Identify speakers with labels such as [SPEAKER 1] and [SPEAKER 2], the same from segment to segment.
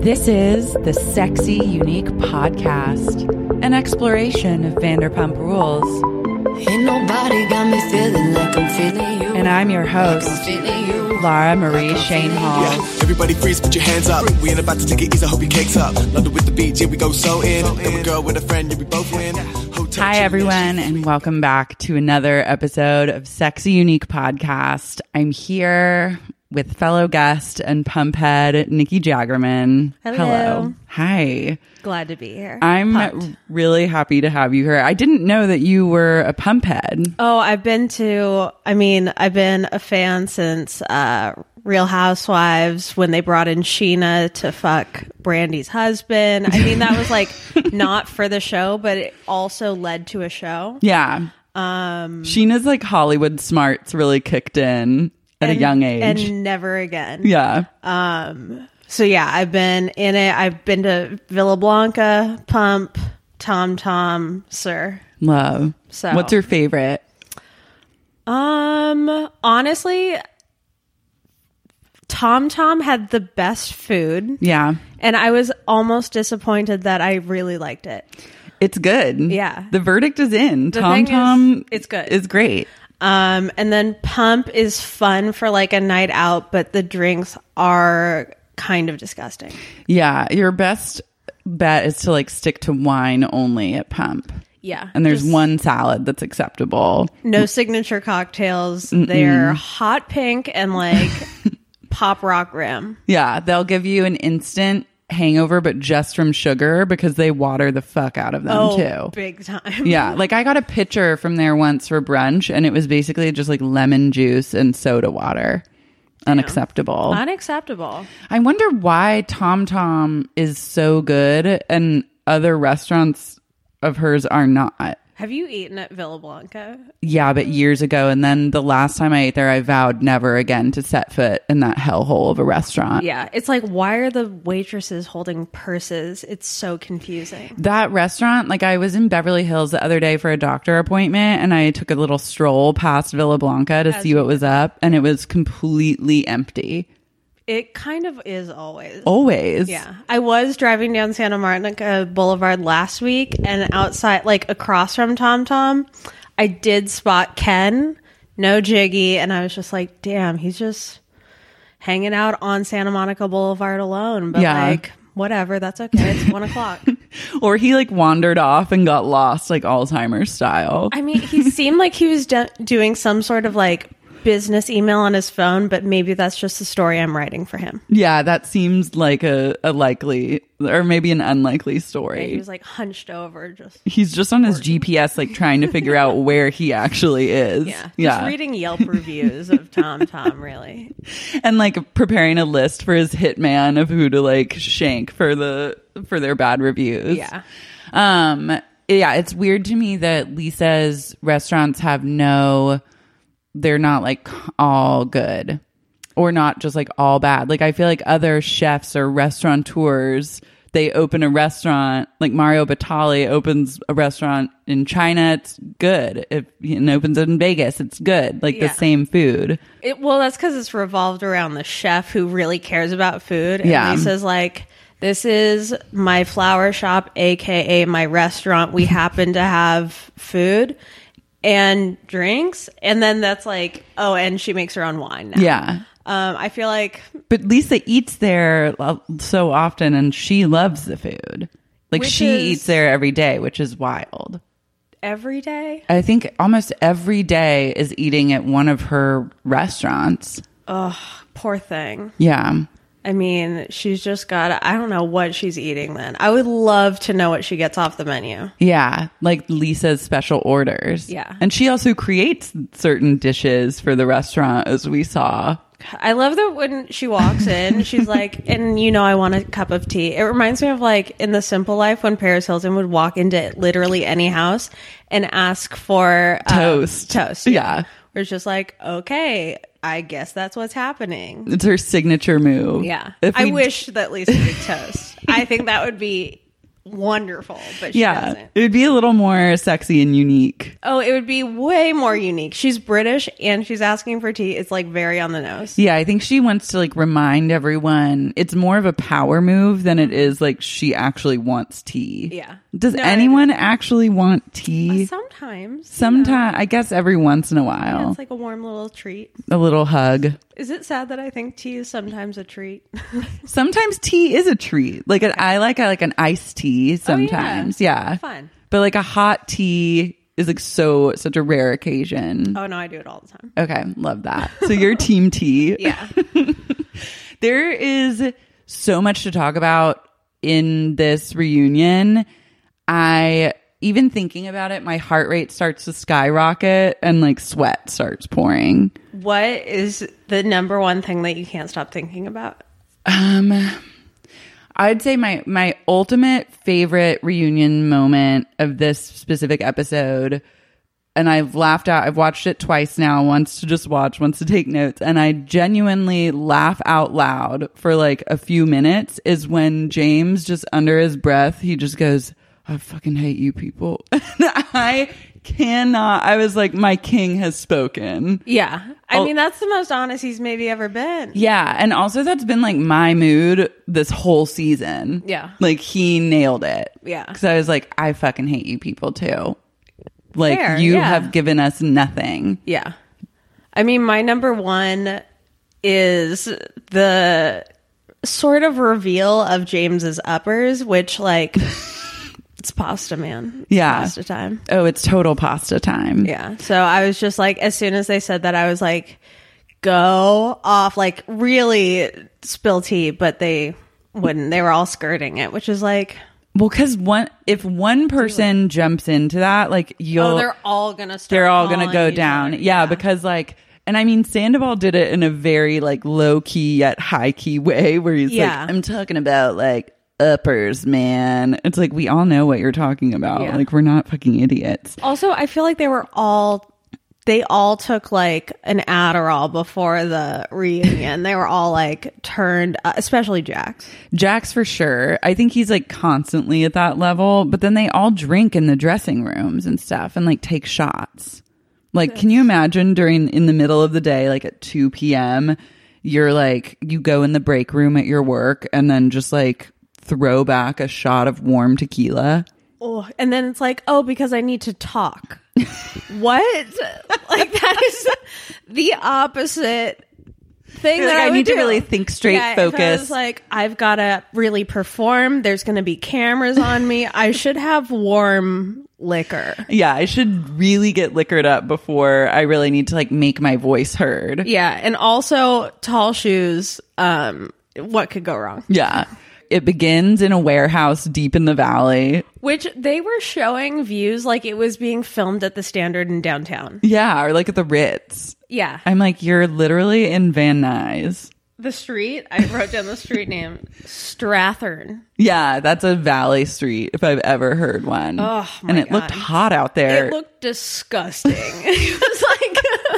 [SPEAKER 1] This is the Sexy Unique Podcast, an exploration of Vanderpump Rules,
[SPEAKER 2] Ain't nobody got me feeling like I'm feeling you.
[SPEAKER 1] and I'm your host,
[SPEAKER 2] feeling you.
[SPEAKER 1] Lara Marie Shane Hall.
[SPEAKER 3] Everybody freeze, put your hands up. We ain't about to take it easy, hope your cake's up. London with the beat, here we go, so in. Then we girl with a friend, yeah, we both win. Hotel
[SPEAKER 1] Hi,
[SPEAKER 3] chick,
[SPEAKER 1] everyone, and welcome back to another episode of Sexy Unique Podcast. I'm here with fellow guest and pumphead Nikki Jagerman.
[SPEAKER 4] Hello.
[SPEAKER 1] Hi.
[SPEAKER 4] Glad to be here.
[SPEAKER 1] I'm
[SPEAKER 4] Pumped.
[SPEAKER 1] really happy to have you here. I didn't know that you were a pumphead.
[SPEAKER 4] Oh, I've been to. I mean, I've been a fan since uh, Real Housewives when they brought in Sheena to fuck Brandy's husband. I mean, that was like not for the show, but it also led to a show.
[SPEAKER 1] Yeah. Um Sheena's like Hollywood smarts really kicked in at a
[SPEAKER 4] And-
[SPEAKER 1] young age.
[SPEAKER 4] and never again.
[SPEAKER 1] yeah.
[SPEAKER 4] So yeah, I've been in it. I've been to Villa Blanca, Pump, Tom Tom, Sir.
[SPEAKER 1] Love.
[SPEAKER 4] So-
[SPEAKER 1] what's your favorite?
[SPEAKER 4] Um, honestly, Tom Tom had the best food.
[SPEAKER 1] Yeah.
[SPEAKER 4] And I was almost disappointed that I really liked it.
[SPEAKER 1] It's good.
[SPEAKER 4] Yeah.
[SPEAKER 1] The verdict is in.
[SPEAKER 4] The
[SPEAKER 1] Tom
[SPEAKER 4] thing is,
[SPEAKER 1] Tom
[SPEAKER 4] it's good.
[SPEAKER 1] Is great.
[SPEAKER 4] Um, and then Pump is fun for like a night out, but the drinks are kind of disgusting.
[SPEAKER 1] Yeah. Your best bet is to like stick to wine only at pump.
[SPEAKER 4] Yeah.
[SPEAKER 1] And there's
[SPEAKER 4] Just
[SPEAKER 1] one salad that's acceptable.
[SPEAKER 4] no signature cocktails. They're hot pink and like pop rock rim.
[SPEAKER 1] Yeah. They'll give you an instant hangover, but just from sugar because they water the fuck out of them
[SPEAKER 4] Oh,
[SPEAKER 1] too.
[SPEAKER 4] big time.
[SPEAKER 1] Yeah, like I got a pitcher from there once for brunch, and it was basically just like lemon juice and soda water. Unacceptable.
[SPEAKER 4] Unacceptable.
[SPEAKER 1] I wonder why Tom Tom is so good and other restaurants of hers are not.
[SPEAKER 4] Have you eaten at Villa Blanca?
[SPEAKER 1] Yeah, but years ago. And then the last time I ate there, I vowed never again to set foot in that hellhole of a restaurant.
[SPEAKER 4] Yeah. It's like, why are the waitresses holding purses? It's so confusing.
[SPEAKER 1] That restaurant, like I was in Beverly Hills the other day for a doctor appointment and I took a little stroll past Villa Blanca to see what was up and it was completely empty.
[SPEAKER 4] It kind of is always.
[SPEAKER 1] Always.
[SPEAKER 4] Yeah. I was driving down Santa Monica Boulevard last week and outside, like across from Tom Tom, I did spot Ken, no Jiggy. And I was just like, damn, he's just hanging out on Santa Monica Boulevard alone. But
[SPEAKER 1] Yeah.
[SPEAKER 4] like, whatever, that's okay. It's one o'clock.
[SPEAKER 1] Or he like wandered off and got lost like Alzheimer's style.
[SPEAKER 4] I mean, he seemed like he was do- doing some sort of like business email on his phone, but maybe that's just the story I'm writing for him.
[SPEAKER 1] yeah, that seems like a, a likely or maybe an unlikely story.
[SPEAKER 4] He was like hunched over, just.
[SPEAKER 1] He's just on his GPS, like trying to figure out where he actually is.
[SPEAKER 4] Yeah, just reading Yelp reviews of Tom Tom, really.
[SPEAKER 1] and like preparing a list for his hitman of who to like shank for the for their bad reviews.
[SPEAKER 4] Yeah.
[SPEAKER 1] Um yeah, it's weird to me that Lisa's restaurants have no they're not like all good or not just like all bad. Like I feel like other chefs or restaurateurs they open a restaurant like Mario Batali opens a restaurant in China, it's good. If and opens it in Vegas, it's good. Like
[SPEAKER 4] Yeah.
[SPEAKER 1] the same food.
[SPEAKER 4] It, well, that's because it's revolved around the chef who really cares about food. And
[SPEAKER 1] Yeah.
[SPEAKER 4] Lisa's like, this is my flower shop, aka my restaurant. We happen to have food and drinks, and then that's like, oh, and she makes her own wine. Now.
[SPEAKER 1] Yeah.
[SPEAKER 4] Um, I feel like
[SPEAKER 1] But Lisa eats there lo- so often and she loves the food. Like
[SPEAKER 4] Which
[SPEAKER 1] she
[SPEAKER 4] is-
[SPEAKER 1] eats there every day, which is wild.
[SPEAKER 4] every day.
[SPEAKER 1] I think almost every day is eating at one of her restaurants.
[SPEAKER 4] Poor thing.
[SPEAKER 1] Yeah.
[SPEAKER 4] I mean, she's just got. I don't know what she's eating. Then I would love to know what she gets off the menu.
[SPEAKER 1] Yeah. Like Lisa's special orders.
[SPEAKER 4] Yeah.
[SPEAKER 1] And she also creates certain dishes for the restaurant, as we saw.
[SPEAKER 4] I love that when she walks in, she's like, and you know, I want a cup of tea. It reminds me of like in The Simple Life when Paris Hilton would walk into literally any house and ask for uh,
[SPEAKER 1] Toast.
[SPEAKER 4] Toast.
[SPEAKER 1] Yeah.
[SPEAKER 4] Where it's just like, okay, I guess that's what's happening.
[SPEAKER 1] It's her signature move.
[SPEAKER 4] Yeah.
[SPEAKER 1] If
[SPEAKER 4] I
[SPEAKER 1] we-
[SPEAKER 4] wish that Lisa did toast. I think that would be wonderful, but she
[SPEAKER 1] Yeah.
[SPEAKER 4] doesn't.
[SPEAKER 1] It would be a little more sexy and unique.
[SPEAKER 4] Oh, it would be way more unique. She's British and she's asking for tea. It's like very on the nose.
[SPEAKER 1] Yeah, I think she wants to like remind everyone it's more of a power move than it is like she actually wants tea.
[SPEAKER 4] Yeah.
[SPEAKER 1] Does
[SPEAKER 4] No, I-
[SPEAKER 1] anyone actually want tea?
[SPEAKER 4] Sometimes.
[SPEAKER 1] Sometimes, I guess every once in a
[SPEAKER 4] Yeah,
[SPEAKER 1] while,
[SPEAKER 4] it's like a warm little treat.
[SPEAKER 1] a little hug.
[SPEAKER 4] Is it sad that I think tea is sometimes a treat?
[SPEAKER 1] Sometimes tea is a treat. Like an, I like I like an iced tea sometimes. yeah.
[SPEAKER 4] Oh, Fun.
[SPEAKER 1] But like a hot tea is like so such a rare occasion.
[SPEAKER 4] Oh no, I do it all the time.
[SPEAKER 1] Okay, love that. So you're team tea.
[SPEAKER 4] Yeah.
[SPEAKER 1] There is so much to talk about in this reunion. I even thinking about it, my heart rate starts to skyrocket and like sweat starts pouring.
[SPEAKER 4] What is the number one thing that you can't stop thinking about?
[SPEAKER 1] I'd say my my ultimate favorite reunion moment of this specific episode and I've laughed out. I've watched it twice now, once to just watch, once to take notes, and I genuinely laugh out loud for like a few minutes is when James just under his breath, he just goes, "I fucking hate you people." And I cannot. I was like, "My king has spoken."
[SPEAKER 4] Yeah. I mean, that's the most honest he's maybe ever been.
[SPEAKER 1] Yeah, and also that's been like my mood this whole season.
[SPEAKER 4] Yeah.
[SPEAKER 1] Like he nailed it.
[SPEAKER 4] Yeah.
[SPEAKER 1] Cuz I was like I fucking hate you people too. Like
[SPEAKER 4] Fair,
[SPEAKER 1] you
[SPEAKER 4] yeah.
[SPEAKER 1] have given us nothing.
[SPEAKER 4] Yeah. I mean, my number one is the sort of reveal of James's uppers, which like it's pasta man. It's
[SPEAKER 1] Yeah.
[SPEAKER 4] Pasta time.
[SPEAKER 1] Oh, it's total pasta time.
[SPEAKER 4] Yeah. So I was just like, as soon as they said that, I was like, go off, like really spill tea, but they wouldn't. They were all skirting it, which is like,
[SPEAKER 1] Well, cuz one if one person jumps into that, like you'll
[SPEAKER 4] oh, they're all gonna start.
[SPEAKER 1] they're all gonna
[SPEAKER 4] calling
[SPEAKER 1] go
[SPEAKER 4] each
[SPEAKER 1] down.
[SPEAKER 4] other.
[SPEAKER 1] Yeah, because like, and I mean, Sandoval did it in a very like low key yet high key way, where he's
[SPEAKER 4] Yeah.
[SPEAKER 1] like, "I'm talking about like uppers, man." It's like we all know what you're talking about.
[SPEAKER 4] Yeah.
[SPEAKER 1] Like we're not fucking idiots.
[SPEAKER 4] Also, I feel like they were all. They all took like an Adderall before the reunion. they were all like turned, uh, especially Jax.
[SPEAKER 1] Jack's for sure. I think he's like constantly at that level, but then they all drink in the dressing rooms and stuff, and like take shots. Like, can you imagine during in the middle of the day, like at 2 p.m., you're like, you go in the break room at your work and then just like throw back a shot of warm tequila?
[SPEAKER 4] Oh, and then it's like, oh, because I need to talk. what? Like that is the opposite thing
[SPEAKER 1] You're
[SPEAKER 4] that
[SPEAKER 1] like,
[SPEAKER 4] I,
[SPEAKER 1] I
[SPEAKER 4] would
[SPEAKER 1] need to
[SPEAKER 4] do.
[SPEAKER 1] really think straight,
[SPEAKER 4] Yeah, if I was
[SPEAKER 1] focus.
[SPEAKER 4] like I've got to really perform. There's going to be cameras on me. I should have warm liquor.
[SPEAKER 1] Yeah, I should really get liquored up before I really need to like make my voice heard.
[SPEAKER 4] Yeah, and also tall shoes. Um, what could go wrong?
[SPEAKER 1] yeah. It begins in a warehouse deep in the valley.
[SPEAKER 4] Which they were showing views like it was being filmed at the Standard in downtown.
[SPEAKER 1] Yeah, or like at the Ritz.
[SPEAKER 4] Yeah,
[SPEAKER 1] I'm like, you're literally in Van Nuys.
[SPEAKER 4] the street. I wrote down the street name Strathern.
[SPEAKER 1] Yeah, that's a valley street if I've ever heard one.
[SPEAKER 4] Oh, my
[SPEAKER 1] and it looked
[SPEAKER 4] God.
[SPEAKER 1] hot out there.
[SPEAKER 4] It looked disgusting. it was like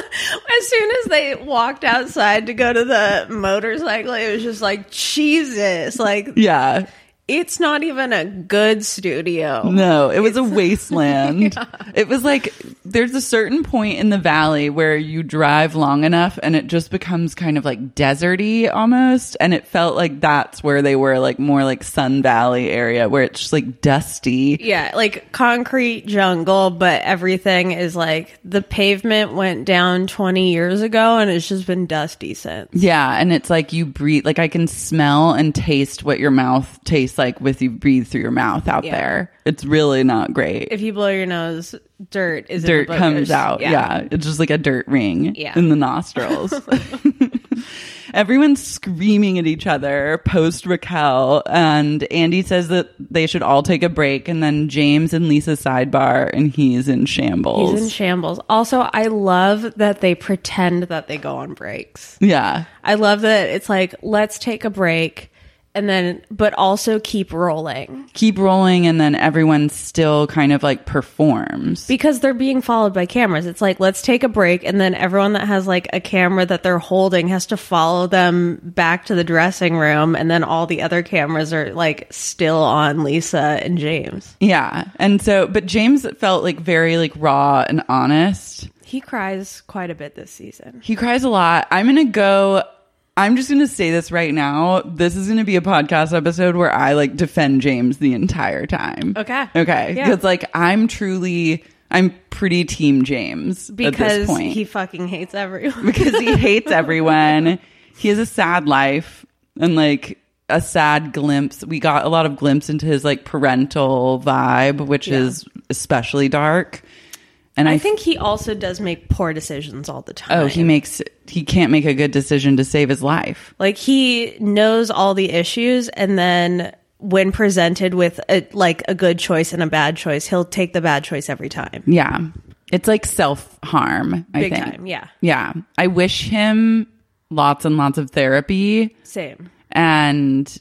[SPEAKER 4] as soon as they walked outside to go to the motorcycle, it was just like Jesus. Like
[SPEAKER 1] yeah.
[SPEAKER 4] it's not even a good studio.
[SPEAKER 1] No, it was a wasteland. It was like there's a certain point in the valley where you drive long enough and it just becomes kind of like deserty almost. And it felt like that's where they were, like more like Sun Valley area where it's just like dusty.
[SPEAKER 4] Yeah, like concrete jungle, but everything is like the pavement went down 20 years ago and it's just been dusty since.
[SPEAKER 1] Yeah. And it's like you breathe, like I can smell and taste what your mouth tastes like with you breathe through your mouth out
[SPEAKER 4] Yeah.
[SPEAKER 1] there. It's really not great.
[SPEAKER 4] If you blow your nose, dirt is in the
[SPEAKER 1] dirt comes
[SPEAKER 4] boogers.
[SPEAKER 1] out. Yeah. It's just like a dirt ring
[SPEAKER 4] Yeah.
[SPEAKER 1] in the nostrils. Everyone's screaming at each other post Raquel. And Andy says that they should all take a break. And then James and Lisa sidebar, and he's in shambles.
[SPEAKER 4] He's in shambles. Also, I love that they pretend that they go on breaks.
[SPEAKER 1] yeah.
[SPEAKER 4] I love that it's like, let's take a break and then, but also keep rolling
[SPEAKER 1] Keep rolling. And then everyone still kind of like performs.
[SPEAKER 4] because they're being followed by cameras. It's like, let's take a break. And then everyone that has like a camera that they're holding has to follow them back to the dressing room. And then all the other cameras are like still on Lisa and James.
[SPEAKER 1] yeah. And so, but James felt like very like raw and honest.
[SPEAKER 4] He cries quite a bit this season.
[SPEAKER 1] He cries a lot. I'm going to go. I'm just going to say this right now. This is going to be a podcast episode where I like defend James the entire time.
[SPEAKER 4] Okay.
[SPEAKER 1] Okay.
[SPEAKER 4] Yeah.
[SPEAKER 1] It's like I'm truly, I'm pretty team James at this
[SPEAKER 4] Because
[SPEAKER 1] point.
[SPEAKER 4] he fucking hates everyone.
[SPEAKER 1] because he hates everyone. He has a sad life and like a sad glimpse. We got a lot of glimpse into his like parental vibe, which is especially dark. And I,
[SPEAKER 4] I think he also does make poor decisions all the time.
[SPEAKER 1] oh, he makes, he can't make a good decision to save his life.
[SPEAKER 4] Like he knows all the issues and then when presented with a, like a good choice and a bad choice, he'll take the bad choice every time.
[SPEAKER 1] Yeah. It's like self harm, I
[SPEAKER 4] Big
[SPEAKER 1] think.
[SPEAKER 4] time, yeah.
[SPEAKER 1] Yeah. I wish him lots and lots of therapy
[SPEAKER 4] Same.
[SPEAKER 1] and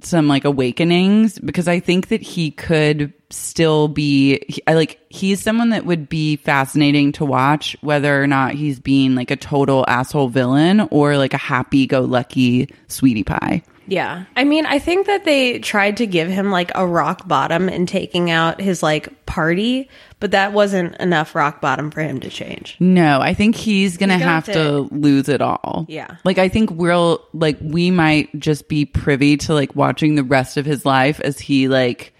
[SPEAKER 1] some like awakenings because I think that he could still be he- I like he's someone that would be fascinating to watch whether or not he's being like a total asshole villain or like a happy go lucky sweetie pie.
[SPEAKER 4] Yeah. I mean, I think that they tried to give him like a rock bottom in taking out his like party, but that wasn't enough rock bottom for him to change.
[SPEAKER 1] No, I think he's gonna
[SPEAKER 4] He's
[SPEAKER 1] have
[SPEAKER 4] got
[SPEAKER 1] to lose it all.
[SPEAKER 4] Yeah.
[SPEAKER 1] Like I think we'll like we might just be privy to like watching the rest of his life as he like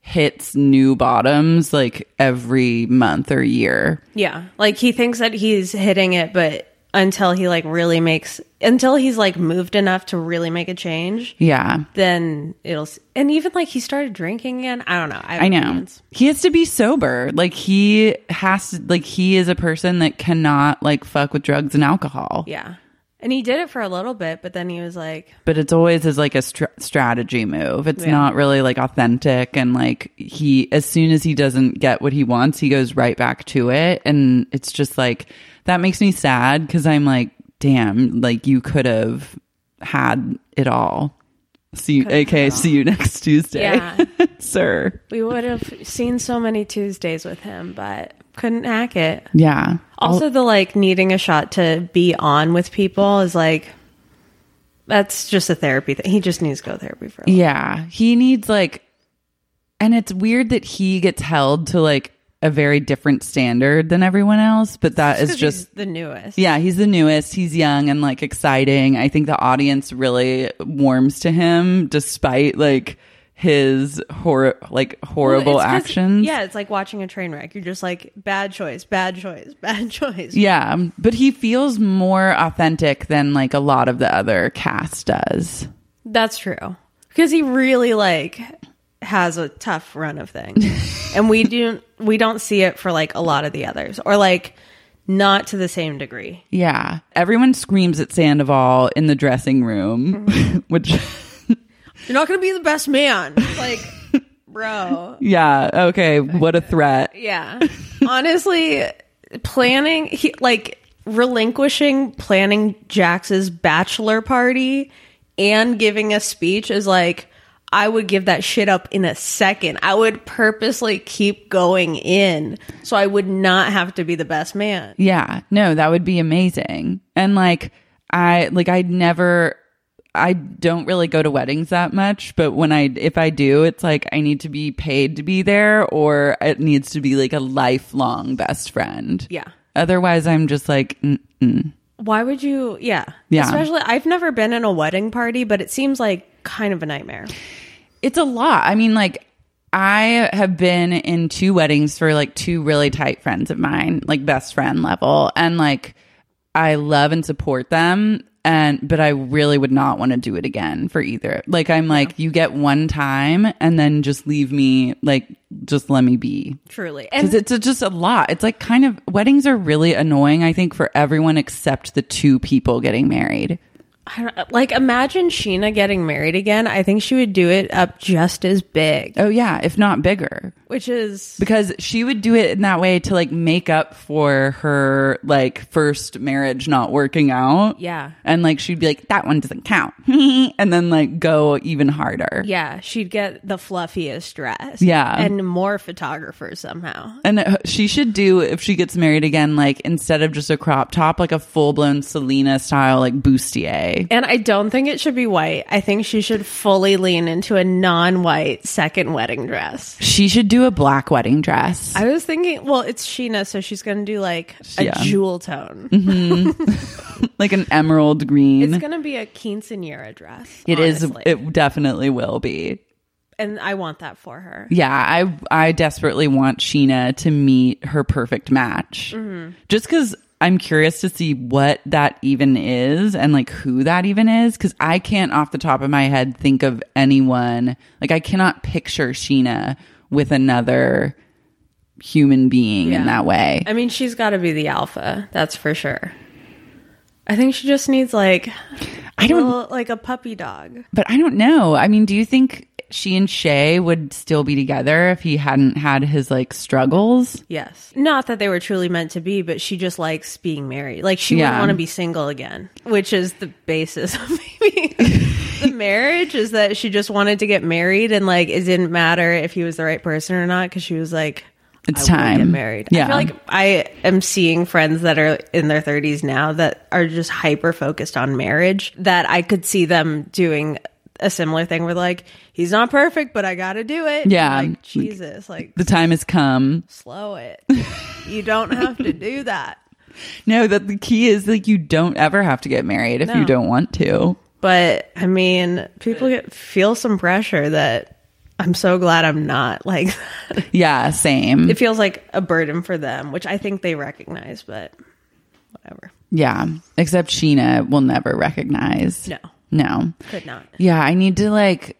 [SPEAKER 1] hits new bottoms like every month or year.
[SPEAKER 4] Yeah. Like he thinks that he's hitting it, but until he like really makes until he's like moved enough to really make a change,
[SPEAKER 1] Yeah.
[SPEAKER 4] then it'll s- and even like he started drinking again. I don't know. have
[SPEAKER 1] I know.
[SPEAKER 4] opinions.
[SPEAKER 1] He has to be sober. Like he has to like he is a person that cannot like fuck with drugs and alcohol.
[SPEAKER 4] Yeah. And he did it for a little bit, but then he was like,
[SPEAKER 1] but it's always as like a str- strategy move. It's not really like authentic and like he as soon as he doesn't get what he wants, he goes right back to it and it's just like that makes me sad cuz I'm like damn, like you could have had it all. See you, aka see you next Tuesday.
[SPEAKER 4] Yeah.
[SPEAKER 1] Sir.
[SPEAKER 4] we would have seen so many Tuesdays with him, but couldn't hack it.
[SPEAKER 1] Yeah.
[SPEAKER 4] Also, the like needing a shot to be on with people is like, that's just a therapy thing. He just needs to go to therapy for a while.
[SPEAKER 1] Yeah. He needs like and it's weird that he gets held to like a very different standard than everyone else, but that is
[SPEAKER 4] 'Cause
[SPEAKER 1] just
[SPEAKER 4] he's the newest.
[SPEAKER 1] Yeah, he's the newest. He's young and like exciting. I think the audience really warms to him despite like his hor- like horrible
[SPEAKER 4] Well, it's 'cause-
[SPEAKER 1] actions.
[SPEAKER 4] Yeah, it's like watching a train wreck. You're just like, bad choice, bad choice, bad choice.
[SPEAKER 1] Yeah, but he feels more authentic than like a lot of the other cast does.
[SPEAKER 4] That's true. Because he really like has a tough run of things. and we do we don't see it for like a lot of the others or like not to the same degree.
[SPEAKER 1] Yeah. Everyone screams at Sandoval in the dressing room,
[SPEAKER 4] Mm-hmm.
[SPEAKER 1] which
[SPEAKER 4] You're not going to be the best man. Like bro.
[SPEAKER 1] yeah, okay, what a threat.
[SPEAKER 4] Yeah. Honestly, planning he, like relinquishing planning Jax's bachelor party and giving a speech is like I would give that shit up in a second. I would purposely keep going in so I would not have to be the best man.
[SPEAKER 1] Yeah. No, that would be amazing. And like I like I'd never I don't really go to weddings that much, but when I if I do, it's like I need to be paid to be there or it needs to be like a lifelong best friend.
[SPEAKER 4] Yeah.
[SPEAKER 1] Otherwise, I'm just like Mm-mm.
[SPEAKER 4] Why would you? Yeah.
[SPEAKER 1] Yeah.
[SPEAKER 4] Especially, I've never been in a wedding party, but it seems like kind of a nightmare.
[SPEAKER 1] it's a lot. I mean, like I have been in two weddings for like two really tight friends of mine, like best friend level, and like I love and support them and but I really would not want to do it again for either. Like I'm like you get one time and then just leave me like just let me be
[SPEAKER 4] Truly.
[SPEAKER 1] because
[SPEAKER 4] And
[SPEAKER 1] it's a- just a lot. It's like kind of weddings are really annoying, I think, for everyone except the two people getting married.
[SPEAKER 4] I don't, like, imagine Sheena getting married again. I think she would do it up just as big,
[SPEAKER 1] Oh, yeah, if not bigger.
[SPEAKER 4] which is
[SPEAKER 1] Because she would do it in that way to like make up for her like first marriage not working out.
[SPEAKER 4] Yeah.
[SPEAKER 1] And like she'd be like, that one doesn't count. and then like go even harder.
[SPEAKER 4] yeah. She'd get the fluffiest dress,
[SPEAKER 1] Yeah.
[SPEAKER 4] and more photographers somehow.
[SPEAKER 1] And uh, she should do if she gets married again, like instead of just a crop top, like a full blown Selena style, like bustier.
[SPEAKER 4] And I don't think it should be white. I think she should fully lean into a non-white second wedding dress.
[SPEAKER 1] She should do a black wedding dress.
[SPEAKER 4] I was thinking, well, it's Sheena, so she's going to do like a
[SPEAKER 1] Yeah. Mm-hmm.
[SPEAKER 4] jewel tone.
[SPEAKER 1] like an emerald green.
[SPEAKER 4] It's going to be a quinceanera dress.
[SPEAKER 1] It is.
[SPEAKER 4] honestly.
[SPEAKER 1] It definitely will be.
[SPEAKER 4] and I want that for her.
[SPEAKER 1] Yeah, I I desperately want Sheena to meet her perfect match. Just because I'm curious to see what that even is and like who that even is. Because I can't off the top of my head think of anyone. Like I cannot picture Sheena with another human being in that way.
[SPEAKER 4] I mean, she's got to be the alpha. That's for sure. I think she just needs like
[SPEAKER 1] I don't.
[SPEAKER 4] little- like a puppy dog.
[SPEAKER 1] But I don't know. I mean, do you think she and Shay would still be together if he hadn't had his like struggles?
[SPEAKER 4] Yes. Not that they were truly meant to be, but she just likes being married. Like she
[SPEAKER 1] Yeah.
[SPEAKER 4] wouldn't want to be single again, which is the basis of maybe the marriage is that she just wanted to get married and like it didn't matter if he was the right person or not because she was like
[SPEAKER 1] It's
[SPEAKER 4] I will
[SPEAKER 1] time.
[SPEAKER 4] get married.
[SPEAKER 1] Yeah.
[SPEAKER 4] I feel like I am seeing friends that are in their 30s now that are just hyper focused on marriage that I could see them doing a similar thing where like he's not perfect but I got to do it.
[SPEAKER 1] Yeah.
[SPEAKER 4] Like Jesus, like
[SPEAKER 1] the time has come.
[SPEAKER 4] slow it. you don't have to do that.
[SPEAKER 1] No, that the key is like you don't ever have to get married if you
[SPEAKER 4] No.
[SPEAKER 1] don't want to.
[SPEAKER 4] But I mean, people get feel some pressure that I'm so glad I'm not like that.
[SPEAKER 1] Yeah, same.
[SPEAKER 4] it feels like a burden for them, which I think they recognize, but whatever.
[SPEAKER 1] yeah, except Sheena will never recognize.
[SPEAKER 4] No.
[SPEAKER 1] No.
[SPEAKER 4] Could not.
[SPEAKER 1] Yeah, I need to like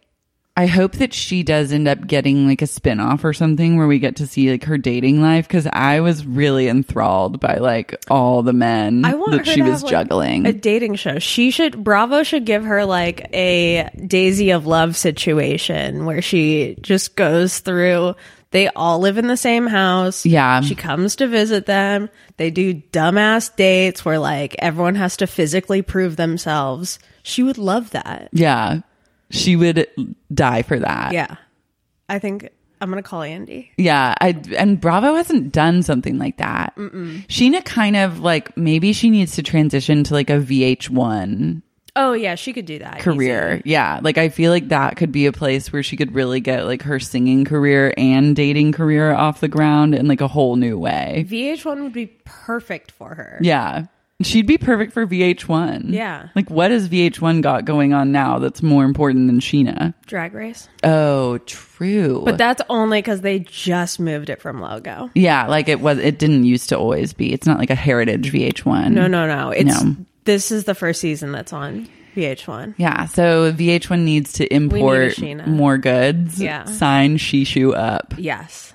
[SPEAKER 1] I hope that she does end up getting like a spin-off or something where we get to see like her dating life cuz I was really enthralled by like all the men
[SPEAKER 4] I want
[SPEAKER 1] Mm, that
[SPEAKER 4] her
[SPEAKER 1] she
[SPEAKER 4] to
[SPEAKER 1] was
[SPEAKER 4] have, like,
[SPEAKER 1] juggling.
[SPEAKER 4] a dating show. She should Bravo should give her like a Daisy of Love situation where she just goes through. They all live in the same house.
[SPEAKER 1] Yeah.
[SPEAKER 4] she comes to visit them. They do dumbass dates where like everyone has to physically prove themselves. She would love that.
[SPEAKER 1] yeah. She would die for that.
[SPEAKER 4] Yeah, I think I'm gonna call Andy.
[SPEAKER 1] Yeah, I and Bravo hasn't done something like that. Sheena kind of like maybe she needs to transition to like a VH1
[SPEAKER 4] Oh yeah, she could do that.
[SPEAKER 1] career. Yeah, like I feel like that could be a place where she could really get like her singing career and dating career off the ground in like a whole new way.
[SPEAKER 4] easy. VH1 would be perfect for her.
[SPEAKER 1] Yeah. She'd be perfect for VH1.
[SPEAKER 4] Yeah.
[SPEAKER 1] Like what has VH1 got going on now that's more important than Sheena?
[SPEAKER 4] Drag Race,
[SPEAKER 1] Oh, true.
[SPEAKER 4] but that's only because they just moved it from Logo.
[SPEAKER 1] yeah, like it was it didn't used to always be. It's not like a heritage VH1.
[SPEAKER 4] No, no, no. It's
[SPEAKER 1] No.
[SPEAKER 4] this is the first season that's on VH1.
[SPEAKER 1] Yeah, so VH1 needs to import
[SPEAKER 4] Sheena.
[SPEAKER 1] more goods.
[SPEAKER 4] Yeah.
[SPEAKER 1] Sign Shishu up.
[SPEAKER 4] Yes.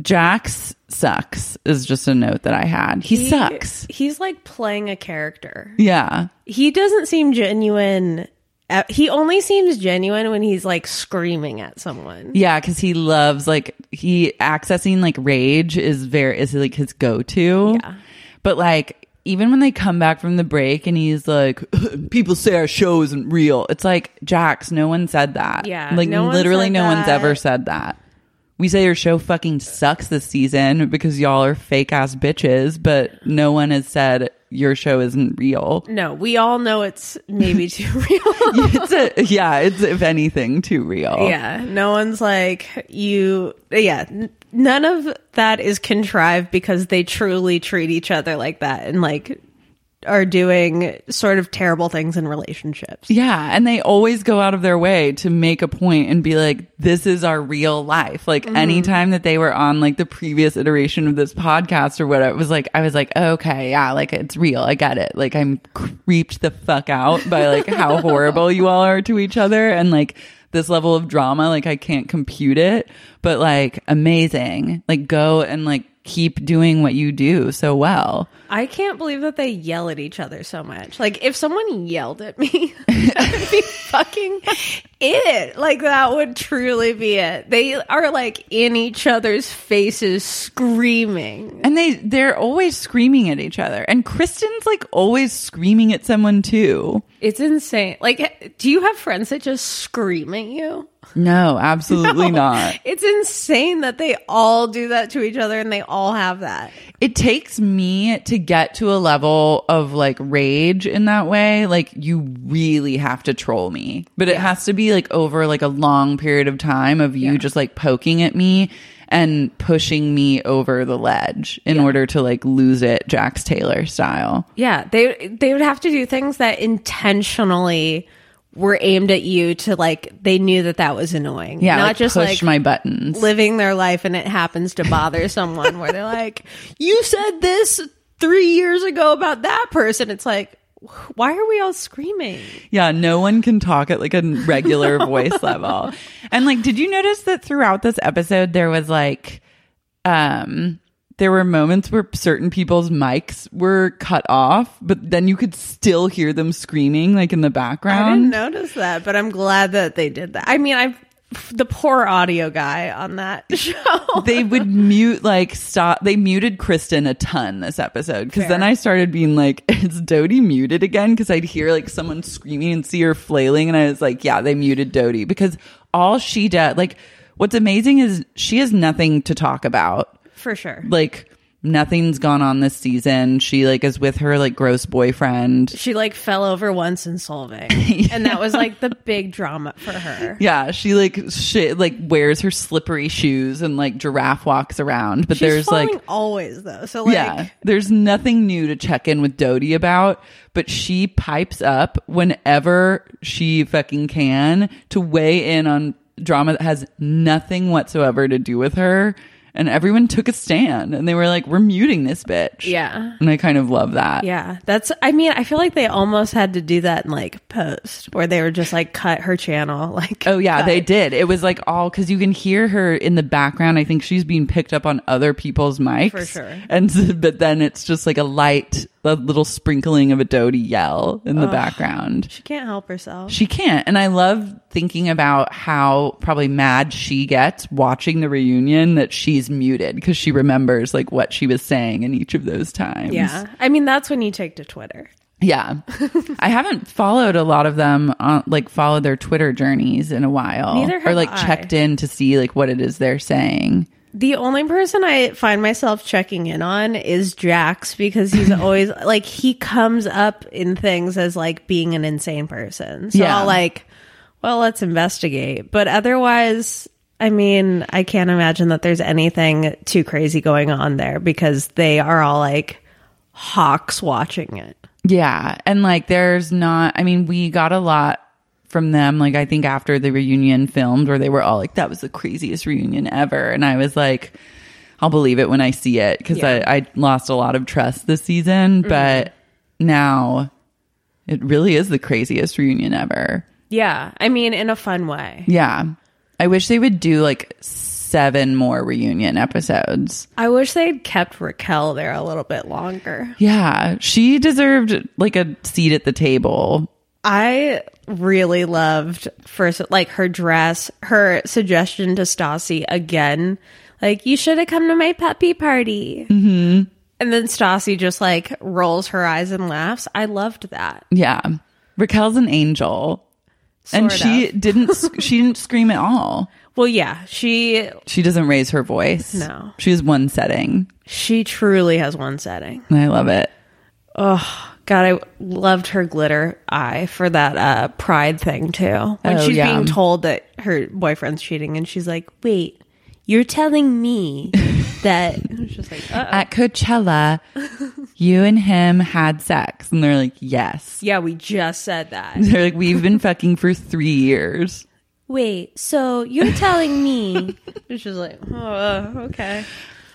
[SPEAKER 1] Jax sucks is just a note that I had. He, sucks.
[SPEAKER 4] He's like playing a character.
[SPEAKER 1] Yeah.
[SPEAKER 4] He doesn't seem genuine. Uh, He only seems genuine when he's like screaming at someone.
[SPEAKER 1] Yeah, cuz he loves like he accessing like rage is very is like his go-to. Yeah. But like even when they come back from the break and he's like people say our show isn't real. It's like Jax, no one said that.
[SPEAKER 4] Yeah,
[SPEAKER 1] Like
[SPEAKER 4] no one
[SPEAKER 1] literally
[SPEAKER 4] said
[SPEAKER 1] no one's
[SPEAKER 4] that.
[SPEAKER 1] ever said that. We say your show fucking sucks this season because y'all are fake ass bitches, but no one has said your show isn't real.
[SPEAKER 4] No, we all know it's maybe too real.
[SPEAKER 1] it's a, yeah, it's if anything too real.
[SPEAKER 4] yeah, no one's like you. Yeah, n- none of that is contrived because they truly treat each other like that and like are doing sort of terrible things in relationships.
[SPEAKER 1] Yeah, and they always go out of their way to make a point and be like, this is our real life. Like anytime that they were on like the previous iteration of this podcast or whatever, it was like I was like, okay, yeah, like it's real. I get it. Like I'm creeped the fuck out by like how horrible you all are to each other and like this level of drama, like I can't compute it, but like amazing. Like go and like keep doing what you do so well.
[SPEAKER 4] I can't believe that they yell at each other so much. Like if someone yelled at me, I'd be fucking it. Like that would truly be it. They are like in each other's faces screaming.
[SPEAKER 1] And they they're always screaming at each other. And Kristen's like always screaming at someone too.
[SPEAKER 4] It's insane. Like do you have friends that just scream at you?
[SPEAKER 1] No, absolutely not.
[SPEAKER 4] It's insane that they all do that to each other and they all have that.
[SPEAKER 1] It takes me to get to a level of like rage in that way. Like you really have to troll me. But it has to be like over like a long period of time of you just like poking at me and pushing me over the ledge in order to like lose it Jax Taylor style.
[SPEAKER 4] Yeah, they they would have to do things that intentionally were aimed at you to like they knew that that was annoying.
[SPEAKER 1] Yeah,
[SPEAKER 4] not
[SPEAKER 1] like,
[SPEAKER 4] just
[SPEAKER 1] push
[SPEAKER 4] like
[SPEAKER 1] my buttons.
[SPEAKER 4] living their life and it happens to bother someone where they're like, "You said this three years ago about that person." It's like, why are we all screaming?
[SPEAKER 1] Yeah, no one can talk at like a regular voice level. And like, did you notice that throughout this episode there was like um there were moments where certain people's mics were cut off, but then you could still hear them screaming like in the background.
[SPEAKER 4] I didn't notice that, but I'm glad that they did that. I mean, I the poor audio guy on that show.
[SPEAKER 1] they would mute like stop they muted kristen a ton this episode because then i started being like is Dodie muted again because i'd hear like someone screaming and see her flailing and i was like yeah they muted Dodie because all she does like what's amazing is she has nothing to talk about
[SPEAKER 4] For sure.
[SPEAKER 1] like nothing's gone on this season she like is with her like gross boyfriend
[SPEAKER 4] She like fell over once in solving, and that was like the big drama for her.
[SPEAKER 1] yeah, she like shit like wears her slippery shoes and like giraffe walks around, but
[SPEAKER 4] She's
[SPEAKER 1] there's like
[SPEAKER 4] falling always though. So like
[SPEAKER 1] yeah, there's nothing new to check in with Dodie about, but she pipes up whenever she fucking can to weigh in on drama that has nothing whatsoever to do with her. And everyone took a stand and they were like, we're muting this bitch.
[SPEAKER 4] Yeah.
[SPEAKER 1] And I kind of love that.
[SPEAKER 4] Yeah, that's. I mean, I feel like they almost had to do that in like post, where they were just like cut her channel. Like,
[SPEAKER 1] Oh yeah, they did. It was like all because you can hear her in the background. I think she's being picked up on other people's mics.
[SPEAKER 4] For sure.
[SPEAKER 1] And s- but then it's just like a light, a little sprinkling of a Dodie yell in the background.
[SPEAKER 4] she can't help herself.
[SPEAKER 1] She can't. And I love thinking about how probably mad she gets watching the reunion that she's muted because she remembers like what she was saying in each of those times.
[SPEAKER 4] Yeah, I mean, that's when you take to Twitter.
[SPEAKER 1] Yeah. I haven't followed a lot of them on like followed their Twitter journeys in a while.
[SPEAKER 4] Neither
[SPEAKER 1] or
[SPEAKER 4] have
[SPEAKER 1] like
[SPEAKER 4] I.
[SPEAKER 1] checked in to see like what it is they're saying.
[SPEAKER 4] The only person I find myself checking in on is Jax because he's always like he comes up in things as like being an insane person. So
[SPEAKER 1] Yeah.
[SPEAKER 4] I'll like, well, let's investigate. But otherwise, I mean, I can't imagine that there's anything too crazy going on there because they are all like hawks watching it.
[SPEAKER 1] Yeah. And like there's not I mean, we got a lot from them. Like I think after the reunion filmed where they were all like, that was the craziest reunion ever. And I was like, I'll believe it when I see it because I, I lost a lot of trust this season. But now it really is the craziest reunion ever.
[SPEAKER 4] Yeah, I mean, in a fun way.
[SPEAKER 1] Yeah. I wish they would do like seven more reunion episodes.
[SPEAKER 4] I wish they'd kept Raquel there a little bit longer.
[SPEAKER 1] Yeah. She deserved like a seat at the table.
[SPEAKER 4] I really loved first like her dress, her suggestion to Stassi again, like you should have come to my puppy party. Mm-hmm. And then Stassi just like rolls her eyes and laughs. I loved that.
[SPEAKER 1] Yeah. Raquel's an angel. and
[SPEAKER 4] Sort
[SPEAKER 1] she
[SPEAKER 4] of.
[SPEAKER 1] didn't sc- she didn't scream at all.
[SPEAKER 4] Well, yeah, she
[SPEAKER 1] She doesn't raise her voice.
[SPEAKER 4] No.
[SPEAKER 1] She has one setting.
[SPEAKER 4] she truly has one setting.
[SPEAKER 1] And I love it.
[SPEAKER 4] Oh God, I loved her glitter eye for that uh, pride thing too. When
[SPEAKER 1] Oh,
[SPEAKER 4] she's
[SPEAKER 1] yeah.
[SPEAKER 4] being told that her boyfriend's cheating, and she's like, "Wait, you're telling me that?" It's just like, uh,
[SPEAKER 1] At Coachella, you and him had sex. And they're like, yes.
[SPEAKER 4] yeah, we just said that.
[SPEAKER 1] They're like, we've been fucking for three years.
[SPEAKER 4] Wait, so you're telling me? It's just like, oh, uh, okay.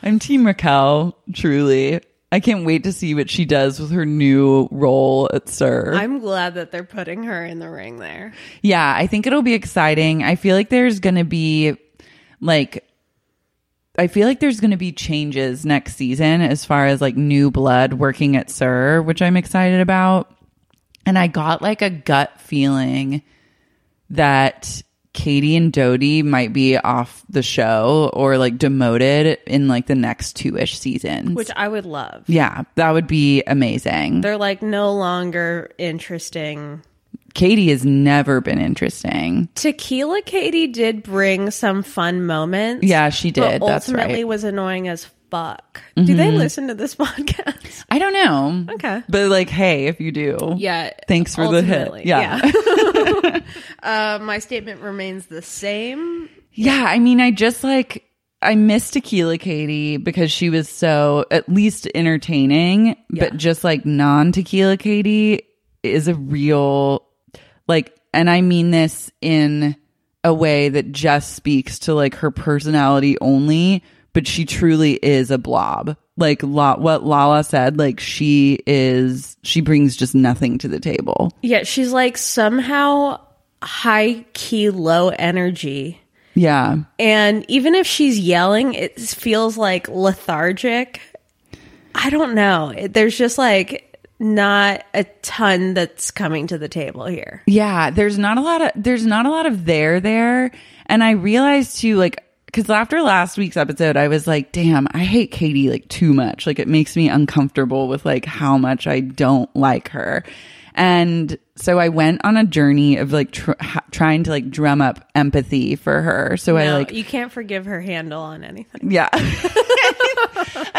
[SPEAKER 1] I'm Team Raquel, truly. I can't wait to see what she does with her new role at Sir.
[SPEAKER 4] I'm glad that they're putting her in the ring there.
[SPEAKER 1] yeah, I think it'll be exciting. I feel like there's going to be like I feel like there's going to be changes next season as far as like new blood working at Sir, which I'm excited about. And I got like a gut feeling that Katie and Dodie might be off the show or like demoted in like the next two ish seasons.
[SPEAKER 4] Which I would love.
[SPEAKER 1] Yeah, that would be amazing.
[SPEAKER 4] They're like no longer interesting.
[SPEAKER 1] Katie has never been interesting.
[SPEAKER 4] Tequila Katie did bring some fun moments.
[SPEAKER 1] Yeah, she did.
[SPEAKER 4] But
[SPEAKER 1] That's
[SPEAKER 4] ultimately
[SPEAKER 1] right. Mm-hmm.
[SPEAKER 4] was annoying as fuck. Do they listen to this podcast?
[SPEAKER 1] I don't know.
[SPEAKER 4] Okay.
[SPEAKER 1] But like, hey, if you do.
[SPEAKER 4] Yeah.
[SPEAKER 1] Thanks for the hit.
[SPEAKER 4] ultimately,
[SPEAKER 1] Yeah. yeah.
[SPEAKER 4] yeah. Uh, my statement remains the same.
[SPEAKER 1] I mean, I just like I miss Tequila Katie because she was so at least entertaining, but just like non Tequila Katie is a real like and I mean this in a way that just speaks to like her personality only, but she truly is a blob. Like La- what Lala said, like she is she brings just nothing to the table.
[SPEAKER 4] Yeah, she's like somehow high key, low energy.
[SPEAKER 1] Yeah.
[SPEAKER 4] And even if she's yelling, it feels like lethargic. I don't know. It- There's just like not a ton that's coming to the table here.
[SPEAKER 1] Yeah, there's not a lot of there's not a lot of there there, and I realized too, like, because after last week's episode, I was like, damn, I hate Katie like too much. Like, it makes me uncomfortable with like how much I don't like her, and so I went on a journey of like tr- ha- trying to like drum up empathy for her. So I
[SPEAKER 4] No,
[SPEAKER 1] like
[SPEAKER 4] you can't forgive her handle on anything.
[SPEAKER 1] yeah. I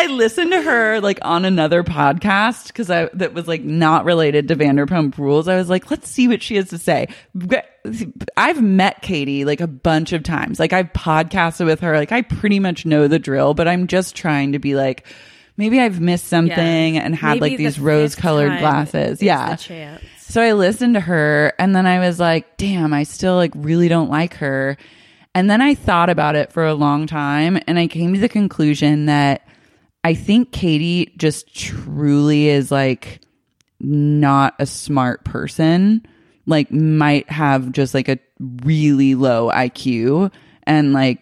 [SPEAKER 1] listened to her like on another podcast because I that was like not related to Vanderpump Rules. I was like, let's see what she has to say. I've met Katie like a bunch of times. Like I've podcasted with her. Like I pretty much know the drill, but I'm just trying to be like, maybe I've missed something and had
[SPEAKER 4] Maybe
[SPEAKER 1] like
[SPEAKER 4] the
[SPEAKER 1] these rose colored
[SPEAKER 4] fifth time
[SPEAKER 1] glasses.
[SPEAKER 4] is
[SPEAKER 1] Yeah.
[SPEAKER 4] the chance.
[SPEAKER 1] So I listened to her and then I was like, damn, I still like really don't like her. And then I thought about it for a long time and I came to the conclusion that I think Katie just truly is like not a smart person, like might have just like a really low IQ and like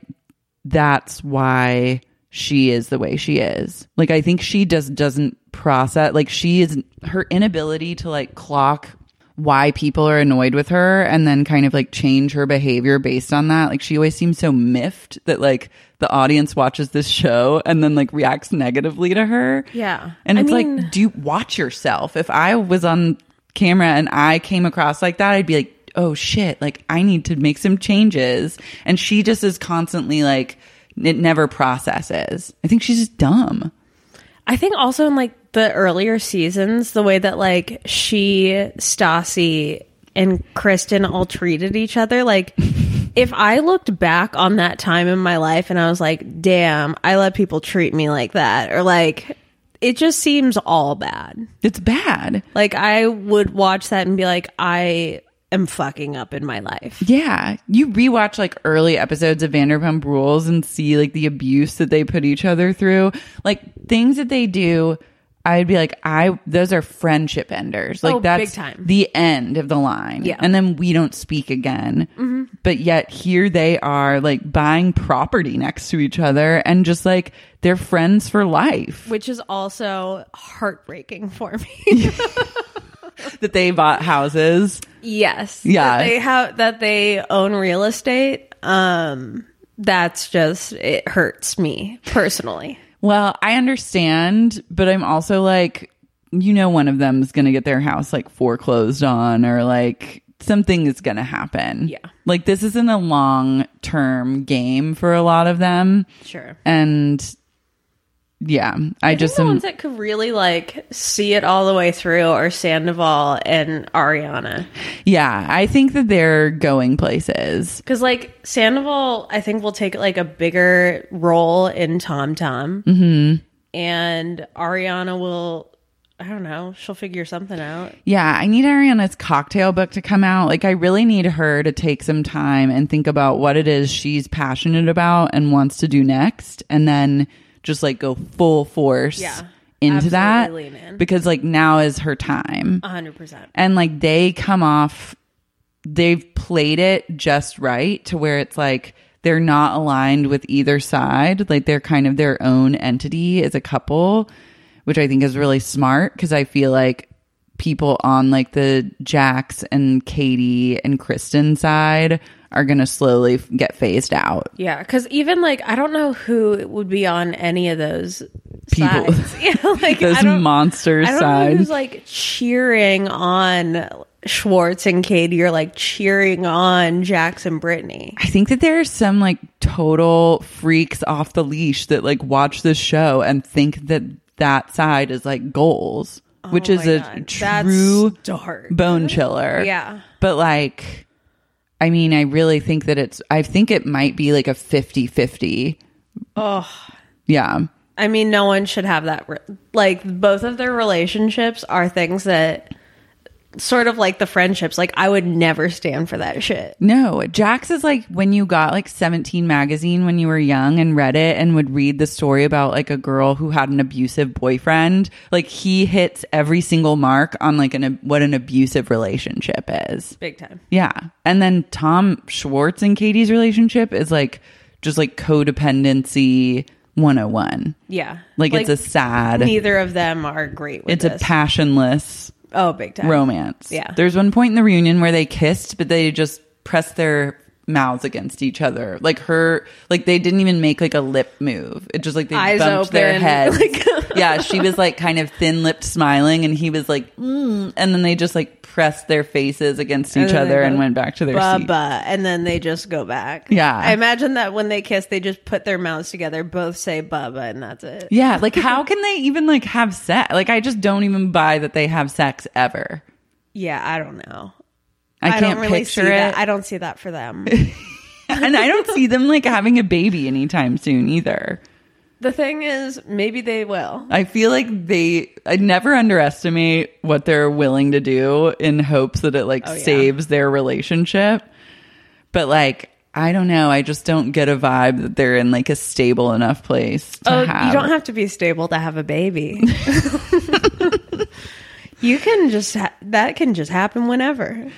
[SPEAKER 1] that's why she is the way she is. Like I think she just doesn't process like she is her inability to like clock why people are annoyed with her and then kind of like change her behavior based on that. Like she always seems so miffed that like the audience watches this show and then like reacts negatively to her.
[SPEAKER 4] Yeah.
[SPEAKER 1] And
[SPEAKER 4] I
[SPEAKER 1] it's
[SPEAKER 4] mean-
[SPEAKER 1] like do you watch yourself. If I was on camera and I came across like that, I'd be like, oh shit, like I need to make some changes. And she just is constantly like, it never processes. I think she's just dumb.
[SPEAKER 4] I think also in like the earlier seasons, the way that like she, Stassi, and Kristen all treated each other, like if I looked back on that time in my life and I was like, damn, I let people treat me like that, or like it just seems all bad.
[SPEAKER 1] It's bad.
[SPEAKER 4] Like I would watch that and be like, I am fucking up in my life.
[SPEAKER 1] Yeah. You rewatch like early episodes of Vanderpump Rules and see like the abuse that they put each other through. Like things that they do, I'd be like, I, those are friendship enders. Like
[SPEAKER 4] Oh, big
[SPEAKER 1] that's
[SPEAKER 4] time.
[SPEAKER 1] the end of the line.
[SPEAKER 4] Yeah. Mm-hmm.
[SPEAKER 1] And then we don't speak again. But yet here they are like buying property next to each other and just like they're friends for life
[SPEAKER 4] Which is also heartbreaking for me.
[SPEAKER 1] that they bought houses.
[SPEAKER 4] yes.
[SPEAKER 1] Yeah.
[SPEAKER 4] That they have that they own real estate. Um that's just it hurts me personally.
[SPEAKER 1] Well, I understand, but I'm also like, you know, one of them is going to get their house like foreclosed on or like something is going to happen.
[SPEAKER 4] Yeah.
[SPEAKER 1] Like this isn't a long term game for a lot of them.
[SPEAKER 4] Sure.
[SPEAKER 1] And yeah, I, just
[SPEAKER 4] the
[SPEAKER 1] am.
[SPEAKER 4] ones that could really like see it all the way through are Sandoval and Ariana.
[SPEAKER 1] yeah, I think that they're going places.
[SPEAKER 4] Because like Sandoval, I think will take like a bigger role in Tom Tom, mm-hmm. and Ariana will. I don't know. She'll figure something out.
[SPEAKER 1] Yeah, I need Ariana's cocktail book to come out. Like, I really need her to take some time and think about what it is she's passionate about and wants to do next, and then just like go full force
[SPEAKER 4] Yeah,
[SPEAKER 1] into that.
[SPEAKER 4] absolutely, man.
[SPEAKER 1] Because like now is her time.
[SPEAKER 4] A hundred percent.
[SPEAKER 1] and like they come off they've played it just right to where it's like they're not aligned with either side like they're kind of their own entity as a couple which i think is really smart because i feel like people on like the jax and katie and kristen side are gonna slowly f- get phased out
[SPEAKER 4] Yeah, because even like I don't know who would be on any of those
[SPEAKER 1] People.
[SPEAKER 4] sides. Yeah, like
[SPEAKER 1] Those
[SPEAKER 4] I don't-
[SPEAKER 1] monster
[SPEAKER 4] I don't
[SPEAKER 1] sides.
[SPEAKER 4] know who's like cheering on Schwartz and Katie, or like cheering on Jackson Brittany.
[SPEAKER 1] I think that there are some like total freaks off the leash that like watch this show and think that that side is like goals, which is a
[SPEAKER 4] Oh uh, That's
[SPEAKER 1] true
[SPEAKER 4] dark.
[SPEAKER 1] bone chiller.
[SPEAKER 4] Yeah.
[SPEAKER 1] But like, I mean, I really think that it's, I think it might be like a 50 50. Oh, yeah.
[SPEAKER 4] I mean, no one should have that. Re- like both of their relationships are things that sort of like the friendships. Like I would never stand for that shit.
[SPEAKER 1] No, Jax is like when you got like 17 magazine when you were young and read it and would read the story about like a girl who had an abusive boyfriend. Like he hits every single mark on like an what an abusive relationship is.
[SPEAKER 4] Big time.
[SPEAKER 1] Yeah. And then Tom Schwartz and Katie's relationship is like just like codependency 101.
[SPEAKER 4] Yeah,
[SPEAKER 1] Like, it's a sad
[SPEAKER 4] Neither of them are great. With
[SPEAKER 1] it's
[SPEAKER 4] this.
[SPEAKER 1] a passionless
[SPEAKER 4] oh big time
[SPEAKER 1] romance.
[SPEAKER 4] Yeah.
[SPEAKER 1] There's one point in the reunion where they kissed, but they just pressed their mouths against each other. Like her, like they didn't even make like a lip move. It just like they
[SPEAKER 4] Eyes
[SPEAKER 1] bumped their
[SPEAKER 4] open,
[SPEAKER 1] heads.
[SPEAKER 4] like-
[SPEAKER 1] yeah. She was like kind of thin lipped smiling and he was like, mm, and then they just like pressed their faces against each
[SPEAKER 4] then they
[SPEAKER 1] other and
[SPEAKER 4] both
[SPEAKER 1] went back to their
[SPEAKER 4] Blah,
[SPEAKER 1] seat.
[SPEAKER 4] blah, and then they just go back.
[SPEAKER 1] Yeah.
[SPEAKER 4] I imagine that when they kiss, they just put their mouths together, both say bubba, and that's it.
[SPEAKER 1] Yeah. Like how can they even like have sex? Like I just don't even buy that they have sex ever.
[SPEAKER 4] Yeah, I don't know.
[SPEAKER 1] I, can't
[SPEAKER 4] don't really
[SPEAKER 1] picture
[SPEAKER 4] see
[SPEAKER 1] it.
[SPEAKER 4] that. I don't see that for them.
[SPEAKER 1] and I don't see them like having a baby anytime soon either.
[SPEAKER 4] the thing is, maybe they will.
[SPEAKER 1] I feel like they I never underestimate what they're willing to do in hopes that it like
[SPEAKER 4] Oh, yeah.
[SPEAKER 1] saves their relationship. But like I don't know, I just don't get a vibe that they're in like a stable enough place to
[SPEAKER 4] Oh,
[SPEAKER 1] have.
[SPEAKER 4] you don't have to be stable to have a baby. you can just ha- that can just happen whenever.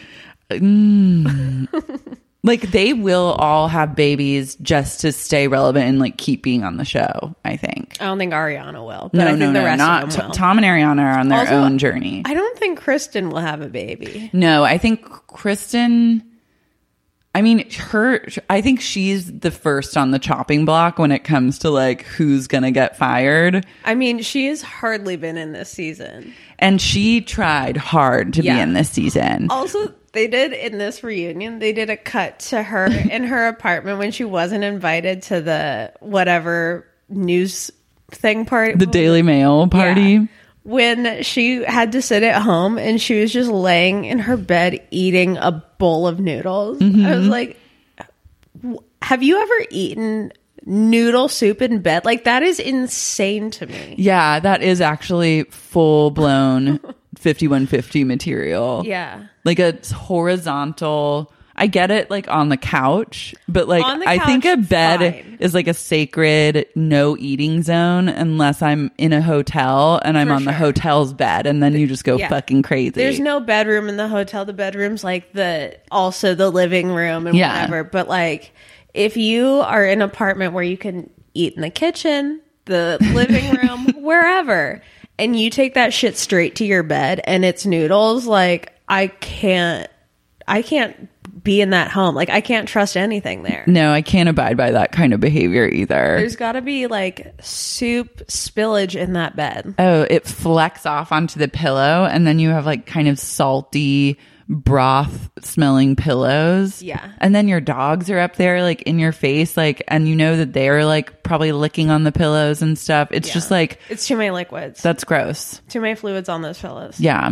[SPEAKER 1] like they will all have babies just to stay relevant and like keep being on the show, I think.
[SPEAKER 4] I don't think Ariana will. But
[SPEAKER 1] No,
[SPEAKER 4] I think
[SPEAKER 1] no,
[SPEAKER 4] the
[SPEAKER 1] no,
[SPEAKER 4] rest
[SPEAKER 1] not
[SPEAKER 4] of
[SPEAKER 1] T-
[SPEAKER 4] them will.
[SPEAKER 1] Tom and Ariana are on their
[SPEAKER 4] Also,
[SPEAKER 1] own journey.
[SPEAKER 4] I don't think Kristen will have a baby.
[SPEAKER 1] No, I think Kristen. I mean, her. I think she's the first on the chopping block when it comes to like who's gonna get fired,
[SPEAKER 4] I mean, she has hardly been in this season.
[SPEAKER 1] and she tried hard to be
[SPEAKER 4] Yeah. Oh.
[SPEAKER 1] in this season.
[SPEAKER 4] Also, they did in this reunion, they did a cut to her in her apartment when she wasn't invited to the whatever news thing party.
[SPEAKER 1] The Daily Mail party.
[SPEAKER 4] Yeah. When she had to sit at home and she was just laying in her bed eating a bowl of noodles. I
[SPEAKER 1] Mm-hmm.
[SPEAKER 4] was like, w- have you ever eaten noodle soup in bed? Like, that is insane to me.
[SPEAKER 1] Yeah, that is actually full blown 5150 material.
[SPEAKER 4] Yeah.
[SPEAKER 1] Like a horizontal. I get it like on the couch, but like
[SPEAKER 4] On the
[SPEAKER 1] I think a
[SPEAKER 4] couch,
[SPEAKER 1] bed
[SPEAKER 4] fine.
[SPEAKER 1] is like a sacred no eating zone unless I'm in a hotel and I'm
[SPEAKER 4] For
[SPEAKER 1] on the
[SPEAKER 4] sure.
[SPEAKER 1] hotel's bed and then you just go
[SPEAKER 4] Yeah.
[SPEAKER 1] fucking crazy.
[SPEAKER 4] There's no bedroom in the hotel. The bedroom's like the also the living room and
[SPEAKER 1] Yeah.
[SPEAKER 4] whatever. But like if you are in an apartment where you can eat in the kitchen, the living room, wherever, and you take that shit straight to your bed and it's noodles, like I can't I can't be in that home. Like I can't trust anything there.
[SPEAKER 1] No, I can't abide by that kind of behavior either.
[SPEAKER 4] There's got to be like soup spillage in that bed.
[SPEAKER 1] oh, it flecks off onto the pillow and then you have like kind of salty broth smelling pillows.
[SPEAKER 4] Yeah.
[SPEAKER 1] And then your dogs are up there like in your face like and you know that they're like probably licking on the pillows and stuff. It's just like
[SPEAKER 4] It's too many liquids,
[SPEAKER 1] that's gross.
[SPEAKER 4] too many fluids on those pillows.
[SPEAKER 1] Yeah.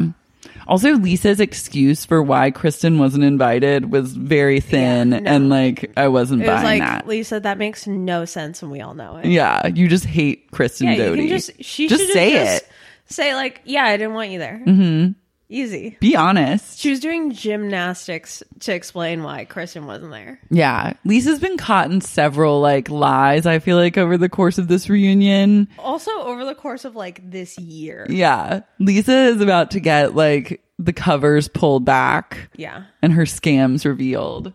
[SPEAKER 1] Also, Lisa's excuse for why Kristen wasn't invited was very thin, and like I wasn't
[SPEAKER 4] It was
[SPEAKER 1] buying
[SPEAKER 4] like
[SPEAKER 1] that.
[SPEAKER 4] Lisa, that makes no sense, and we all know it.
[SPEAKER 1] yeah, you just hate Kristen
[SPEAKER 4] Yeah, you
[SPEAKER 1] Doty.
[SPEAKER 4] can just she
[SPEAKER 1] just
[SPEAKER 4] should've
[SPEAKER 1] say
[SPEAKER 4] just
[SPEAKER 1] it.
[SPEAKER 4] Say like, yeah, I didn't want you there. Mm-hmm. Easy.
[SPEAKER 1] Be honest.
[SPEAKER 4] She was doing gymnastics to explain why Kristen wasn't there.
[SPEAKER 1] Yeah, Lisa's been caught in several like lies. I feel like over the course of this reunion.
[SPEAKER 4] Also, over the course of like this year,
[SPEAKER 1] Yeah, Lisa is about to get like the covers pulled back
[SPEAKER 4] yeah,
[SPEAKER 1] and her scams revealed.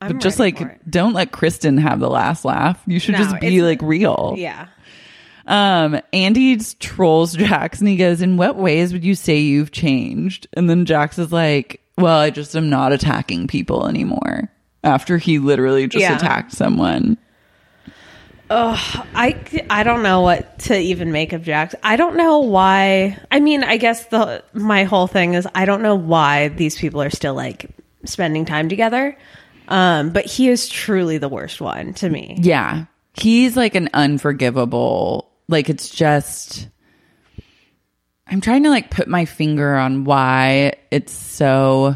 [SPEAKER 4] I'm
[SPEAKER 1] But just
[SPEAKER 4] ready
[SPEAKER 1] like,
[SPEAKER 4] for it.
[SPEAKER 1] don't let Kristen have the last laugh. You should
[SPEAKER 4] No,
[SPEAKER 1] just be
[SPEAKER 4] it's-
[SPEAKER 1] like real.
[SPEAKER 4] yeah,
[SPEAKER 1] Um, Andy trolls Jax and he goes, In what ways would you say you've changed? And then Jax is like, Well, I just am not attacking people anymore. After he literally just
[SPEAKER 4] Yeah.
[SPEAKER 1] attacked someone.
[SPEAKER 4] I I don't know what to even make of Jax. I don't know why. I mean, I guess the my whole thing is I don't know why these people are still like spending time together. Um, but he is truly the worst one to me.
[SPEAKER 1] Yeah. He's like an unforgivable, like it's just I'm trying to like put my finger on why it's so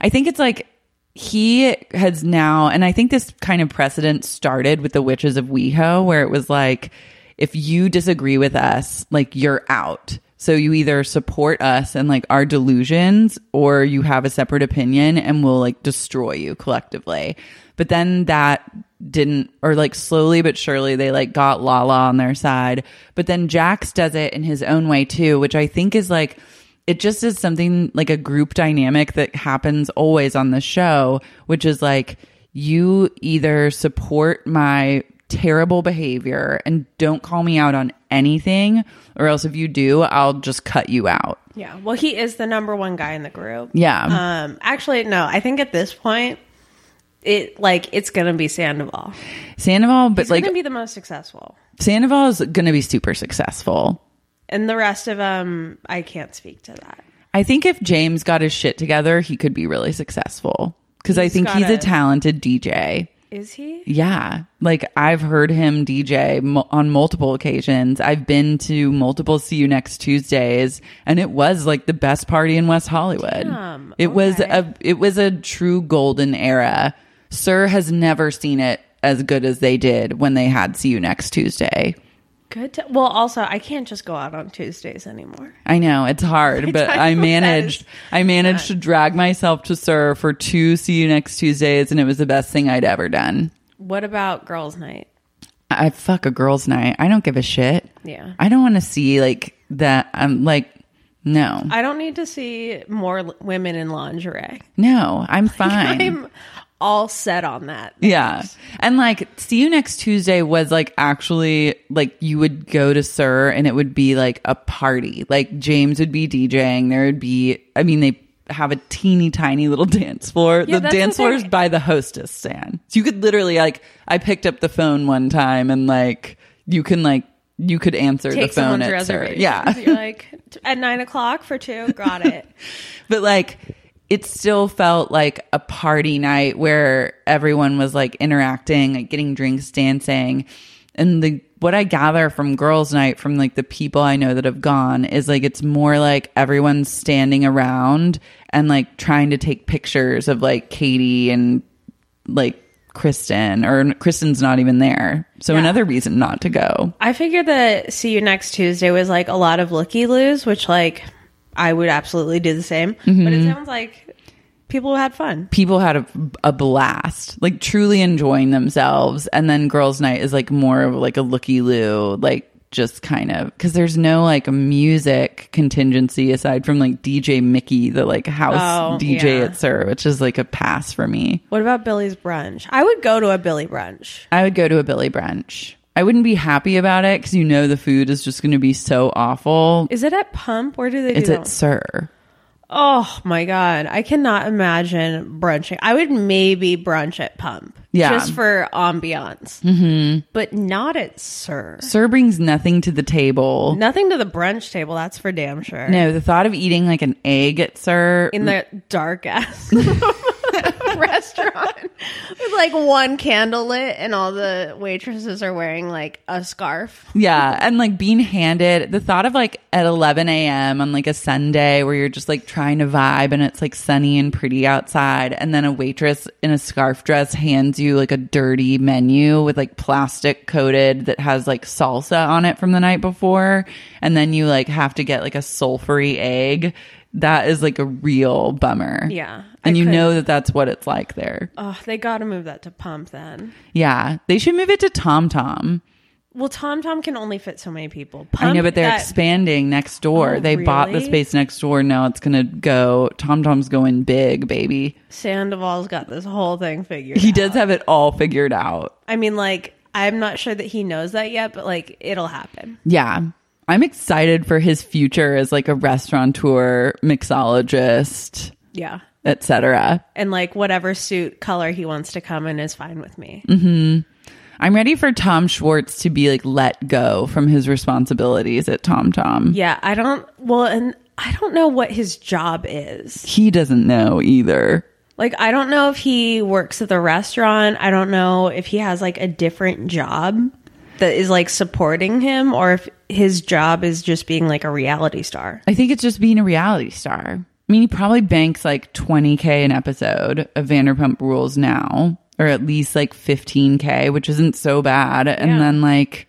[SPEAKER 1] I think it's like he has now and I think this kind of precedent started with the witches of WeHo where it was like if you disagree with us, like you're out. So you either support us and like our delusions or you have a separate opinion and we'll like destroy you collectively. But then that didn't or like slowly but surely they like got Lala on their side. But then Jax does it in his own way too, which I think is like it just is something like a group dynamic that happens always on the show, which is like you either support my terrible behavior and don't call me out on anything, or else if you do, I'll just cut you out.
[SPEAKER 4] Yeah. Well, he is the number one guy in the group.
[SPEAKER 1] Yeah.
[SPEAKER 4] Um, actually, no. I think at this point, it like it's gonna be Sandoval.
[SPEAKER 1] Sandoval, but
[SPEAKER 4] He's
[SPEAKER 1] like
[SPEAKER 4] gonna be the most successful,
[SPEAKER 1] Sandoval is going to be super successful.
[SPEAKER 4] and the rest of them, I can't speak to that.
[SPEAKER 1] I think if James got his shit together, he could be really successful because I
[SPEAKER 4] He's
[SPEAKER 1] think he's a
[SPEAKER 4] gotta-
[SPEAKER 1] talented DJ.
[SPEAKER 4] Is he?
[SPEAKER 1] Yeah. Like I've heard him DJ mo- on multiple occasions. I've been to multiple See You Next Tuesdays and it was like the best party in West Hollywood.
[SPEAKER 4] Damn,
[SPEAKER 1] it was
[SPEAKER 4] okay.
[SPEAKER 1] a it was a true golden era. Sir has never seen it as good as they did when they had See You Next Tuesday.
[SPEAKER 4] Good. To- well, also, I can't just go out on Tuesdays anymore.
[SPEAKER 1] I know it's hard, but
[SPEAKER 4] time
[SPEAKER 1] I
[SPEAKER 4] with that
[SPEAKER 1] managed.
[SPEAKER 4] is
[SPEAKER 1] I managed to drag myself to Sir for two See You Next Tuesdays, and it was the best thing I'd ever done.
[SPEAKER 4] What about girls' night?
[SPEAKER 1] I fuck a girls' night. I don't give a shit.
[SPEAKER 4] Yeah.
[SPEAKER 1] I don't want to see like that. I'm like, no,
[SPEAKER 4] I don't need to see more l- women in lingerie.
[SPEAKER 1] no, I'm fine.
[SPEAKER 4] I'm all set on that.
[SPEAKER 1] yeah. And like, see you next Tuesday was like actually like you would go to Sir and it would be like a party. Like James would be DJing. There would be, I mean, they have a teeny tiny little dance floor.
[SPEAKER 4] Yeah,
[SPEAKER 1] the
[SPEAKER 4] that's the
[SPEAKER 1] dance floor is
[SPEAKER 4] thing.
[SPEAKER 1] by the hostess stand. So you could literally like, I picked up the phone one time and like, you can like, you could answer
[SPEAKER 4] Take
[SPEAKER 1] the phone
[SPEAKER 4] someone's
[SPEAKER 1] at Sir.
[SPEAKER 4] reservation.
[SPEAKER 1] Yeah.
[SPEAKER 4] You're like t- at nine o'clock for two. Got it.
[SPEAKER 1] but like it still felt like a party night where everyone was like interacting like getting drinks dancing and the what i gather from girls night from like the people i know that have gone is like it's more like everyone's standing around and like trying to take pictures of like katie and like kristen or kristen's not even there so another reason not to go
[SPEAKER 4] I figured that see you next Tuesday was like a lot of looky loos, which like I would absolutely do the same. But it sounds like people had fun.
[SPEAKER 1] people had a, a blast, like truly enjoying themselves. And then girls' night is like more of like a looky loo, like just kind of because there's no like music contingency aside from like DJ Mickey, the like house
[SPEAKER 4] Oh,
[SPEAKER 1] DJ
[SPEAKER 4] yeah.
[SPEAKER 1] at Sir, which is like a pass for me.
[SPEAKER 4] What about Billy's brunch? I would go to a Billy brunch.
[SPEAKER 1] I would go to a Billy brunch. I wouldn't be happy about it because you know the food is just going to be so awful.
[SPEAKER 4] Is it at Pump? Where do they
[SPEAKER 1] It's
[SPEAKER 4] do
[SPEAKER 1] at
[SPEAKER 4] that?
[SPEAKER 1] Sir.
[SPEAKER 4] Oh my god, I cannot imagine brunching. I would maybe brunch at Pump,
[SPEAKER 1] Yeah.
[SPEAKER 4] just for ambiance, mm-hmm. but not at Sir.
[SPEAKER 1] Sir brings nothing to the table. No.
[SPEAKER 4] Nothing to the brunch table, that's for damn sure.
[SPEAKER 1] the thought of eating like an egg at Sir.
[SPEAKER 4] In that dark ass restaurant with like one candle lit, and all the waitresses are wearing like a scarf.
[SPEAKER 1] yeah. And like being handed the thought of like at 11 a.m. on like a Sunday where you're just like trying to vibe and it's like sunny and pretty outside. And then a waitress in a scarf dress hands you like a dirty menu with like plastic coated that has like salsa on it from the night before. And then you like have to get like a sulfury egg. That is like a real bummer.
[SPEAKER 4] Yeah, I
[SPEAKER 1] And you
[SPEAKER 4] couldn't-
[SPEAKER 1] know that that's what it's like there.
[SPEAKER 4] Oh, they got to move that to Pump then.
[SPEAKER 1] Yeah, they should move it to Tom Tom.
[SPEAKER 4] Well, Tom Tom can only fit so many people.
[SPEAKER 1] I know, but they're
[SPEAKER 4] that-
[SPEAKER 1] expanding next door.
[SPEAKER 4] Oh,
[SPEAKER 1] they bought the
[SPEAKER 4] really?
[SPEAKER 1] space next door. Now it's gonna go. Tom Tom's going big, baby.
[SPEAKER 4] Sandoval's got this whole thing figured.
[SPEAKER 1] He
[SPEAKER 4] out.
[SPEAKER 1] does have it all figured out.
[SPEAKER 4] I mean, like, I'm not sure that he knows that yet, but like, it'll happen.
[SPEAKER 1] Yeah, I'm excited for his future as like a restaurateur, mixologist,
[SPEAKER 4] Yeah.
[SPEAKER 1] etc.
[SPEAKER 4] And like, whatever suit color he wants to come in is fine with me.
[SPEAKER 1] Mm-hmm. I'm ready for Tom Schwartz to be like let go from his responsibilities at Tom Tom.
[SPEAKER 4] Yeah. I don't, well, and I don't know what his job is.
[SPEAKER 1] He doesn't know either.
[SPEAKER 4] Like, I don't know if he works at the restaurant. I don't know if he has like a different job that is like supporting him or if his job is just being like a reality star.
[SPEAKER 1] I think it's just being a reality star. I mean, he probably banks like 20K an episode of Vanderpump Rules now, or at least like 15K, which isn't so bad. And then, like,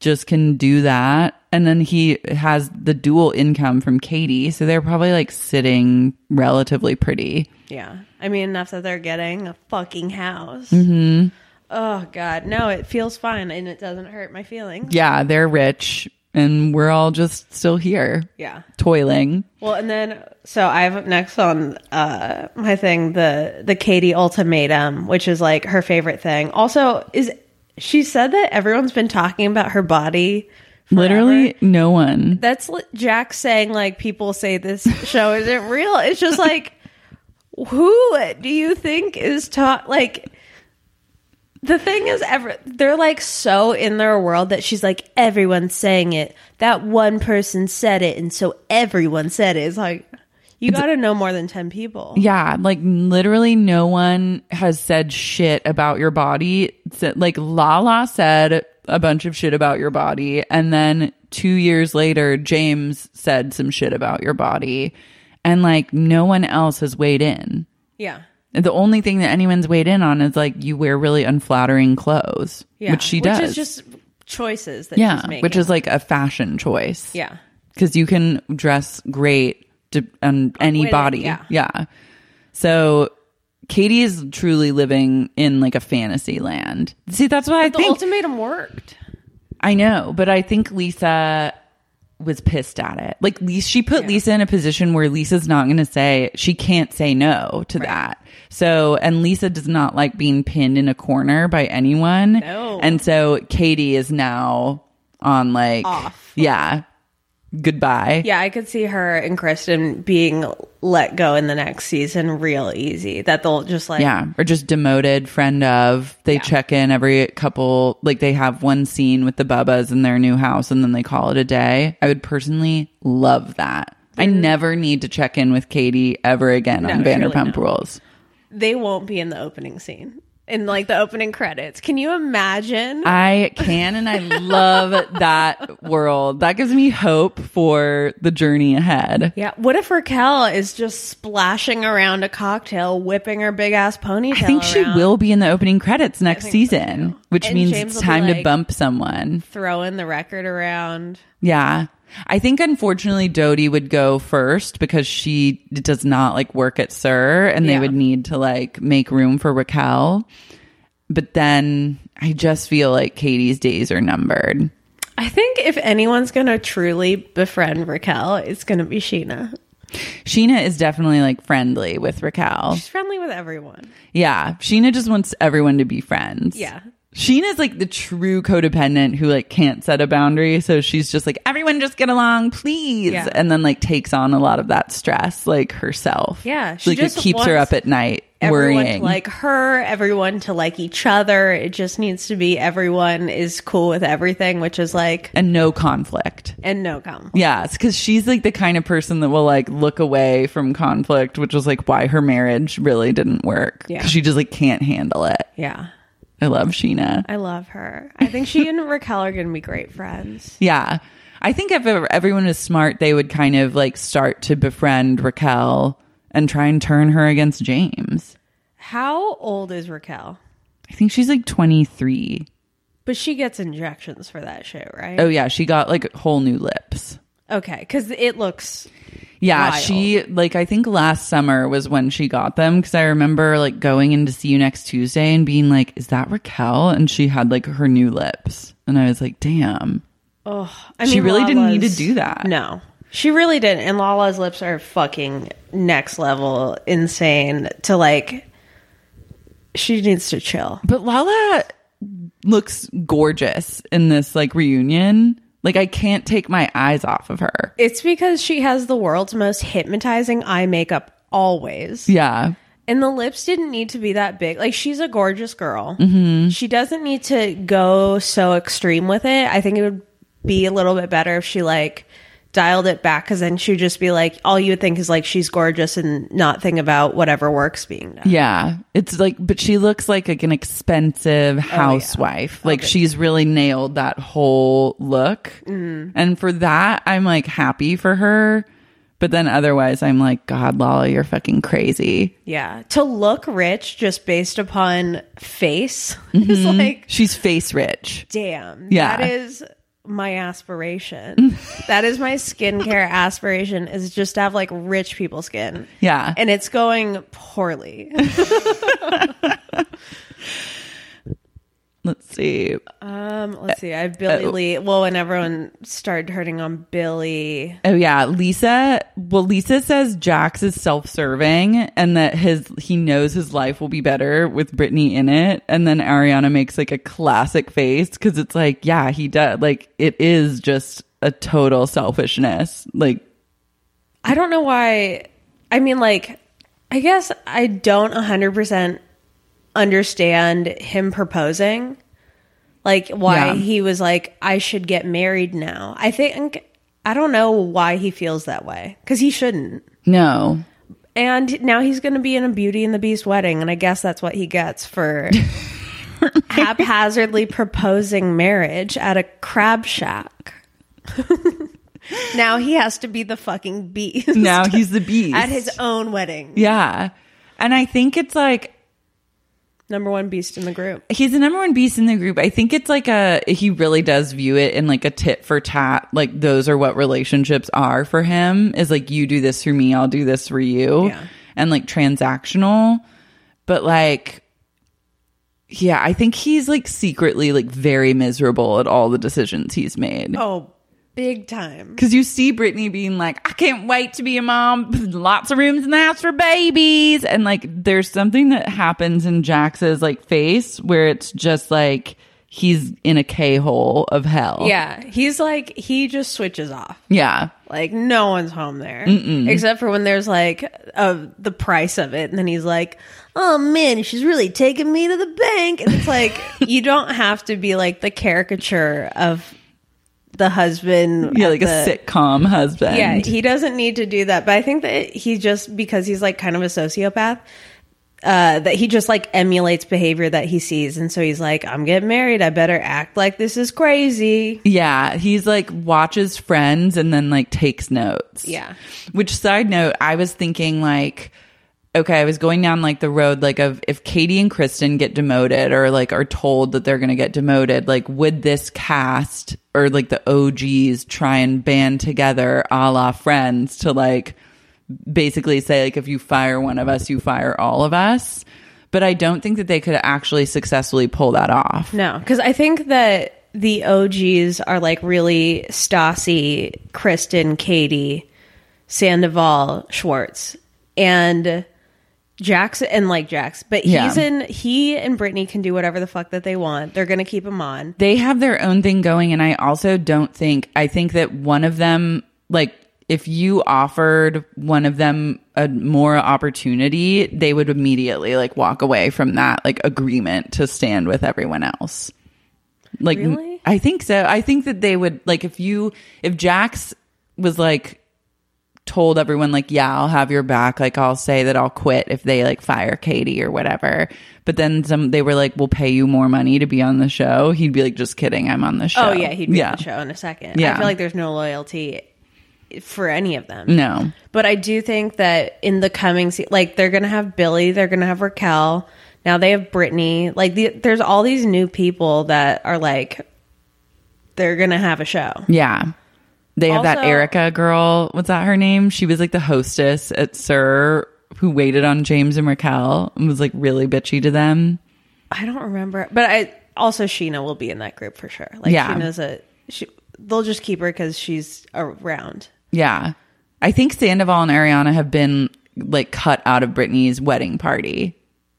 [SPEAKER 1] just can do that. And then he has the dual income from Katie. So they're probably like sitting relatively pretty.
[SPEAKER 4] Yeah. I mean, enough that they're getting a fucking house. Oh, God. No, it feels fine and it doesn't hurt my feelings.
[SPEAKER 1] Yeah, they're rich. And we're all just still here
[SPEAKER 4] Yeah.
[SPEAKER 1] toiling.
[SPEAKER 4] Well, and then, so I have next on uh, my thing the, the Katie ultimatum, which is like her favorite thing. Also, is she said that everyone's been talking about her body. forever.
[SPEAKER 1] Literally, no one.
[SPEAKER 4] That's li- Jack saying, like, people say this show isn't real. It's just like, who do you think is taught? Like, the thing is, ever they're like so in their world that she's like, everyone's saying it. That one person said it, and so everyone said it. It's like, you got to know more than 10 people.
[SPEAKER 1] Yeah, like literally no one has said shit about your body. So, Like Lala said a bunch of shit about your body. And then two years later, James said some shit about your body. And like no one else has weighed in.
[SPEAKER 4] Yeah.
[SPEAKER 1] The only thing that anyone's weighed in on is like you wear really unflattering clothes,
[SPEAKER 4] Yeah.
[SPEAKER 1] which she does.
[SPEAKER 4] Which is just choices that she's
[SPEAKER 1] yeah,
[SPEAKER 4] making.
[SPEAKER 1] which is like a fashion choice.
[SPEAKER 4] yeah.
[SPEAKER 1] because you can dress great to, on any
[SPEAKER 4] With it,
[SPEAKER 1] body.
[SPEAKER 4] yeah.
[SPEAKER 1] yeah. So Katie is truly living in like a fantasy land. See, that's what I
[SPEAKER 4] The
[SPEAKER 1] think.
[SPEAKER 4] ultimatum worked.
[SPEAKER 1] I know, but I think Lisa was pissed at it. Like Lisa, she put Lisa in a position where Lisa's not going to say she can't say no to that. So, and Lisa does not like being pinned in a corner by anyone.
[SPEAKER 4] No.
[SPEAKER 1] And so Katie is now on like
[SPEAKER 4] Off.
[SPEAKER 1] Yeah. Goodbye.
[SPEAKER 4] Yeah, I could see her and Kristen being let go in the next season real easy. That they'll just like
[SPEAKER 1] Yeah, or just demoted friend of. They check in every couple, like they have one scene with the Bubbas in their new house and then they call it a day. I would personally love that. I never need to check in with Katie ever again on
[SPEAKER 4] truly
[SPEAKER 1] Vanderpump
[SPEAKER 4] no.
[SPEAKER 1] Rules.
[SPEAKER 4] they won't be in the opening scene. In like the opening credits. Can you imagine?
[SPEAKER 1] I can and I love that world. That gives me hope for the journey ahead.
[SPEAKER 4] yeah. What if Raquel is just splashing around a cocktail, whipping her big ass ponytail?
[SPEAKER 1] I think she
[SPEAKER 4] around,
[SPEAKER 1] will be in the opening credits next season, which
[SPEAKER 4] And
[SPEAKER 1] means
[SPEAKER 4] James
[SPEAKER 1] it's
[SPEAKER 4] will be
[SPEAKER 1] time to
[SPEAKER 4] like-
[SPEAKER 1] bump someone.
[SPEAKER 4] throwing the record around.
[SPEAKER 1] Yeah. I think unfortunately Dodie would go first because she d- does not like work at Sir and they
[SPEAKER 4] Yeah.
[SPEAKER 1] would need to like make room for Raquel. But then I just feel like Katie's days are numbered.
[SPEAKER 4] I think if anyone's gonna truly befriend Raquel, it's gonna be Sheena.
[SPEAKER 1] Sheena is definitely like friendly with Raquel.
[SPEAKER 4] She's friendly with everyone.
[SPEAKER 1] Yeah. Sheena just wants everyone to be friends.
[SPEAKER 4] Yeah.
[SPEAKER 1] Sheen is like the true codependent who like can't set a boundary. So she's just like, everyone just get along, please.
[SPEAKER 4] Yeah.
[SPEAKER 1] And then like takes on a lot of that stress, like herself.
[SPEAKER 4] Yeah,
[SPEAKER 1] She
[SPEAKER 4] she
[SPEAKER 1] like
[SPEAKER 4] just
[SPEAKER 1] it keeps her
[SPEAKER 4] wants
[SPEAKER 1] up at night
[SPEAKER 4] Everyone
[SPEAKER 1] worrying.
[SPEAKER 4] to like her, everyone to like each other. It just needs to be everyone is cool with everything, which is like
[SPEAKER 1] and no conflict.
[SPEAKER 4] and no conflict.
[SPEAKER 1] Yes, because she's like the kind of person that will like look away from conflict, which was like why her marriage really didn't work.
[SPEAKER 4] Yeah.
[SPEAKER 1] 'Cause She just like can't handle it.
[SPEAKER 4] Yeah.
[SPEAKER 1] I love Sheena.
[SPEAKER 4] I love her. I think she and Raquel are going to be great friends.
[SPEAKER 1] Yeah. I think if ever- everyone was smart, they would kind of like start to befriend Raquel and try and turn her against James.
[SPEAKER 4] How old is Raquel?
[SPEAKER 1] I think she's like 23.
[SPEAKER 4] But she gets injections for that shit, right?
[SPEAKER 1] Oh, yeah. She got like whole new lips.
[SPEAKER 4] Okay, because it looks
[SPEAKER 1] Yeah,
[SPEAKER 4] Wild.
[SPEAKER 1] she like I think last summer was when she got them because I remember like going in to see you next Tuesday and being like, "Is that Raquel?" And she had like her new lips, and I was like, "Damn,
[SPEAKER 4] I
[SPEAKER 1] She really didn't need to
[SPEAKER 4] Lala's-
[SPEAKER 1] do that.
[SPEAKER 4] No, she really didn't. And Lala's lips are fucking next level insane. To like, she needs to chill.
[SPEAKER 1] But Lala looks gorgeous in this like reunion. Like I can't take my eyes off of her.
[SPEAKER 4] It's because she has the world's most hypnotizing eye makeup always.
[SPEAKER 1] Yeah,
[SPEAKER 4] And the lips didn't need to be that big. Like she's a gorgeous girl. Mm-hmm. She doesn't need to go so extreme with it. I think it would be a little bit better if she like dialed it back because then she would just be like, all you would think is like she's gorgeous and not think about whatever work's being done.
[SPEAKER 1] yeah. It's like, but she looks like, like an expensive housewife. Like she's really nailed that whole look, and for that, I'm like happy for her. But then otherwise, I'm like, God, Lala, you're fucking crazy.
[SPEAKER 4] Yeah. To look rich just based upon face is like,
[SPEAKER 1] She's face rich.
[SPEAKER 4] damn.
[SPEAKER 1] Yeah.
[SPEAKER 4] That is my aspiration. that is my skincare aspiration is just to have like rich people skin.
[SPEAKER 1] Yeah.
[SPEAKER 4] And it's going poorly.
[SPEAKER 1] Let's see.
[SPEAKER 4] Um, let's see. I have
[SPEAKER 1] Uh, oh.
[SPEAKER 4] Billy Lee. Well, when everyone started turning on Billy,
[SPEAKER 1] Oh yeah, Lisa. Well, Lisa says Jax is self-serving and that his he knows his life will be better with Brittany in it. And then Ariana makes like a classic face because it's like, yeah, he does. Like it is just a total selfishness. Like
[SPEAKER 4] I don't know why. I mean, like, I guess I don't 100% understand him proposing. Like, why
[SPEAKER 1] Yeah.
[SPEAKER 4] he was like, I should get married now. I think, I don't know why he feels that way because he shouldn't.
[SPEAKER 1] no,
[SPEAKER 4] And now he's going to be in a Beauty and the Beast wedding. And I guess that's what he gets for haphazardly proposing marriage at a crab shack. now he has to be the fucking beast.
[SPEAKER 1] now he's the beast
[SPEAKER 4] at his own wedding.
[SPEAKER 1] yeah. And I think it's like
[SPEAKER 4] Number one beast in the group.
[SPEAKER 1] he's the number one beast in the group. I think it's like a he really does view it in like a tit for tat. Like those are what relationships are for him. Is like you do this for me, I'll do this for you,
[SPEAKER 4] Yeah.
[SPEAKER 1] and like transactional. But like, yeah, I think he's like secretly like very miserable at all the decisions he's made.
[SPEAKER 4] Oh, big time.
[SPEAKER 1] Because you see Brittany being like, I can't wait to be a mom. Lots of rooms in the house for babies. And like, there's something that happens in Jax's like face where it's just like he's in a K hole of hell.
[SPEAKER 4] Yeah, he's like he just switches off.
[SPEAKER 1] Yeah.
[SPEAKER 4] Like no one's home there except for when there's like uh, the price of it, and then he's like, "Oh man, she's really taking me to the bank." And it's like you don't have to be like the caricature of the husband.
[SPEAKER 1] Yeah.
[SPEAKER 4] at
[SPEAKER 1] Like
[SPEAKER 4] the-
[SPEAKER 1] a sitcom husband.
[SPEAKER 4] Yeah, he doesn't need to do that. But I think that he just because he's like kind of a sociopath, uh, that he just like emulates behavior that he sees, and so he's like, "I'm getting married. I better act like this is crazy."
[SPEAKER 1] Yeah, he's like watches friends and then like takes notes.
[SPEAKER 4] Yeah.
[SPEAKER 1] Which side note, I was thinking like okay, I was going down like the road like of if Katie and Kristen get demoted or like are told that they're going to get demoted, like would this cast or like the OGs try and band together a la friends to like basically say like if you fire one of us, you fire all of us. But I don't think that they could actually successfully pull that off.
[SPEAKER 4] No, because I think that the OGs are like really Stassi, Kristen, Katie, Sandoval, Schwartz, and Jax and like Jax, but
[SPEAKER 1] Yeah.
[SPEAKER 4] he's in. He and Brittany can do whatever the fuck that they want. They're gonna keep him on.
[SPEAKER 1] they have their own thing going and i also don't think i think that one of them like if you offered one of them a more opportunity they would immediately like walk away from that like agreement to stand with everyone else like m-
[SPEAKER 4] Really?
[SPEAKER 1] i think so i think that they would like if you if jax was like told everyone like yeah i'll have your back like i'll say that i'll quit if they like fire katie or whatever but then some they were like we'll pay you more money to be on the show he'd be like just kidding i'm on the show
[SPEAKER 4] Oh yeah, he'd be on the show in a second. I
[SPEAKER 1] Yeah.
[SPEAKER 4] feel like there's no loyalty for any of them.
[SPEAKER 1] no
[SPEAKER 4] But I do think that in the coming, se- like they're gonna have Billy, they're gonna have Raquel. Now they have Brittany. Like the, there's all these new people that are like they're gonna have a show.
[SPEAKER 1] yeah they have that
[SPEAKER 4] Also-
[SPEAKER 1] erica girl what's that her name she was like the hostess at sir who waited on james and raquel and was like really bitchy to them
[SPEAKER 4] I don't remember, but I also Sheena will be in that group for sure. Like
[SPEAKER 1] Yeah.
[SPEAKER 4] Sheena's a she. They'll just keep her because she's around.
[SPEAKER 1] yeah i think sandoval and ariana have been like cut out of brittany's wedding party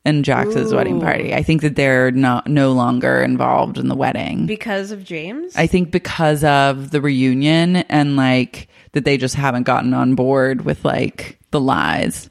[SPEAKER 1] and Jax's wedding party. I think that they're not no longer involved in the wedding.
[SPEAKER 4] because of James.
[SPEAKER 1] I think because of the reunion and like that they just haven't gotten on board with like the lies.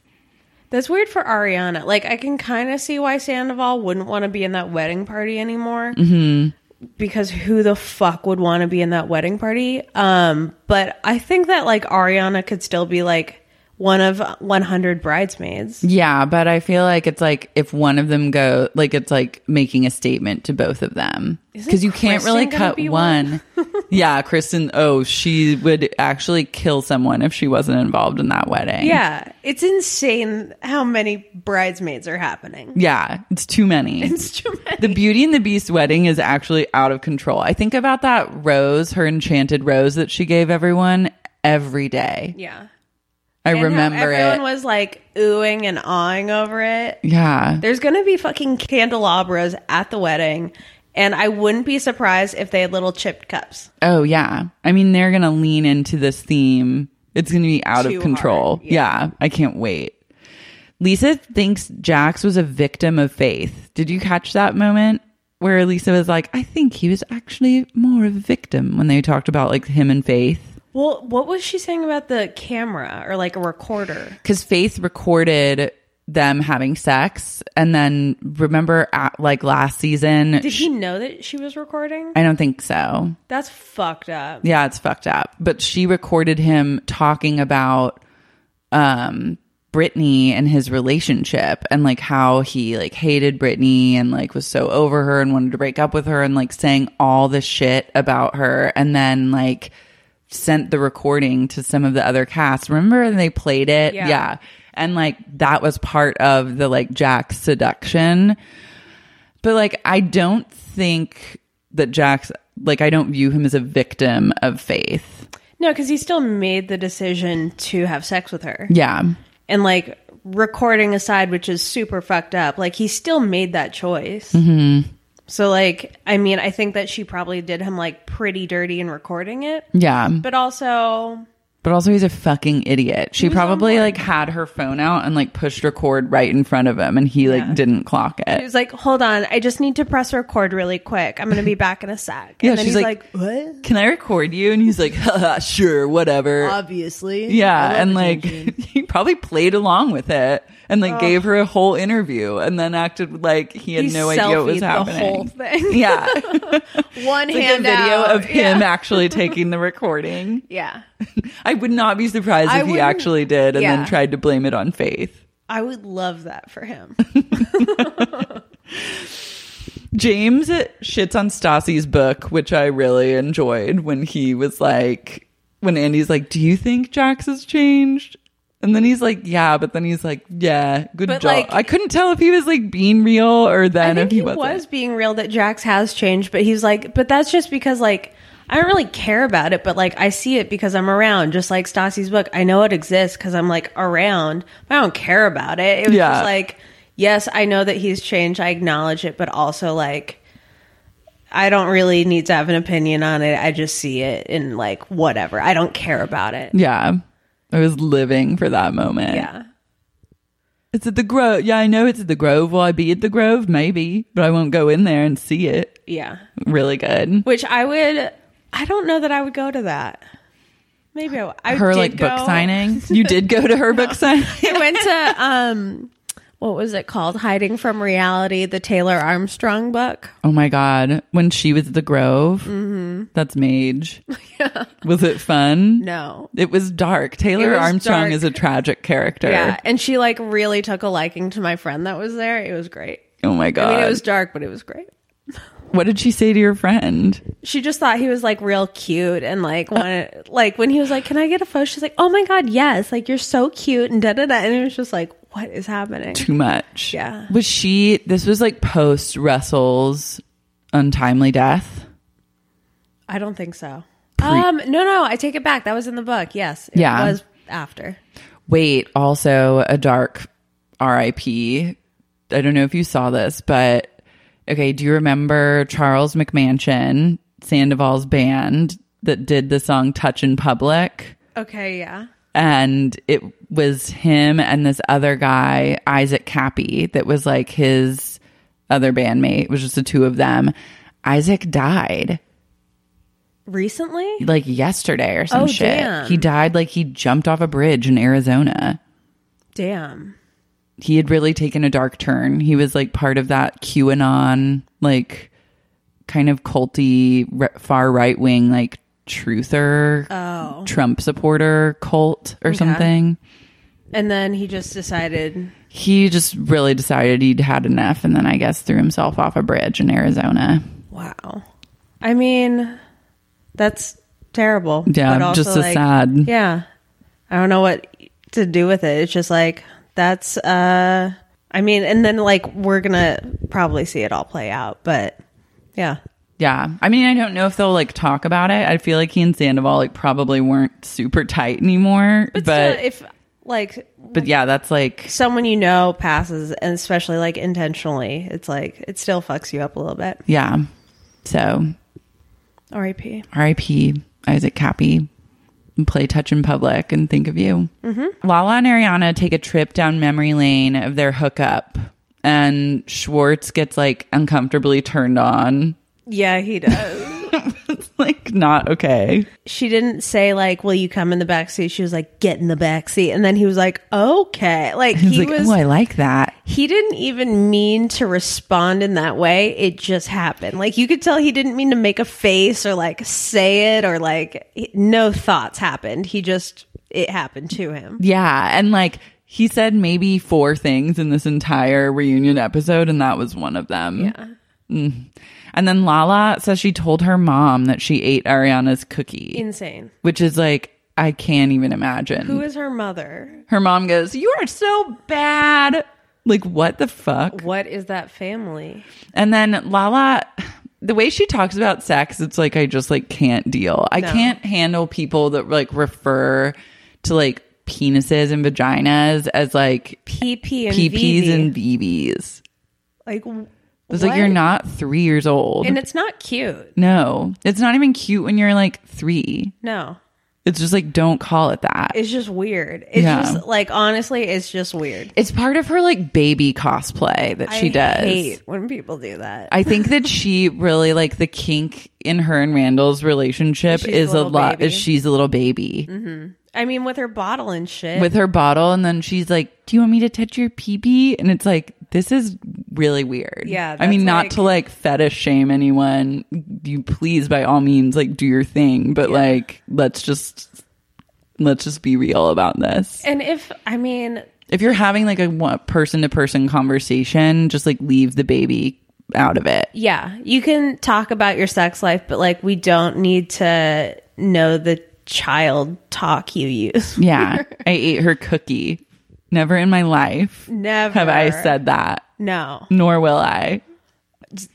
[SPEAKER 4] That's weird for Ariana. Like I can kind of see why Sandoval wouldn't want to be in that wedding party anymore. Mm-hmm. Because who the fuck would want to be in that wedding party? Um, but I think that like Ariana could still be like one of 100 bridesmaids.
[SPEAKER 1] Yeah, but I feel like it's like if one of them go like it's like making a statement to both of them
[SPEAKER 4] Isn't
[SPEAKER 1] because you can't really
[SPEAKER 4] Kristen gonna
[SPEAKER 1] cut
[SPEAKER 4] be
[SPEAKER 1] one.
[SPEAKER 4] one?
[SPEAKER 1] yeah, Kristen. Oh, she would actually kill someone if she wasn't involved in that wedding.
[SPEAKER 4] Yeah, it's insane how many bridesmaids are happening.
[SPEAKER 1] Yeah, it's too many.
[SPEAKER 4] It's too many.
[SPEAKER 1] The Beauty and the Beast wedding is actually out of control. I think about that rose, her enchanted rose that she gave everyone every day.
[SPEAKER 4] yeah.
[SPEAKER 1] I
[SPEAKER 4] And how
[SPEAKER 1] remember
[SPEAKER 4] everyone
[SPEAKER 1] it.
[SPEAKER 4] was like oohing and awing over it.
[SPEAKER 1] yeah.
[SPEAKER 4] There's going to be fucking candelabras at the wedding, and I wouldn't be surprised if they had little chipped cups.
[SPEAKER 1] Oh, yeah. I mean, they're going to lean into this theme. It's going to be out
[SPEAKER 4] Too
[SPEAKER 1] of control.
[SPEAKER 4] hard,
[SPEAKER 1] Yeah. I can't wait. Lisa thinks Jax was a victim of faith. Did you catch that moment where Lisa was like, I think he was actually more of a victim when they talked about like him and faith?
[SPEAKER 4] Well, what was she saying about the camera or like a recorder?
[SPEAKER 1] because Faith recorded them having sex, and then remember, at, like last season,
[SPEAKER 4] Did he know that she was recording?
[SPEAKER 1] I don't think so.
[SPEAKER 4] That's fucked up.
[SPEAKER 1] Yeah, it's fucked up. But she recorded him talking about um Brittany and his relationship, and like how he like hated Brittany and like was so over her and wanted to break up with her, and like saying all this shit about her, and then like sent the recording to some of the other cast. Remember, and they played it.
[SPEAKER 4] Yeah.
[SPEAKER 1] yeah. And like that was part of the like Jack seduction. But like, I don't think that Jack's like I don't view him as a victim of faith.
[SPEAKER 4] No, because he still made the decision to have sex with her.
[SPEAKER 1] Yeah,
[SPEAKER 4] And like recording aside, which is super fucked up, like he still made that choice. Mm-hmm. So, like, I mean, I think that she probably did him like pretty dirty in recording it,
[SPEAKER 1] yeah.
[SPEAKER 4] but also
[SPEAKER 1] But also, he's a fucking idiot. She probably like had her phone out and like pushed record right in front of him, and he like didn't clock it.
[SPEAKER 4] He was like, "Hold on, I just need to press record really quick. I'm gonna be back in a sec."
[SPEAKER 1] yeah,
[SPEAKER 4] and then
[SPEAKER 1] she's
[SPEAKER 4] he's
[SPEAKER 1] like,
[SPEAKER 4] like,
[SPEAKER 1] "What? Can I record you?" And he's like, Haha, "Sure, whatever."
[SPEAKER 5] Obviously. I love
[SPEAKER 1] Yeah, and like
[SPEAKER 5] attention.
[SPEAKER 1] he probably played along with it and like gave her a whole interview and then acted like he had
[SPEAKER 4] He
[SPEAKER 1] no idea what was
[SPEAKER 4] selfied the whole
[SPEAKER 1] happening.
[SPEAKER 4] thing.
[SPEAKER 1] Yeah.
[SPEAKER 5] one
[SPEAKER 1] It's like a
[SPEAKER 5] hand
[SPEAKER 1] video
[SPEAKER 5] out.
[SPEAKER 1] of him actually taking the recording.
[SPEAKER 4] "Yeah,
[SPEAKER 1] I would not be surprised
[SPEAKER 5] I
[SPEAKER 1] if he
[SPEAKER 5] wouldn't-
[SPEAKER 1] actually did and then
[SPEAKER 5] yeah.
[SPEAKER 1] tried to blame it on Faith.
[SPEAKER 4] I would love that for him."
[SPEAKER 1] James shits on Stassi's book, which I really enjoyed when he was like, when Andy's like, Do you think Jax has changed? And then he's like, Yeah, but then he's like, Yeah, good
[SPEAKER 4] But,
[SPEAKER 1] job.
[SPEAKER 4] like-
[SPEAKER 1] I couldn't tell if he was like being real or
[SPEAKER 4] I
[SPEAKER 1] then
[SPEAKER 4] think
[SPEAKER 1] if he,
[SPEAKER 4] he
[SPEAKER 1] wasn't.
[SPEAKER 4] was being real that Jax has changed, but he's like, "But that's just because like." I don't really care about it, but like I see it because I'm around, just like Stassi's book. I know it exists because I'm like around. But I don't care about it. It was
[SPEAKER 1] Yeah.
[SPEAKER 4] just like, yes, I know that he's changed. I acknowledge it, but also like, I don't really need to have an opinion on it. I just see it and like whatever. I don't care about it.
[SPEAKER 1] Yeah. I was living for that moment.
[SPEAKER 4] Yeah.
[SPEAKER 1] It's at the Grove. Yeah, I know it's at the Grove. Will I be at the Grove? Maybe, but I won't go in there and see it.
[SPEAKER 4] Yeah.
[SPEAKER 1] Really good.
[SPEAKER 4] Which I would, I don't know that I would go to that. Maybe I, would. I
[SPEAKER 1] her
[SPEAKER 4] did
[SPEAKER 1] like
[SPEAKER 4] go-
[SPEAKER 1] book signing. You did go to her book signing.
[SPEAKER 4] I went to, um, what was it called? Hiding from Reality, the Taylor Armstrong book.
[SPEAKER 1] Oh my god, when she was at the Grove. That's Mage. Was it fun?
[SPEAKER 4] Mm-hmm. No.
[SPEAKER 1] It was dark. Taylor
[SPEAKER 4] was
[SPEAKER 1] Armstrong
[SPEAKER 4] dark.
[SPEAKER 1] is a tragic character.
[SPEAKER 4] Yeah. And she like really took a liking to my friend that was there. It was great.
[SPEAKER 1] Oh my god.
[SPEAKER 4] I mean, it was dark, but it was great.
[SPEAKER 1] what did she say to your friend?
[SPEAKER 4] She just thought he was like real cute and like wanted, like when he was like, "Can I get a photo?" She's like, "Oh my god, yes! Like you're so cute and da da da." And it was just like, "What is happening?"
[SPEAKER 1] Too much.
[SPEAKER 4] Yeah.
[SPEAKER 1] Was she this was like post Russell's untimely death?
[SPEAKER 4] I don't think so. um, no, no, I take it back. That was in the book. Yes, it
[SPEAKER 1] Yeah.
[SPEAKER 4] was after.
[SPEAKER 1] Wait, also a dark RIP. I don't know if you saw this, but okay, do you remember Charles McMansion, Sandoval's band that did the song Touch in Public?
[SPEAKER 4] Okay, yeah.
[SPEAKER 1] And it was him and this other guy, Isaac Cappy, that was like his other bandmate. It was just the two of them. Isaac died
[SPEAKER 4] Recently,
[SPEAKER 1] like yesterday or some
[SPEAKER 4] Oh,
[SPEAKER 1] shit.
[SPEAKER 4] damn.
[SPEAKER 1] He died like he jumped off a bridge in Arizona.
[SPEAKER 4] damn.
[SPEAKER 1] he had really taken a dark turn. He was like part of that QAnon, like kind of culty, re- far right wing, like truther, Trump supporter cult or something.
[SPEAKER 4] And then he just decided.
[SPEAKER 1] He just really decided he'd had enough and then I guess threw himself off a bridge in Arizona.
[SPEAKER 4] Wow. I mean, that's terrible.
[SPEAKER 1] Yeah, just a sad-
[SPEAKER 4] Yeah. I don't know what to do with it. It's just like that's uh I mean, and then like we're going to probably see it all play out, but yeah.
[SPEAKER 1] Yeah. I mean, I don't know if they'll like talk about it. I feel like he and Sandoval like probably weren't super tight anymore. But
[SPEAKER 4] But if like
[SPEAKER 1] but yeah, that's like
[SPEAKER 4] someone you know passes and especially like intentionally, it's like it still fucks you up a little bit.
[SPEAKER 1] yeah. So
[SPEAKER 4] RIP.
[SPEAKER 1] R.I.P. Isaac Cappy. and Play touch in public and think of you. Mm-hmm. Lala and Ariana take a trip down memory lane of their hookup, and Schwartz gets like uncomfortably turned on.
[SPEAKER 4] Yeah, he does.
[SPEAKER 1] It's like not okay.
[SPEAKER 4] she didn't say like, "Will you come in the back seat?" She was like, "Get in the back seat," and then he was like, "Okay." Like
[SPEAKER 1] He's
[SPEAKER 4] he
[SPEAKER 1] like,
[SPEAKER 4] was,
[SPEAKER 1] oh, I like that.
[SPEAKER 4] he didn't even mean to respond in that way. It just happened. Like you could tell he didn't mean to make a face or like say it or like he- no thoughts happened. He just it happened to him.
[SPEAKER 1] Yeah, and like he said maybe four things in this entire reunion episode, and that was one of them. Yeah. And then Lala says she told her mom that she ate Ariana's cookie.
[SPEAKER 4] Insane.
[SPEAKER 1] which is like I can't even imagine.
[SPEAKER 4] Who is her mother?
[SPEAKER 1] Her mom goes, "You are so bad." Like what the fuck?
[SPEAKER 4] What is that family?
[SPEAKER 1] And then Lala the way she talks about sex, it's like I just like can't deal. I can't handle people that like refer to like penises and vaginas as like
[SPEAKER 4] PP and
[SPEAKER 1] PPs
[SPEAKER 4] VV.
[SPEAKER 1] and BBs.
[SPEAKER 4] like w-
[SPEAKER 1] It's
[SPEAKER 4] what?
[SPEAKER 1] like you're not 3 years old.
[SPEAKER 4] and it's not cute.
[SPEAKER 1] no. It's not even cute when you're like 3.
[SPEAKER 4] No.
[SPEAKER 1] It's just like don't call it that.
[SPEAKER 4] It's just weird. It's
[SPEAKER 1] Yeah.
[SPEAKER 4] just like honestly, it's just weird.
[SPEAKER 1] It's part of her like baby cosplay that she
[SPEAKER 4] I
[SPEAKER 1] does.
[SPEAKER 4] hate when people do that.
[SPEAKER 1] I think that she really like the kink in her and Randall's relationship
[SPEAKER 4] She's a
[SPEAKER 1] is a,
[SPEAKER 4] little
[SPEAKER 1] lot is
[SPEAKER 4] baby.
[SPEAKER 1] she's a little baby
[SPEAKER 4] I mean, with her bottle and shit.
[SPEAKER 1] with her bottle and then she's like, "Do you want me to touch your pee?" and it's like this is really weird.
[SPEAKER 4] Yeah,
[SPEAKER 1] I mean
[SPEAKER 4] that's
[SPEAKER 1] not
[SPEAKER 4] like-
[SPEAKER 1] to like fetish shame anyone. You please by all means like do your thing, but like let's just let's just be real about this.
[SPEAKER 4] and if I mean,
[SPEAKER 1] if you're having like a person to person conversation, just like leave the baby out of it.
[SPEAKER 4] yeah, you can talk about your sex life, but like we don't need to know the child talk you use.
[SPEAKER 1] Yeah. I ate her cookie. Never in my life
[SPEAKER 4] Never
[SPEAKER 1] have I said that,
[SPEAKER 4] no.
[SPEAKER 1] nor will I.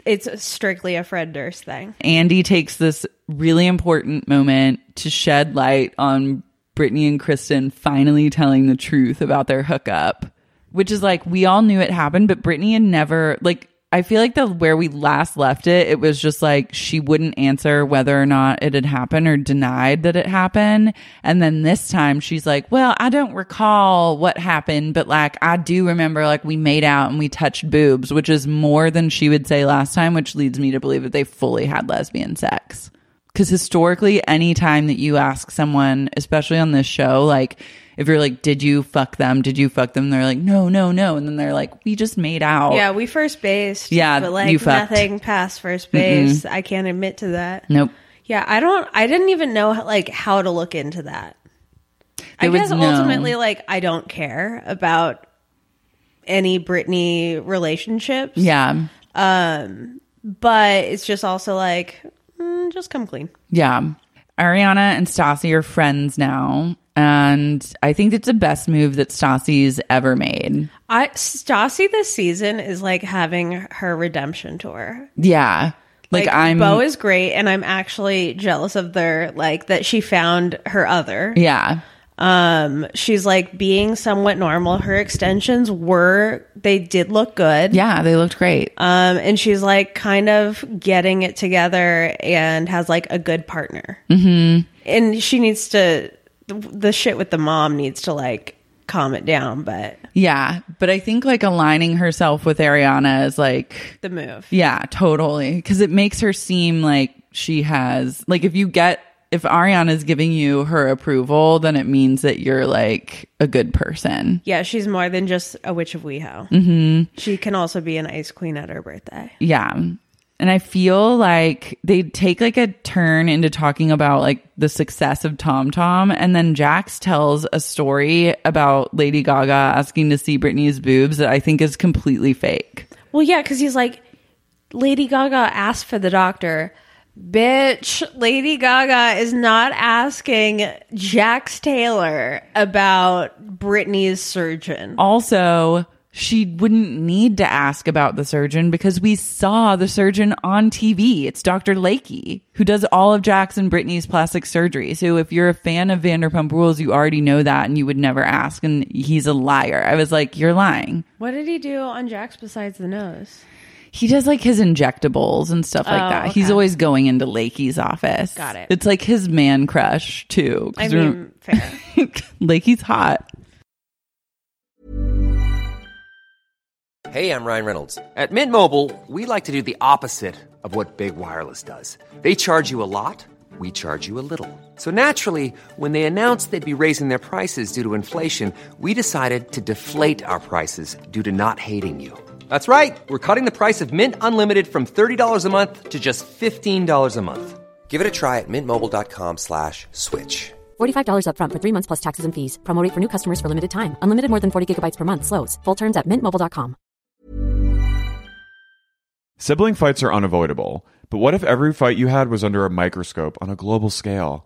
[SPEAKER 4] It's strictly a Fred Durst thing.
[SPEAKER 1] Andy takes this really important moment to shed light on Brittany and Kristen finally telling the truth about their hookup, which is like we all knew it happened, but Brittany had never like I feel like the where we last left it, it was just like she wouldn't answer whether or not it had happened or denied that it happened. And then this time she's like, Well, I don't recall what happened, but like I do remember like we made out and we touched boobs, which is more than she would say last time, which leads me to believe that they fully had lesbian sex. Because historically, any time that you ask someone, especially on this show, like if you're like, "Did you fuck them? Did you fuck them?" They're like, "No, no, no," and then they're like, "We just made out."
[SPEAKER 4] Yeah, we first based.
[SPEAKER 1] Yeah,
[SPEAKER 4] but like
[SPEAKER 1] you fucked.
[SPEAKER 4] nothing past first base. I can't admit to that.
[SPEAKER 1] Nope.
[SPEAKER 4] Yeah, I don't. I didn't even know like how to look into that. I
[SPEAKER 1] There was
[SPEAKER 4] guess
[SPEAKER 1] no-
[SPEAKER 4] ultimately, like I don't care about any Britney relationships.
[SPEAKER 1] Yeah.
[SPEAKER 4] but it's just also like mm, just come clean.
[SPEAKER 1] Yeah. Ariana and Stassi are friends now. And I think it's the best move that Stassi's ever made.
[SPEAKER 4] I Stassi this season is like having her redemption tour.
[SPEAKER 1] Yeah. Like, I'm.
[SPEAKER 4] Bo is great, and I'm actually jealous of their like that she found her other.
[SPEAKER 1] yeah.
[SPEAKER 4] Um, she's like being somewhat normal. Her extensions were they did look good.
[SPEAKER 1] Yeah. They looked great.
[SPEAKER 4] Um, and she's like kind of getting it together and has like a good partner. Mm-hmm. And she needs to the, the shit with the mom needs to like calm it down, but
[SPEAKER 1] yeah. But I think like aligning herself with Ariana is like.
[SPEAKER 4] the move.
[SPEAKER 1] Yeah, totally. Because it makes her seem like she has, like, if you get, if Ariana's giving you her approval, then it means that you're like a good person.
[SPEAKER 4] Yeah, she's more than just a witch of WeHo. She can also be an ice queen at her birthday.
[SPEAKER 1] Yeah. And I feel like they take like a turn into talking about like the success of Tom Tom. And then Jax tells a story about Lady Gaga asking to see Britney's boobs that I think is completely fake.
[SPEAKER 4] Well, yeah, because he's like, Lady Gaga asked for the doctor. Bitch, Lady Gaga is not asking Jax Taylor about Britney's surgeon.
[SPEAKER 1] Also, she wouldn't need to ask about the surgeon because we saw the surgeon on TV. It's Dr. Lakey, who does all of Jackson Brittany's plastic surgery. So if you're a fan of Vanderpump Rules, you already know that and you would never ask. And he's a liar. I was like, you're lying.
[SPEAKER 4] What did he do on Jax besides the nose?
[SPEAKER 1] He does like his injectables and stuff like
[SPEAKER 4] Oh,
[SPEAKER 1] that. He's
[SPEAKER 4] okay.
[SPEAKER 1] always going into Lakey's office.
[SPEAKER 4] Got it.
[SPEAKER 1] It's like his man crush too.
[SPEAKER 4] I
[SPEAKER 1] 'Cause
[SPEAKER 4] mean, fair.
[SPEAKER 1] Lakey's hot.
[SPEAKER 6] Hey, I'm Ryan Reynolds. At Mint Mobile, we like to do the opposite of what Big Wireless does. They charge you a lot, we charge you a little. So naturally, when they announced they'd be raising their prices due to inflation, we decided to deflate our prices due to not hating you. That's right. We're cutting the price of Mint Unlimited from $30 a month to just $15 a month. Give it a try at mintmobile.com slash switch.
[SPEAKER 7] $45 upfront for three months plus taxes and fees. Promo rate for new customers for limited time. Unlimited more than 40 gigabytes per month. Slows. Full terms at mintmobile.com.
[SPEAKER 8] Sibling fights are unavoidable, but what if every fight you had was under a microscope on a global scale?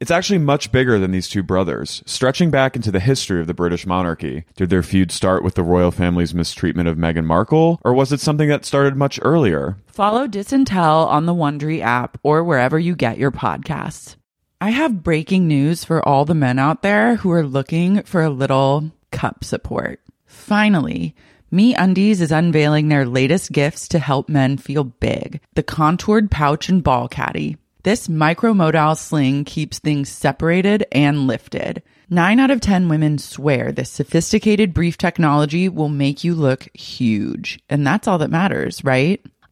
[SPEAKER 8] It's actually much bigger than these two brothers, stretching back into the history of the British monarchy. Did their feud start with the royal family's mistreatment of Meghan Markle, or was it something that started much earlier?
[SPEAKER 1] Follow Disintel on the Wondery app or wherever you get your podcasts. I have breaking news for all the men out there who are looking for a little cup support. Finally, Me Undies is unveiling their latest gifts to help men feel big the contoured pouch and ball caddy. This micromodal sling keeps things separated and lifted. Nine out of 10 women swear this sophisticated brief technology will make you look huge. And that's all that matters, right?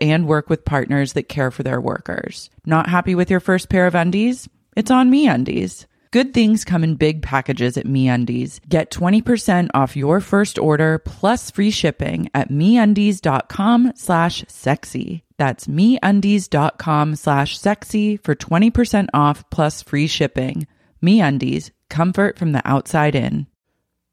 [SPEAKER 1] and work with partners that care for their workers. Not happy with your first pair of undies? It's on me undies. Good things come in big packages at MeUndies. Get 20% off your first order plus free shipping at MeUndies.com slash sexy. That's MeUndies.com slash sexy for 20% off plus free shipping. MeUndies, comfort from the outside in.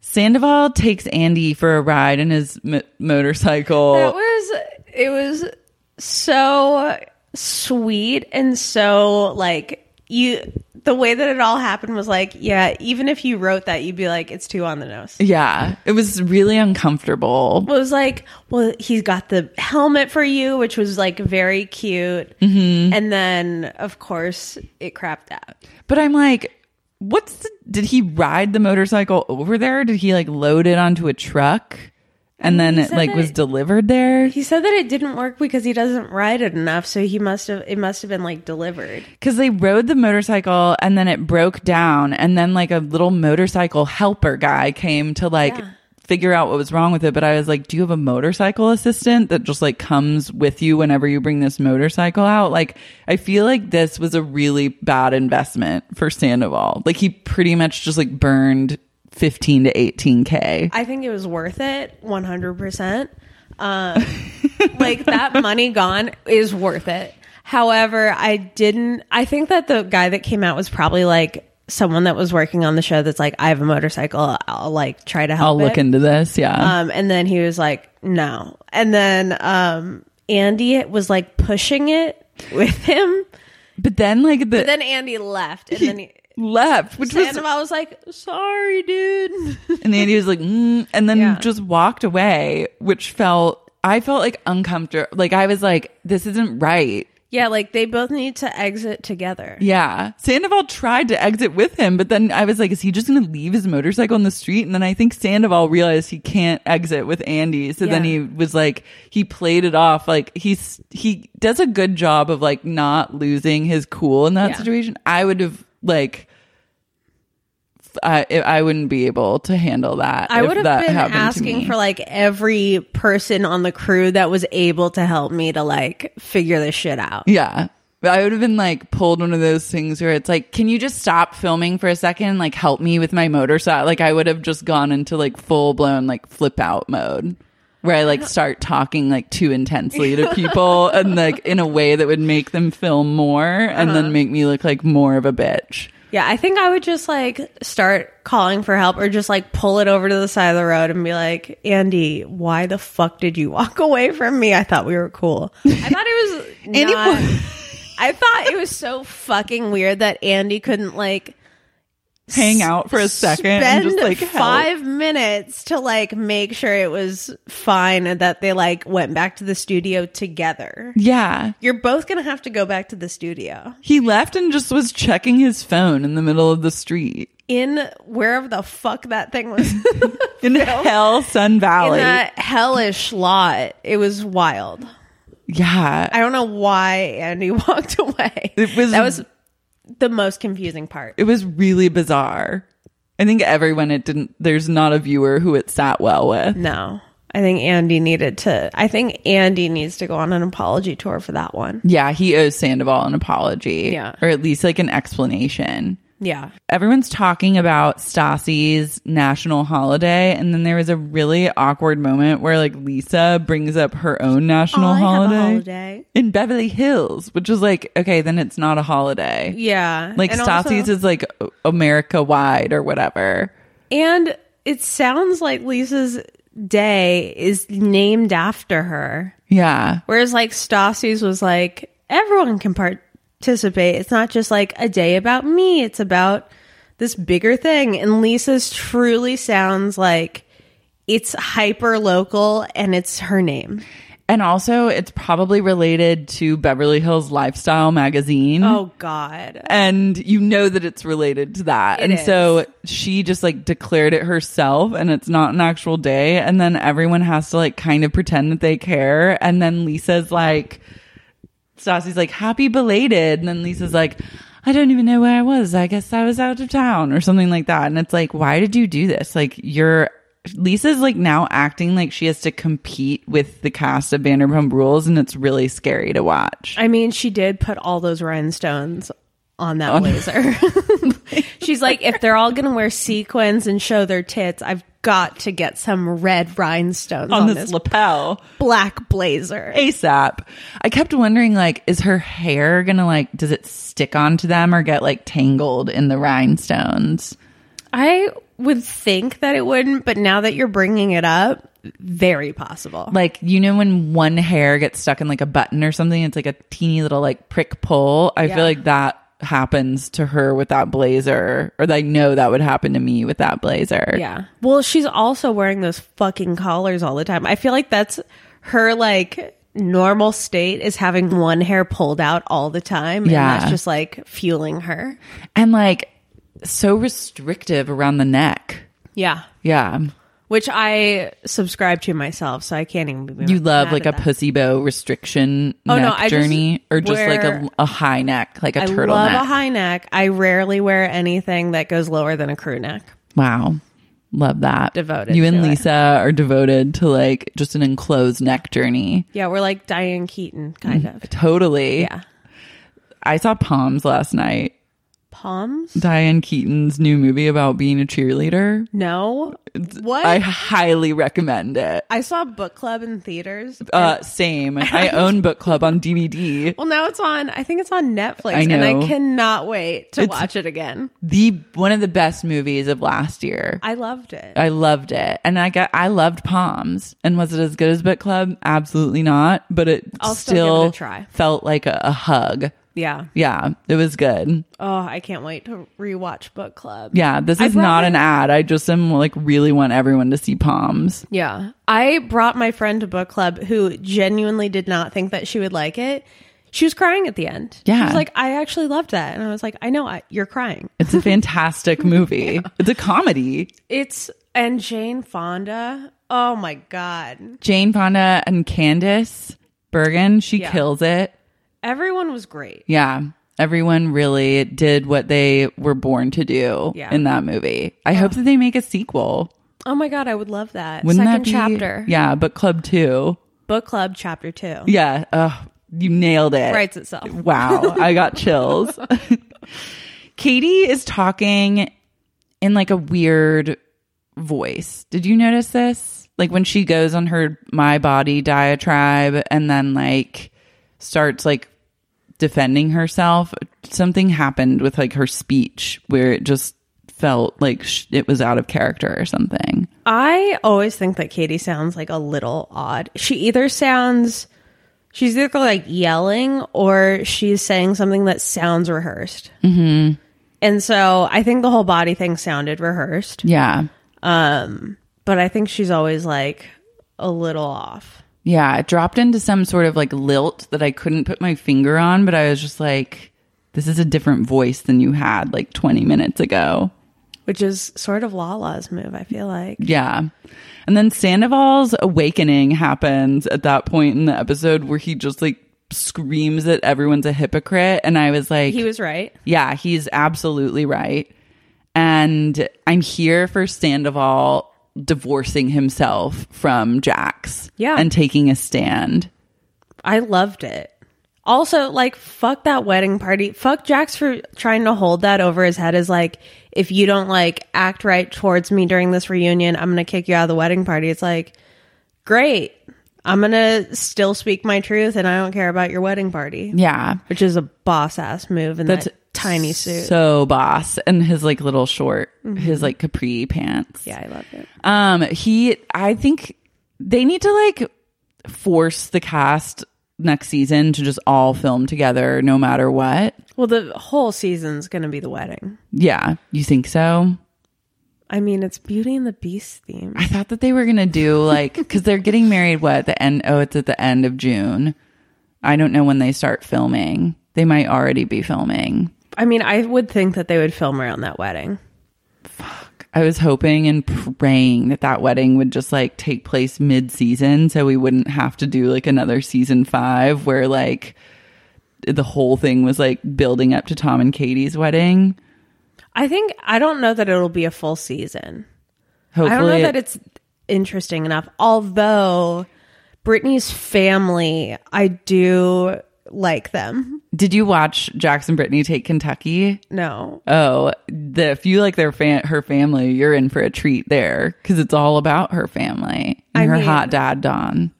[SPEAKER 1] Sandoval takes Andy for a ride in his m- motorcycle.
[SPEAKER 4] That was it was so sweet and so like you the way that it all happened was like, yeah, even if you wrote that you'd be like it's too on the nose.
[SPEAKER 1] yeah, it was really uncomfortable.
[SPEAKER 4] It was like, well, he's got the helmet for you, which was like very cute. And then of course it crapped out.
[SPEAKER 1] But I'm like, what's the, did he ride the motorcycle over there? Did he like load it onto a truck and then it
[SPEAKER 4] said
[SPEAKER 1] like was
[SPEAKER 4] that-
[SPEAKER 1] delivered there?
[SPEAKER 4] He said that it didn't work because he doesn't ride it enough, so he must have it must have been like delivered.
[SPEAKER 1] Because they rode the motorcycle and then it broke down, and then like a little motorcycle helper guy came to like figure out what was wrong with it. But I was like, do you have a motorcycle assistant that just like comes with you whenever you bring this motorcycle out? Like, I feel like this was a really bad investment for Sandoval. Like, he pretty much just like burned 15 to 18K.
[SPEAKER 4] I think it was worth it, one hundred percent. Um, Like that money gone is worth it. However, I didn't. I think that the guy that came out was probably like someone that was working on the show. That's like, I have a motorcycle. I'll like try to help.
[SPEAKER 1] I'll look
[SPEAKER 4] it."
[SPEAKER 1] into this. Yeah.
[SPEAKER 4] Um, and then he was like, no. And then um, Andy was like pushing it with him.
[SPEAKER 1] but then, like, the.
[SPEAKER 4] But then Andy left, and then he,
[SPEAKER 1] left which was
[SPEAKER 4] Sandoval was like, sorry, dude.
[SPEAKER 1] And Andy was like, mm, and then just walked away, which felt, I felt like uncomfortable. Like I was like, this isn't right.
[SPEAKER 4] yeah, like they both need to exit together.
[SPEAKER 1] Yeah. Sandoval tried to exit with him, but then I was like, is he just going to leave his motorcycle in the street? And then I think Sandoval realized he can't exit with Andy. So then he
[SPEAKER 4] Yeah.
[SPEAKER 1] was like, he played it off. Like he's, he does a good job of like not losing his cool in that
[SPEAKER 4] Yeah.
[SPEAKER 1] situation. I would have like, f- I, I wouldn't be able to handle that.
[SPEAKER 4] I
[SPEAKER 1] if
[SPEAKER 4] would have
[SPEAKER 1] that
[SPEAKER 4] been
[SPEAKER 1] happened to
[SPEAKER 4] asking
[SPEAKER 1] me.
[SPEAKER 4] for like every person on the crew that was able to help me to like figure this shit out.
[SPEAKER 1] Yeah. But I would have been like pulled one of those things where it's like, can you just stop filming for a second? and, Like, help me with my motorcycle. Like, I would have just gone into like full blown like flip out mode where I like start talking like too intensely to people and like in a way that would make them film more and
[SPEAKER 4] Uh-huh.
[SPEAKER 1] then make me look like more of a bitch.
[SPEAKER 4] Yeah, I think I would just like start calling for help or just like pull it over to the side of the road and be like, Andy, why the fuck did you walk away from me? I thought we were cool. I thought it was
[SPEAKER 1] Andy
[SPEAKER 4] not, I thought it was so fucking weird that Andy couldn't like
[SPEAKER 1] hang out for a second and just like help.
[SPEAKER 4] five minutes to like make sure it was fine and that they like went back to the studio together.
[SPEAKER 1] Yeah.
[SPEAKER 4] You're both gonna have to go back to the studio
[SPEAKER 1] He left and just was checking his phone in the middle of the street
[SPEAKER 4] in wherever the fuck that thing was.
[SPEAKER 1] in hell Sun
[SPEAKER 4] in
[SPEAKER 1] Valley.
[SPEAKER 4] that hellish lot. It was wild.
[SPEAKER 1] yeah.
[SPEAKER 4] I don't know why Andy walked away.
[SPEAKER 1] It was-
[SPEAKER 4] that was the most confusing part.
[SPEAKER 1] it was really bizarre. I think everyone it didn't there's not a viewer who it sat well with.
[SPEAKER 4] No. I think Andy needed to I think Andy needs to go on an apology tour for that one.
[SPEAKER 1] Yeah, he owes Sandoval an apology.
[SPEAKER 4] Yeah.
[SPEAKER 1] Or at least like an explanation.
[SPEAKER 4] Yeah.
[SPEAKER 1] Everyone's talking about Stassi's national holiday, and then there was a really awkward moment where like Lisa brings up her own national
[SPEAKER 4] Oh, I have a
[SPEAKER 1] holiday,
[SPEAKER 4] holiday.
[SPEAKER 1] in Beverly Hills, which is like, okay, then it's not a holiday.
[SPEAKER 4] Yeah.
[SPEAKER 1] Like
[SPEAKER 4] And
[SPEAKER 1] Stassi's
[SPEAKER 4] also-
[SPEAKER 1] is like America wide or whatever.
[SPEAKER 4] And it sounds like Lisa's day is named after her.
[SPEAKER 1] Yeah.
[SPEAKER 4] Whereas like Stassi's was like everyone can participate. It's not just like a day about me. It's about this bigger thing. And Lisa's truly sounds like it's hyper local and it's her name.
[SPEAKER 1] And also, it's probably related to Beverly Hills Lifestyle magazine.
[SPEAKER 4] Oh God.
[SPEAKER 1] And you know that it's related to that. and
[SPEAKER 4] is.
[SPEAKER 1] so she just like declared it herself and it's not an actual day. And then everyone has to like kind of pretend that they care. And then Lisa's like, Stassi's like, happy belated. And then Lisa's like, I don't even know where I was. I guess I was out of town or something like that. And it's like, why did you do this? Like, you're, Lisa's like now acting like she has to compete with the cast of Vanderpump Rules. And it's really scary to watch.
[SPEAKER 4] I mean, she did put all those rhinestones on that blazer. She's like, if they're all gonna wear sequins and show their tits, I've got to get some red rhinestones on,
[SPEAKER 1] on
[SPEAKER 4] this
[SPEAKER 1] this lapel.
[SPEAKER 4] black blazer.
[SPEAKER 1] ASAP. I kept wondering, like, is her hair gonna like, does it stick onto them or get like tangled in the rhinestones?
[SPEAKER 4] I would think that it wouldn't, but now that you're bringing it up, very possible.
[SPEAKER 1] Like, you know, when one hair gets stuck in like a button or something, it's like a teeny little like prick pull. I
[SPEAKER 4] Yeah.
[SPEAKER 1] feel like that happens to her with that blazer, or I know that would happen to me with that blazer.
[SPEAKER 4] Yeah. Well, she's also wearing those fucking collars all the time. I feel like that's her like normal state is having one hair pulled out all the time
[SPEAKER 1] Yeah.
[SPEAKER 4] and that's just like fueling her.
[SPEAKER 1] And like, so restrictive around the neck.
[SPEAKER 4] Yeah.
[SPEAKER 1] Yeah.
[SPEAKER 4] Which I subscribe to myself, so I can't even be
[SPEAKER 1] You
[SPEAKER 4] mad
[SPEAKER 1] love
[SPEAKER 4] at
[SPEAKER 1] like a
[SPEAKER 4] that.
[SPEAKER 1] pussy bow restriction
[SPEAKER 4] Oh, no,
[SPEAKER 1] neck
[SPEAKER 4] I just
[SPEAKER 1] journey, or just like
[SPEAKER 4] wear-
[SPEAKER 1] a, a high neck, like a
[SPEAKER 4] I
[SPEAKER 1] turtle
[SPEAKER 4] love
[SPEAKER 1] neck.
[SPEAKER 4] a high neck. I rarely wear anything that goes lower than a crew neck.
[SPEAKER 1] Wow. Love that.
[SPEAKER 4] Devoted
[SPEAKER 1] You and
[SPEAKER 4] to it.
[SPEAKER 1] Lisa are devoted to like just an enclosed neck journey.
[SPEAKER 4] Yeah, we're like Diane Keaton kind of.
[SPEAKER 1] Totally.
[SPEAKER 4] Yeah.
[SPEAKER 1] I saw Palms last night.
[SPEAKER 4] Palms?
[SPEAKER 1] Diane Keaton's new movie about being a cheerleader.
[SPEAKER 4] No. What?
[SPEAKER 1] I
[SPEAKER 4] I,
[SPEAKER 1] highly recommend it.
[SPEAKER 4] saw book club in theaters.
[SPEAKER 1] Uh, same. I own book club on DVD.
[SPEAKER 4] well, now it's on. I think it's on Netflix,
[SPEAKER 1] I
[SPEAKER 4] and I
[SPEAKER 1] know.
[SPEAKER 4] cannot wait to
[SPEAKER 1] It's-
[SPEAKER 4] watch it again.
[SPEAKER 1] The one of the best movies of last year.
[SPEAKER 4] I loved it.
[SPEAKER 1] I loved it, and I got I loved Palms. And was it as good as Book Club? Absolutely not. But it
[SPEAKER 4] I'll still give it
[SPEAKER 1] still
[SPEAKER 4] a try.
[SPEAKER 1] felt like a, a hug.
[SPEAKER 4] yeah.
[SPEAKER 1] Yeah, it was good.
[SPEAKER 4] Oh, I can't wait to rewatch book club.
[SPEAKER 1] Yeah, this
[SPEAKER 4] I
[SPEAKER 1] is
[SPEAKER 4] brought
[SPEAKER 1] not
[SPEAKER 4] my-
[SPEAKER 1] an ad. I just am like really want everyone to see palms.
[SPEAKER 4] Yeah. I brought my friend to book club who genuinely did not think that she would like it. She was crying at the end. She
[SPEAKER 1] Yeah.
[SPEAKER 4] was like, I actually loved that. And I was like, I know, I, you're crying.
[SPEAKER 1] It's a fantastic movie. It's a comedy.
[SPEAKER 4] It's, and Jane Fonda. Oh my God.
[SPEAKER 1] Jane Fonda and Candace Bergen, she
[SPEAKER 4] Yeah.
[SPEAKER 1] kills it.
[SPEAKER 4] Everyone was great.
[SPEAKER 1] Yeah. Everyone really did what they were born to do
[SPEAKER 4] Yeah.
[SPEAKER 1] in that movie. I hope that they make a sequel.
[SPEAKER 4] Oh my God. I would love that.
[SPEAKER 1] Wouldn't that
[SPEAKER 4] Second
[SPEAKER 1] be
[SPEAKER 4] chapter.
[SPEAKER 1] Yeah, book club 2.
[SPEAKER 4] Book club chapter two.
[SPEAKER 1] Yeah. Ugh, you nailed it.
[SPEAKER 4] Writes itself.
[SPEAKER 1] Wow. I got chills. Katie is talking in like a weird voice. Did you notice this? Like when she goes on her my body diatribe and then like starts like defending herself, something happened with like her speech where it just felt like sh- it was out of character or something.
[SPEAKER 4] I always think that Katie sounds like a little odd. She either sounds she's either like yelling or she's saying something that sounds rehearsed. Mm-hmm. And so I think the whole body thing sounded rehearsed.
[SPEAKER 1] Yeah.
[SPEAKER 4] Um, but I think she's always like a little off.
[SPEAKER 1] Yeah, it dropped into some sort of like lilt that I couldn't put my finger on, but I was just like, this is a different voice than you had like 20 minutes ago.
[SPEAKER 4] Which is sort of Lala's move, I feel like.
[SPEAKER 1] Yeah. And then Sandoval's awakening happens at that point in the episode where he just like screams that everyone's a hypocrite. And I was like,
[SPEAKER 4] He was right.
[SPEAKER 1] yeah, he's absolutely right. And I'm here for Sandoval divorcing himself from Jax
[SPEAKER 4] Yeah.
[SPEAKER 1] and taking a stand.
[SPEAKER 4] I loved it. Also, like, fuck that wedding party. Fuck Jax for trying to hold that over his head as like, if you don't like act right towards me during this reunion, I'm gonna kick you out of the wedding party. It's like, great. I'm gonna still speak my truth and I don't care about your wedding party.
[SPEAKER 1] Yeah.
[SPEAKER 4] Which is a boss ass move in
[SPEAKER 1] That's
[SPEAKER 4] that tiny suit. Mm-hmm.
[SPEAKER 1] So boss and his like little short, his like capri pants.
[SPEAKER 4] yeah, I love it.
[SPEAKER 1] Um, he, I think they need to like force the cast next season to just all film together no matter what.
[SPEAKER 4] Well, the whole season's gonna be the wedding.
[SPEAKER 1] Yeah. You think so?
[SPEAKER 4] I mean, it's Beauty and the Beast theme.
[SPEAKER 1] I thought that they were going to do like, cause they're getting married what? The end. Oh, it's at the end of June. I don't know when they start filming. They might already be filming.
[SPEAKER 4] I mean, I would think that they would film around that wedding.
[SPEAKER 1] I was hoping and praying that that wedding would just like take place mid season so we wouldn't have to do like another season five where like the whole thing was like building up to Tom and Katie's wedding.
[SPEAKER 4] I think I don't know that it'll be a full season.
[SPEAKER 1] Hopefully,
[SPEAKER 4] I don't know
[SPEAKER 1] it-
[SPEAKER 4] that it's interesting enough. Although Brittany's family, I do like them.
[SPEAKER 1] did you watch Jackson Brittany take Kentucky?
[SPEAKER 4] No,
[SPEAKER 1] Oh, the, if you like their fan, her family, you're in for a treat there because it's all about her family and
[SPEAKER 4] I
[SPEAKER 1] her
[SPEAKER 4] mean-
[SPEAKER 1] hot dad, Don.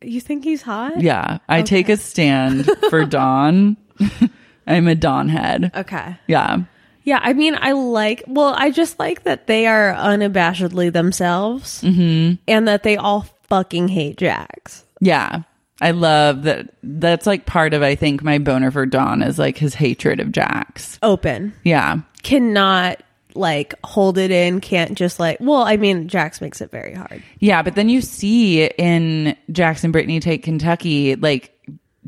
[SPEAKER 4] you think he's hot?
[SPEAKER 1] Yeah, I take a stand for Don. I'm a Don head.
[SPEAKER 4] Okay.
[SPEAKER 1] Yeah.
[SPEAKER 4] Yeah, I mean, I like. Well, I just like that they are unabashedly themselves,
[SPEAKER 1] Mm-hmm.
[SPEAKER 4] and that they all fucking hate Jax.
[SPEAKER 1] Yeah. I love that. That's like part of, I think, my boner for Don is like his hatred of Jax.
[SPEAKER 4] Open
[SPEAKER 1] Yeah.
[SPEAKER 4] cannot like hold it in. Can't just like. Well, I mean, Jax makes it very hard.
[SPEAKER 1] Yeah. But then you see in Jackson Brittany Take Kentucky, like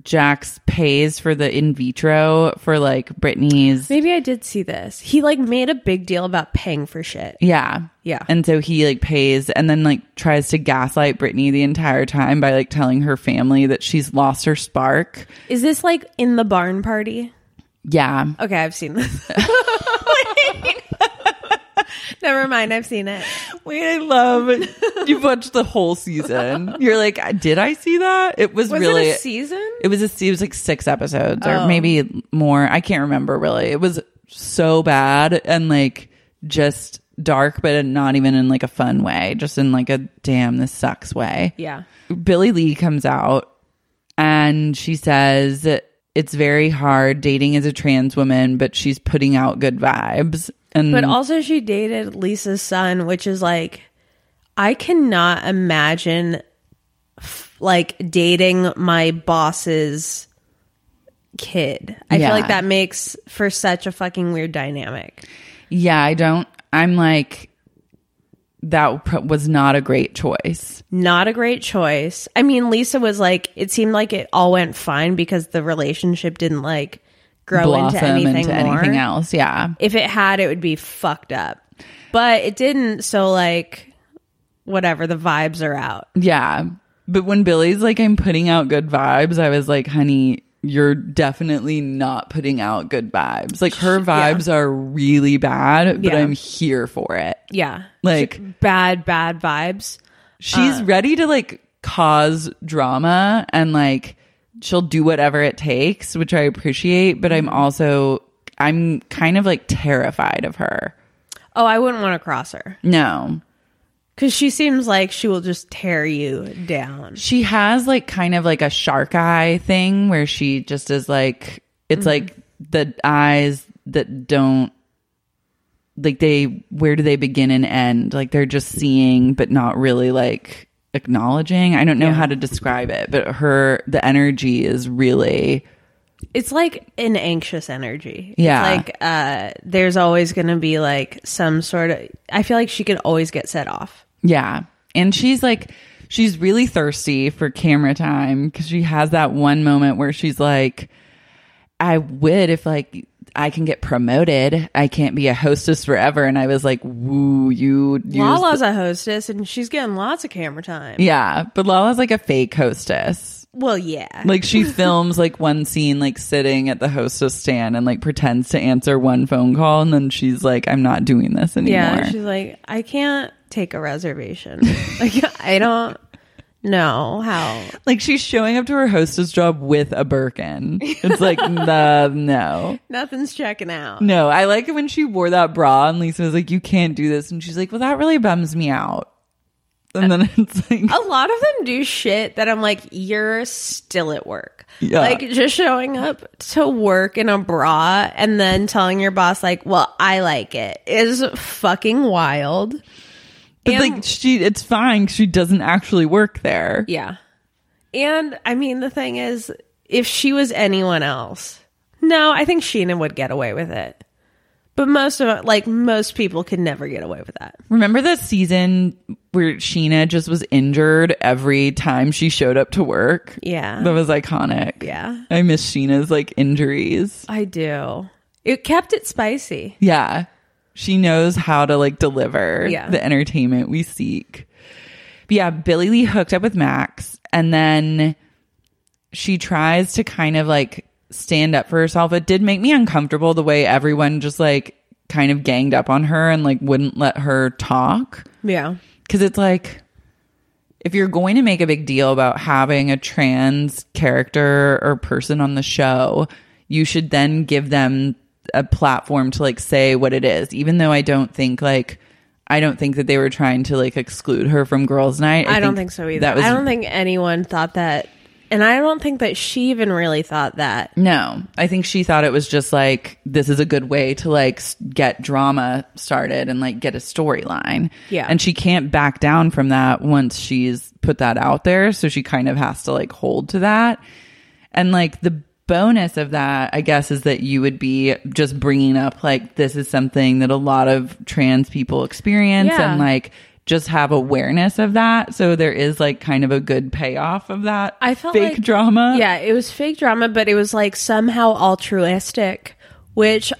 [SPEAKER 1] Jax pays for the in vitro for like Brittany's.
[SPEAKER 4] Maybe I did see this. He like made a big deal about paying for shit.
[SPEAKER 1] Yeah.
[SPEAKER 4] Yeah.
[SPEAKER 1] And so he like pays and then like tries to gaslight Brittany the entire time by like telling her family that she's lost her spark.
[SPEAKER 4] Is this like in the barn party?
[SPEAKER 1] Yeah.
[SPEAKER 4] Okay, I've seen this. Never mind, I've seen it.
[SPEAKER 1] Wait, I love You've watched the whole season. You're like, did I see that? It was,
[SPEAKER 4] Was
[SPEAKER 1] really
[SPEAKER 4] it a season?
[SPEAKER 1] It was a, it was like six episodes or maybe more. I can't remember really. It was so bad and like just dark, but not even in like a fun way, just in like a damn this sucks way.
[SPEAKER 4] Yeah.
[SPEAKER 1] Billy Lee comes out and she says it's very hard dating as a trans woman, but she's putting out good vibes. And
[SPEAKER 4] But also she dated Lisa's son, which is like I cannot imagine f- like dating my boss's kid. I
[SPEAKER 1] Yeah.
[SPEAKER 4] feel like that makes for such a fucking weird dynamic.
[SPEAKER 1] yeah, I don't. I'm like that pr- was not a great choice.
[SPEAKER 4] not a great choice. I mean, Lisa was like, it seemed like it all went fine because the relationship didn't like grow into
[SPEAKER 1] Blossom
[SPEAKER 4] anything
[SPEAKER 1] into
[SPEAKER 4] more.
[SPEAKER 1] anything else. Yeah.
[SPEAKER 4] If it had, it would be fucked up, but it didn't. So like, whatever. The vibes are out.
[SPEAKER 1] Yeah. But when Billy's like, I'm putting out good vibes, I was like, honey, you're definitely not putting out good vibes. Like her vibes are really bad, but
[SPEAKER 4] Yeah.
[SPEAKER 1] I'm here for it.
[SPEAKER 4] Yeah,
[SPEAKER 1] Like
[SPEAKER 4] bad, bad vibes. Uh.
[SPEAKER 1] she's ready to like cause drama and like she'll do whatever it takes, which I appreciate, but I'm
[SPEAKER 4] Mm-hmm.
[SPEAKER 1] also I'm kind of like terrified of her.
[SPEAKER 4] Oh, I wouldn't want to cross her
[SPEAKER 1] No.
[SPEAKER 4] because she seems like she will just tear you down.
[SPEAKER 1] She has like kind of like a shark eye thing where she just is like it's like the eyes that don't like they where do they begin and end? Like they're just seeing but not really like acknowledging. I don't know how to describe it, but her the energy is really
[SPEAKER 4] it's like an anxious energy. It's
[SPEAKER 1] Yeah.
[SPEAKER 4] like uh, there's always going to be like some sort of. I feel like she could always get set off.
[SPEAKER 1] Yeah. And she's like, she's really thirsty for camera time because she has that one moment where she's like, I would if like I can get promoted. I can't be a hostess forever. And I was like, woo, you. used-
[SPEAKER 4] Lala's a hostess, and she's getting lots of camera time.
[SPEAKER 1] Yeah. But Lala's like a fake hostess.
[SPEAKER 4] Well, yeah.
[SPEAKER 1] Like she films like one scene, like sitting at the hostess stand and like pretends to answer one phone call. And then she's like, I'm not doing this anymore.
[SPEAKER 4] yeah, she's like, I can't take a reservation. like, I don't know how.
[SPEAKER 1] like she's showing up to her hostess job with a Birkin. It's like, nah, no.
[SPEAKER 4] Nothing's checking out.
[SPEAKER 1] No, I like it when she wore that bra and Lisa was like, You can't do this. And she's like, Well, that really bums me out. And then it's like,
[SPEAKER 4] A lot of them do shit that I'm like, you're still at work.
[SPEAKER 1] Yeah.
[SPEAKER 4] Like just showing up to work in a bra and then telling your boss, like, well, I like it is fucking wild.
[SPEAKER 1] But like, she, it's fine. 'cause She doesn't actually work there.
[SPEAKER 4] Yeah. And I mean, the thing is, if she was anyone else, no, I think Sheena would get away with it. But most of like most people could never get away with that.
[SPEAKER 1] Remember that season where Sheena just was injured every time she showed up to work?
[SPEAKER 4] Yeah.
[SPEAKER 1] That was iconic.
[SPEAKER 4] Yeah.
[SPEAKER 1] I miss Sheena's like injuries.
[SPEAKER 4] I do. It kept it spicy.
[SPEAKER 1] Yeah. She knows how to like deliver
[SPEAKER 4] Yeah.
[SPEAKER 1] the entertainment we seek. But yeah, Billy Lee hooked up with Max and then she tries to kind of like stand up for herself. It did make me uncomfortable the way everyone just like kind of ganged up on her and like wouldn't let her talk.
[SPEAKER 4] Yeah.
[SPEAKER 1] Cause it's like, if you're going to make a big deal about having a trans character or person on the show, you should then give them a platform to like say what it is. Even though I don't think like, I don't think that they were trying to like exclude her from girls' night.
[SPEAKER 4] I, don't think so either.
[SPEAKER 1] That was,
[SPEAKER 4] I don't think anyone thought that. And I don't think that she even really thought that.
[SPEAKER 1] No, I think she thought it was just like this is a good way to like s- get drama started and like get a storyline.
[SPEAKER 4] Yeah.
[SPEAKER 1] and she can't back down from that once she's put that out there. So she kind of has to like hold to that. And like the bonus of that, I guess, is that you would be just bringing up like this is something that a lot of trans people experience
[SPEAKER 4] Yeah.
[SPEAKER 1] and like just have awareness of that. So there is like kind of a good payoff of that.
[SPEAKER 4] I felt
[SPEAKER 1] fake
[SPEAKER 4] like-
[SPEAKER 1] drama.
[SPEAKER 4] Yeah, it was fake drama, but it was like somehow altruistic, which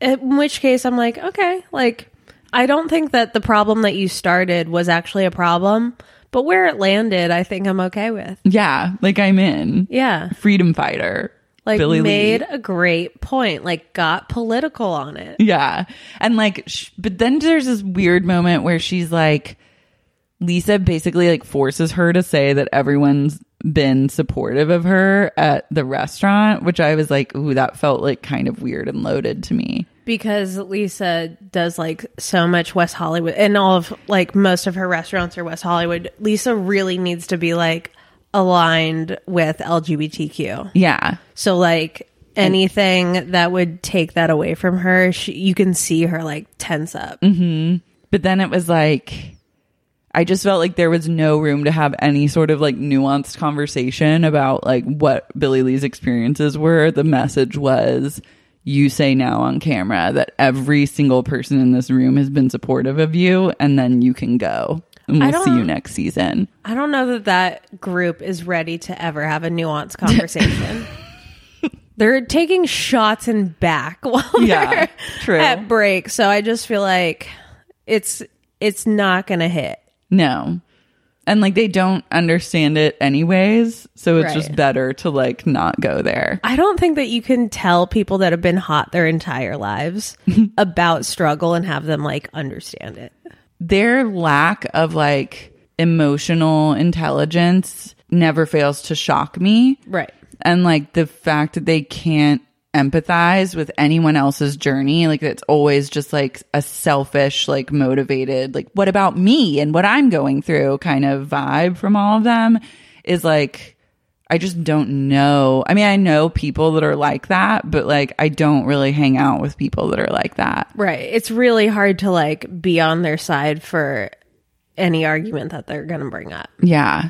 [SPEAKER 4] in which case I'm like, okay, like I don't think that the problem that you started was actually a problem, but where it landed, I think I'm okay with.
[SPEAKER 1] Yeah, like I'm in.
[SPEAKER 4] Yeah.
[SPEAKER 1] Freedom fighter.
[SPEAKER 4] Like
[SPEAKER 1] Billy
[SPEAKER 4] made
[SPEAKER 1] Lee.
[SPEAKER 4] a great point, like got political on it.
[SPEAKER 1] Yeah. And like sh- but then there's this weird moment where she's like Lisa basically like forces her to say that everyone's been supportive of her at the restaurant, which I was like, ooh, that felt like kind of weird and loaded to me.
[SPEAKER 4] because Lisa does like so much West Hollywood and all of like most of her restaurants are West Hollywood. Lisa really needs to be like aligned with LGBTQ.
[SPEAKER 1] Yeah.
[SPEAKER 4] So like anything that would take that away from her, she, you can see her like tense up.
[SPEAKER 1] But then it was like I just felt like there was no room to have any sort of like nuanced conversation about like what Billy Lee's experiences were. The message was you say now on camera that every single person in this room has been supportive of you and then you can go. And
[SPEAKER 4] I
[SPEAKER 1] we'll see you
[SPEAKER 4] don't-
[SPEAKER 1] next season.
[SPEAKER 4] I don't know that that group is ready to ever have a nuanced conversation. they're taking shots in back while
[SPEAKER 1] Yeah,
[SPEAKER 4] they're
[SPEAKER 1] true.
[SPEAKER 4] at break, so I just feel like it's it's not going to hit.
[SPEAKER 1] No. And like they don't understand it anyways, so it's
[SPEAKER 4] Right.
[SPEAKER 1] just better to like not go there.
[SPEAKER 4] I don't think that you can tell people that have been hot their entire lives about struggle and have them like understand it.
[SPEAKER 1] their lack of like emotional intelligence never fails to shock me.
[SPEAKER 4] Right.
[SPEAKER 1] And like the fact that they can't empathize with anyone else's journey, like it's always just like a selfish, like motivated, like what about me and what I'm going through kind of vibe from all of them is like, I just don't know. I mean, I know people that are like that, but like I don't really hang out with people that are like that.
[SPEAKER 4] Right. It's really hard to like be on their side for any argument that they're going to bring up,
[SPEAKER 1] Yeah.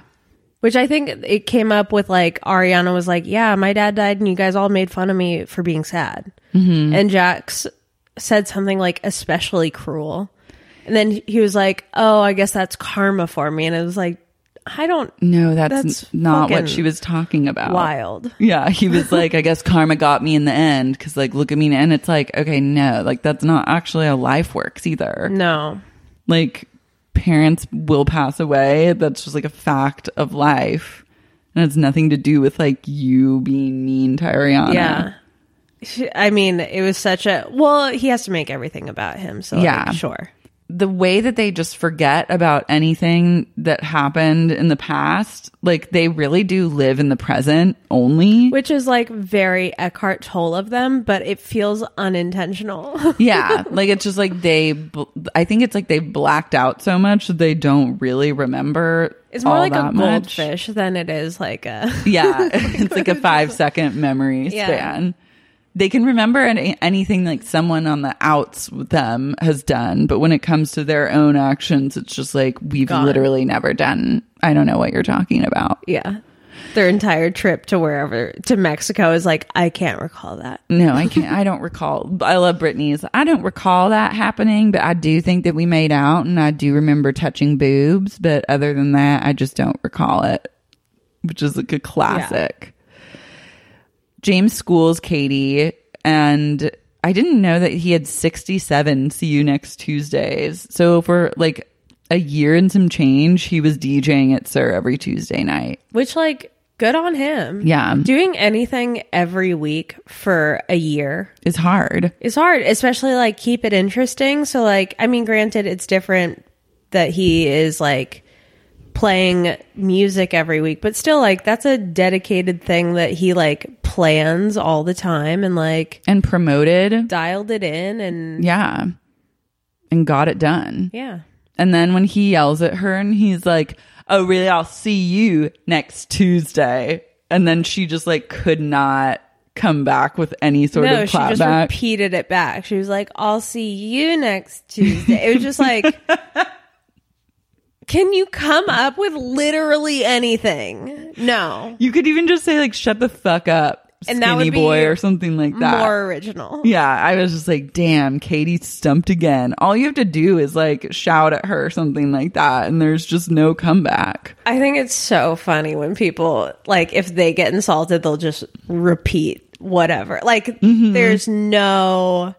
[SPEAKER 4] Which I think it came up with like Ariana was like, "Yeah, my dad died, and you guys all made fun of me for being sad."
[SPEAKER 1] Mhm.
[SPEAKER 4] And Jax said something like, "Especially cruel," and then he was like, "Oh, I guess that's karma for me." And it was like, I don't.
[SPEAKER 1] No, that's,
[SPEAKER 4] That's
[SPEAKER 1] n- not what
[SPEAKER 4] fucking
[SPEAKER 1] she was talking about.
[SPEAKER 4] wild.
[SPEAKER 1] Yeah, he was like, I guess karma got me in the end because, like, look at me. And it's like, okay, no, like, that's not actually how life works either.
[SPEAKER 4] No.
[SPEAKER 1] Like, parents will pass away. That's just like a fact of life. And it's nothing to do with like you being mean to Ariana.
[SPEAKER 4] Yeah. She- I mean, it was such a well. He has to make everything about him, so yeah,
[SPEAKER 1] Yeah.
[SPEAKER 4] sure.
[SPEAKER 1] the way that they just forget about anything that happened in the past, like they really do live in the present only.
[SPEAKER 4] Which is like very Eckhart Tolle of them, but it feels unintentional.
[SPEAKER 1] yeah, like it's just like they. bl- I think it's like they blacked out so much that they don't really remember.
[SPEAKER 4] It's more
[SPEAKER 1] all
[SPEAKER 4] like a
[SPEAKER 1] that much.
[SPEAKER 4] goldfish than it is like a
[SPEAKER 1] Yeah, it's like a five second memory
[SPEAKER 4] Yeah.
[SPEAKER 1] span. They can remember any, anything like someone on the outs with them has done, but when it comes to their own actions, it's just like we've
[SPEAKER 4] Gone.
[SPEAKER 1] literally never done. I don't know what you're talking about.
[SPEAKER 4] yeah. Their entire trip to wherever to Mexico is like I can't recall that.
[SPEAKER 1] No, I can't. I don't recall. I love Britney's. I don't recall that happening, but I do think that we made out and I do remember touching boobs. But other than that, I just don't recall it, which is like a classic. James schools Katie, and I didn't know that he had 67 See You Next Tuesdays. So for like a year and some change, he was DJing at Sir every Tuesday night.
[SPEAKER 4] Which like good on him.
[SPEAKER 1] Yeah.
[SPEAKER 4] Doing anything every week for a year
[SPEAKER 1] It's hard.
[SPEAKER 4] is hard, especially like keep it interesting. So like I mean granted it's different that he is like playing music every week, but still like that's a dedicated thing that he like plans all the time and like
[SPEAKER 1] And promoted.
[SPEAKER 4] dialed it in and
[SPEAKER 1] Yeah. And got it done.
[SPEAKER 4] yeah.
[SPEAKER 1] And then when he yells at her and he's like, Oh, really? I'll see you next Tuesday. And then she just like could not come back with any sort
[SPEAKER 4] no,
[SPEAKER 1] of
[SPEAKER 4] she just
[SPEAKER 1] clapback.
[SPEAKER 4] repeated it back. She was like, "I'll see you next Tuesday." It was just like, can you come up with literally anything? No,
[SPEAKER 1] you could even just say, like, shut the fuck up, skinny
[SPEAKER 4] And that would be
[SPEAKER 1] boy, or something like that.
[SPEAKER 4] more original.
[SPEAKER 1] yeah, I was just like, damn, Katie stumped again. All you have to do is like shout at her or something like that, and there's just no comeback.
[SPEAKER 4] I think it's so funny when people like if they get insulted, they'll just repeat whatever. Like,
[SPEAKER 1] Mm-hmm.
[SPEAKER 4] there's no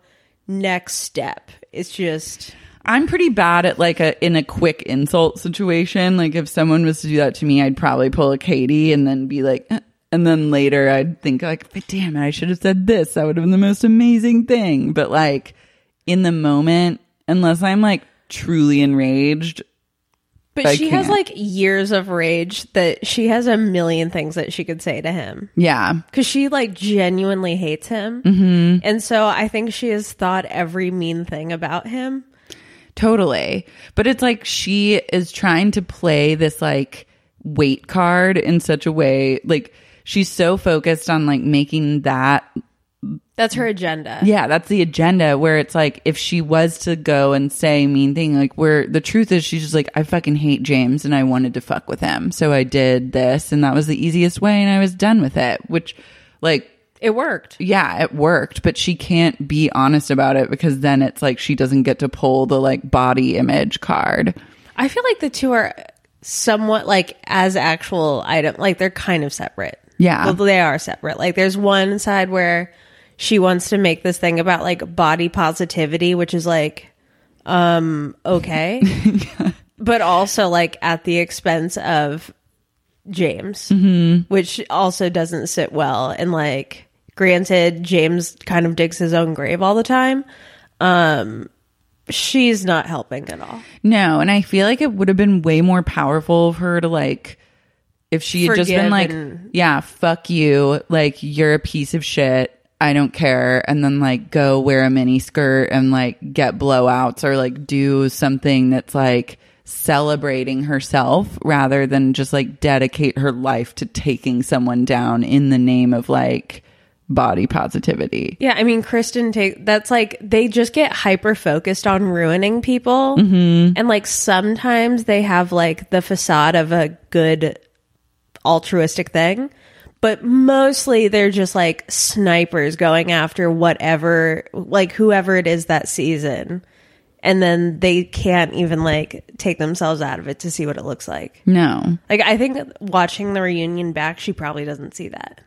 [SPEAKER 4] next step. It's just
[SPEAKER 1] I'm pretty bad at like a in a quick insult situation. Like if someone was to do that to me, I'd probably pull a Katie and then be like, "Eh." and then later I'd think like, but damn it, I should have said this. That would have been the most amazing thing. But like in the moment, unless I'm like truly enraged,
[SPEAKER 4] But
[SPEAKER 1] I
[SPEAKER 4] she has
[SPEAKER 1] can't.
[SPEAKER 4] like years of rage that she has a million things that she could say to him
[SPEAKER 1] yeah,
[SPEAKER 4] because she like genuinely hates him. And so I think she has thought every mean thing about him.
[SPEAKER 1] Totally. But it's like she is trying to play this like weight card in such a way like she's so focused on like making that
[SPEAKER 4] That's her agenda.
[SPEAKER 1] yeah, that's the agenda where it's like if she was to go and say a mean thing like where the truth is she's just like I fucking hate James and I wanted to fuck with him. So I did this and that was the easiest way and I was done with it, which like
[SPEAKER 4] It worked.
[SPEAKER 1] yeah, it worked, but she can't be honest about it because then it's like she doesn't get to pull the like body image card.
[SPEAKER 4] I feel like the two are somewhat like as actual item, like they're kind of separate.
[SPEAKER 1] Yeah.
[SPEAKER 4] Well, they are separate. Like there's one side where she wants to make this thing about like body positivity, which is like, um, okay. But also like at the expense of James, which also doesn't sit well. And like, granted, James kind of digs his own grave all the time. Um, she's not helping at all.
[SPEAKER 1] No, and I feel like it would have been way more powerful of her to like if she had just been
[SPEAKER 4] Forgive
[SPEAKER 1] like,
[SPEAKER 4] and-
[SPEAKER 1] yeah, fuck you, like you're a piece of shit. I don't care. And then like go wear a mini skirt and like get blowouts or like do something that's like celebrating herself rather than just like dedicate her life to taking someone down in the name of like body positivity.
[SPEAKER 4] Yeah, I mean, Kristen take that's like they just get hyper focused on
[SPEAKER 1] Mm-hmm.
[SPEAKER 4] ruining people, and like sometimes they have like the facade of a good altruistic thing, but mostly they're just like snipers going after whatever, like whoever it is that season. And then they can't even like take themselves out of it to see what it looks like.
[SPEAKER 1] No.
[SPEAKER 4] Like, I think watching the reunion back, she probably doesn't see that.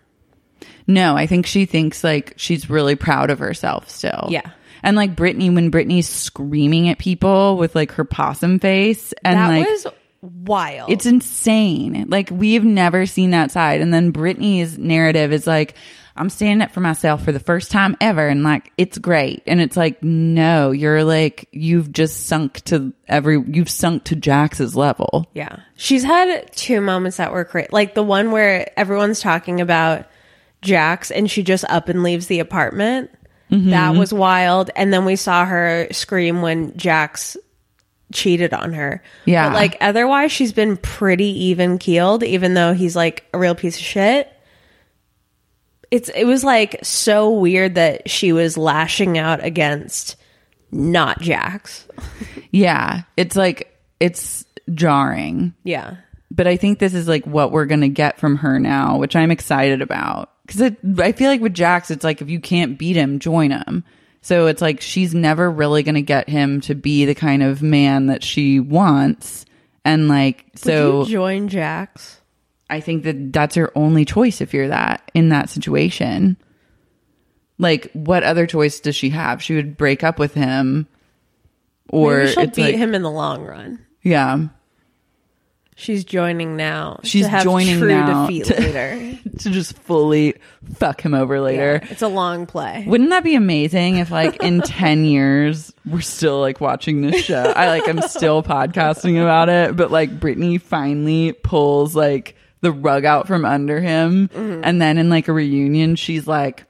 [SPEAKER 1] No, I think she thinks like she's really proud of herself still.
[SPEAKER 4] Yeah.
[SPEAKER 1] And like Brittany, when Brittany's screaming at people with like her possum face and
[SPEAKER 4] that
[SPEAKER 1] like
[SPEAKER 4] was wild.
[SPEAKER 1] it's insane. Like we've never seen that side. And then Brittany's narrative is like, I'm standing up for myself for the first time ever and like it's great. And it's like, no, you're like you've just sunk to every you've sunk to Jax's level.
[SPEAKER 4] Yeah. She's had two moments that were great. Like the one where everyone's talking about Jax and she just up and leaves the apartment.
[SPEAKER 1] Mm-hmm.
[SPEAKER 4] That was wild. And then we saw her scream when Jax cheated on her.
[SPEAKER 1] Yeah.
[SPEAKER 4] But like otherwise, she's been pretty even keeled, even though he's like a real piece of shit. It's it was like so weird that she was lashing out against not Jax.
[SPEAKER 1] Yeah. It's like it's jarring.
[SPEAKER 4] Yeah.
[SPEAKER 1] but I think this is like what we're gonna get from her now, which I'm excited about because I feel like with Jax, it's like if you can't beat him, join him. So it's like she's never really gonna get him to be the kind of man that she wants, and like so
[SPEAKER 4] Would you join Jax?
[SPEAKER 1] I think that that's her only choice if you're that in that situation. Like, what other choice does she have? She would break up with him, or
[SPEAKER 4] Maybe she'll
[SPEAKER 1] it's
[SPEAKER 4] beat
[SPEAKER 1] like-
[SPEAKER 4] him in the long run.
[SPEAKER 1] Yeah,
[SPEAKER 4] She's joining now.
[SPEAKER 1] She's
[SPEAKER 4] to have
[SPEAKER 1] joining
[SPEAKER 4] true
[SPEAKER 1] now
[SPEAKER 4] defeat
[SPEAKER 1] to-
[SPEAKER 4] later.
[SPEAKER 1] to just fully fuck him over later.
[SPEAKER 4] It's a long play.
[SPEAKER 1] Wouldn't that be amazing if like in 10 years we're still like watching this show? I like I'm still podcasting about it, but like Brittany finally pulls like the rug out from under him and then in like a reunion she's like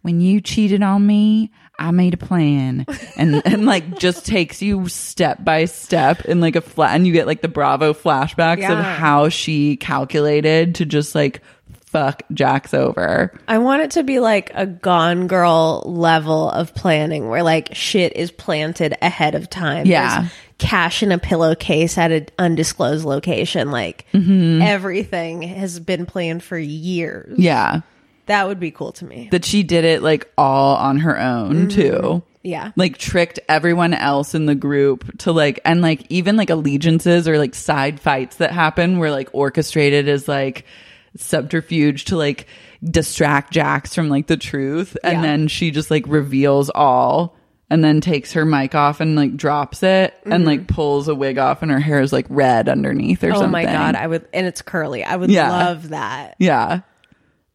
[SPEAKER 1] when you cheated on me, I made a plan and and like just takes you step by step in like a flat and you get like the Bravo flashbacks of
[SPEAKER 4] Yeah.
[SPEAKER 1] how she calculated to just like fuck Jax over.
[SPEAKER 4] I want it to be like a gone girl level of planning where like shit is planted ahead of time.
[SPEAKER 1] Yeah.
[SPEAKER 4] There's cash in a pillowcase at an undisclosed location. Like
[SPEAKER 1] Mm-hmm.
[SPEAKER 4] everything has been planned for years.
[SPEAKER 1] Yeah.
[SPEAKER 4] That would be cool to me.
[SPEAKER 1] that she did it like all on her own too.
[SPEAKER 4] Mm-hmm. Yeah.
[SPEAKER 1] Like tricked everyone else in the group to like and like even like allegiances or like side fights that happen were like orchestrated as like subterfuge to like distract Jax from like the truth and then she just like reveals all and then takes her mic off and like drops it
[SPEAKER 4] Mm-hmm.
[SPEAKER 1] and like pulls a wig off and her hair is like red underneath or
[SPEAKER 4] oh
[SPEAKER 1] something.
[SPEAKER 4] my god, I would and it's curly. I would
[SPEAKER 1] Yeah.
[SPEAKER 4] love that.
[SPEAKER 1] Yeah.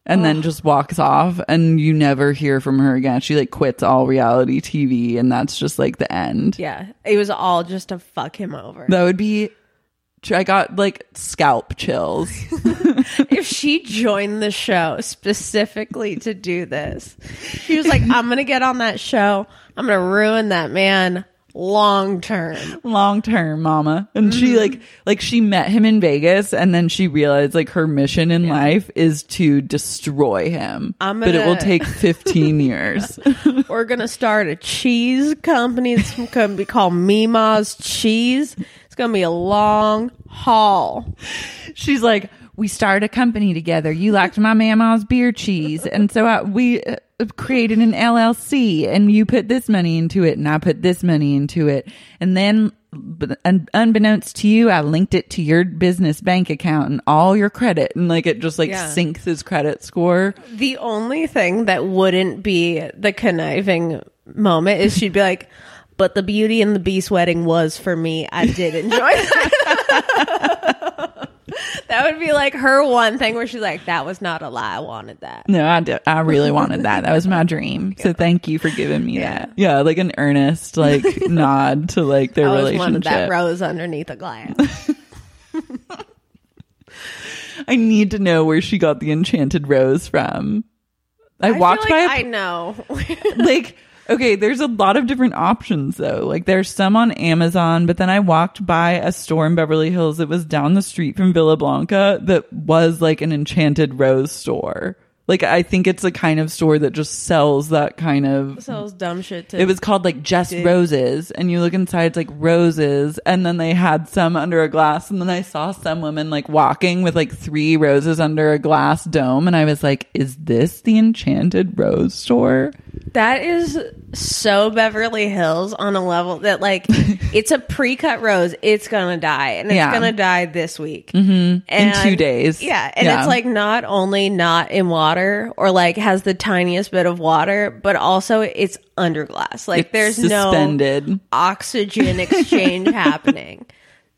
[SPEAKER 1] And then just walks off and you never hear from her again. She like quits all reality TV and that's just like the end.
[SPEAKER 4] Yeah. It was all just to fuck him over.
[SPEAKER 1] That would be I got like scalp chills.
[SPEAKER 4] if she joined the show specifically to do this, she was like, I'm going to get on that show. I'm going to ruin that man long term.
[SPEAKER 1] Long term, mama. And
[SPEAKER 4] Mm.
[SPEAKER 1] she like like she met him in Vegas and then she realized like her mission in life is to destroy him.
[SPEAKER 4] I'm
[SPEAKER 1] But it will
[SPEAKER 4] gonna-
[SPEAKER 1] take 15 years.
[SPEAKER 4] We're going to start a cheese company. It's going to be called Mima's Cheese. It's going to be a long haul.
[SPEAKER 1] she's like, we started a company together. You liked my mama's beer cheese, and so I, we uh, created an LLC, and you put this money into it, and I put this money into it, and then. b- un- Unbeknownst to you, I linked it to your business bank account and all your credit, and like it just like
[SPEAKER 4] Yeah.
[SPEAKER 1] sinks his credit score.
[SPEAKER 4] The only thing that wouldn't be the conniving moment is she'd be like, but the Beauty and the Beast wedding was for me. I did enjoy that. that would be like her one thing where she's like, that was not a lie. I wanted that.
[SPEAKER 1] No, I did. I really wanted that. That was my dream. So thank you for giving me that. Yeah, like an earnest like nod to like their
[SPEAKER 4] I always wanted
[SPEAKER 1] relationship.
[SPEAKER 4] that rose underneath a glass.
[SPEAKER 1] I need to know where she got the enchanted rose from. I,
[SPEAKER 4] I
[SPEAKER 1] walked
[SPEAKER 4] feel like
[SPEAKER 1] by
[SPEAKER 4] I
[SPEAKER 1] a
[SPEAKER 4] know.
[SPEAKER 1] like okay, there's a lot of different options though. Like there's some on Amazon, but then I walked by a store in Beverly Hills that was down the street from Villa Blanca that was like an enchanted rose store. Like I think it's a kind of store that just sells that kind of
[SPEAKER 4] Sells dumb shit to
[SPEAKER 1] it was called like just
[SPEAKER 4] Dig.
[SPEAKER 1] roses and you look inside it's like roses and then they had some under a glass and then i saw some woman like walking with like three roses under a glass dome and i was like is this the enchanted rose store
[SPEAKER 4] That is so Beverly Hills on a level that like it's a pre-cut rose. It's gonna die, and it's
[SPEAKER 1] Yeah.
[SPEAKER 4] gonna die this week mm-hmm.
[SPEAKER 1] two days.
[SPEAKER 4] Yeah, and
[SPEAKER 1] Yeah.
[SPEAKER 4] it's like not only not in water or like has the tiniest bit of water, but also it's under glass. Like
[SPEAKER 1] It's
[SPEAKER 4] there's
[SPEAKER 1] suspended
[SPEAKER 4] no oxygen exchange happening.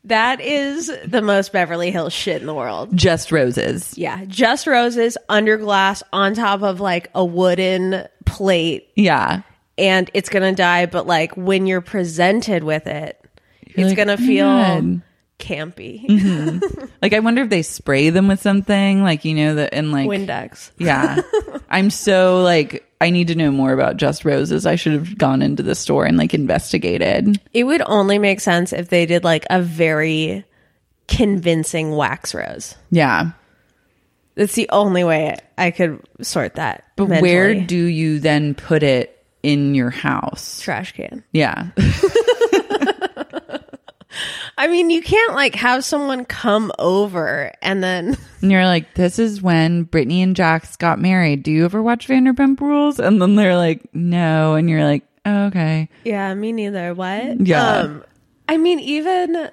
[SPEAKER 4] That is the most Beverly Hills shit in the world.
[SPEAKER 1] just roses
[SPEAKER 4] Yeah, just roses under glass on top of like a wooden plate
[SPEAKER 1] yeah
[SPEAKER 4] and it's gonna die but like when you're presented with it it's
[SPEAKER 1] like,
[SPEAKER 4] gonna
[SPEAKER 1] "Oh my
[SPEAKER 4] feel
[SPEAKER 1] God."
[SPEAKER 4] campy
[SPEAKER 1] like i wonder if they spray them with something like you know that and like
[SPEAKER 4] windex
[SPEAKER 1] yeah i'm so like i need to know more about just roses i should have gone into the store and like investigated
[SPEAKER 4] it would only make sense if they did like a very convincing wax rose
[SPEAKER 1] yeah
[SPEAKER 4] that's the only way i could sort that
[SPEAKER 1] But where
[SPEAKER 4] mentally.
[SPEAKER 1] do you then put it in your house?
[SPEAKER 4] trash can
[SPEAKER 1] Yeah.
[SPEAKER 4] i mean you can't like have someone come over and then
[SPEAKER 1] And you're like, this is when Brittany and Jax got married. Do you ever watch Vanderpump Rules? And then they're like, no. And you're like, oh, okay.
[SPEAKER 4] Yeah, me neither. What? Um,
[SPEAKER 1] Yeah.
[SPEAKER 4] I mean, even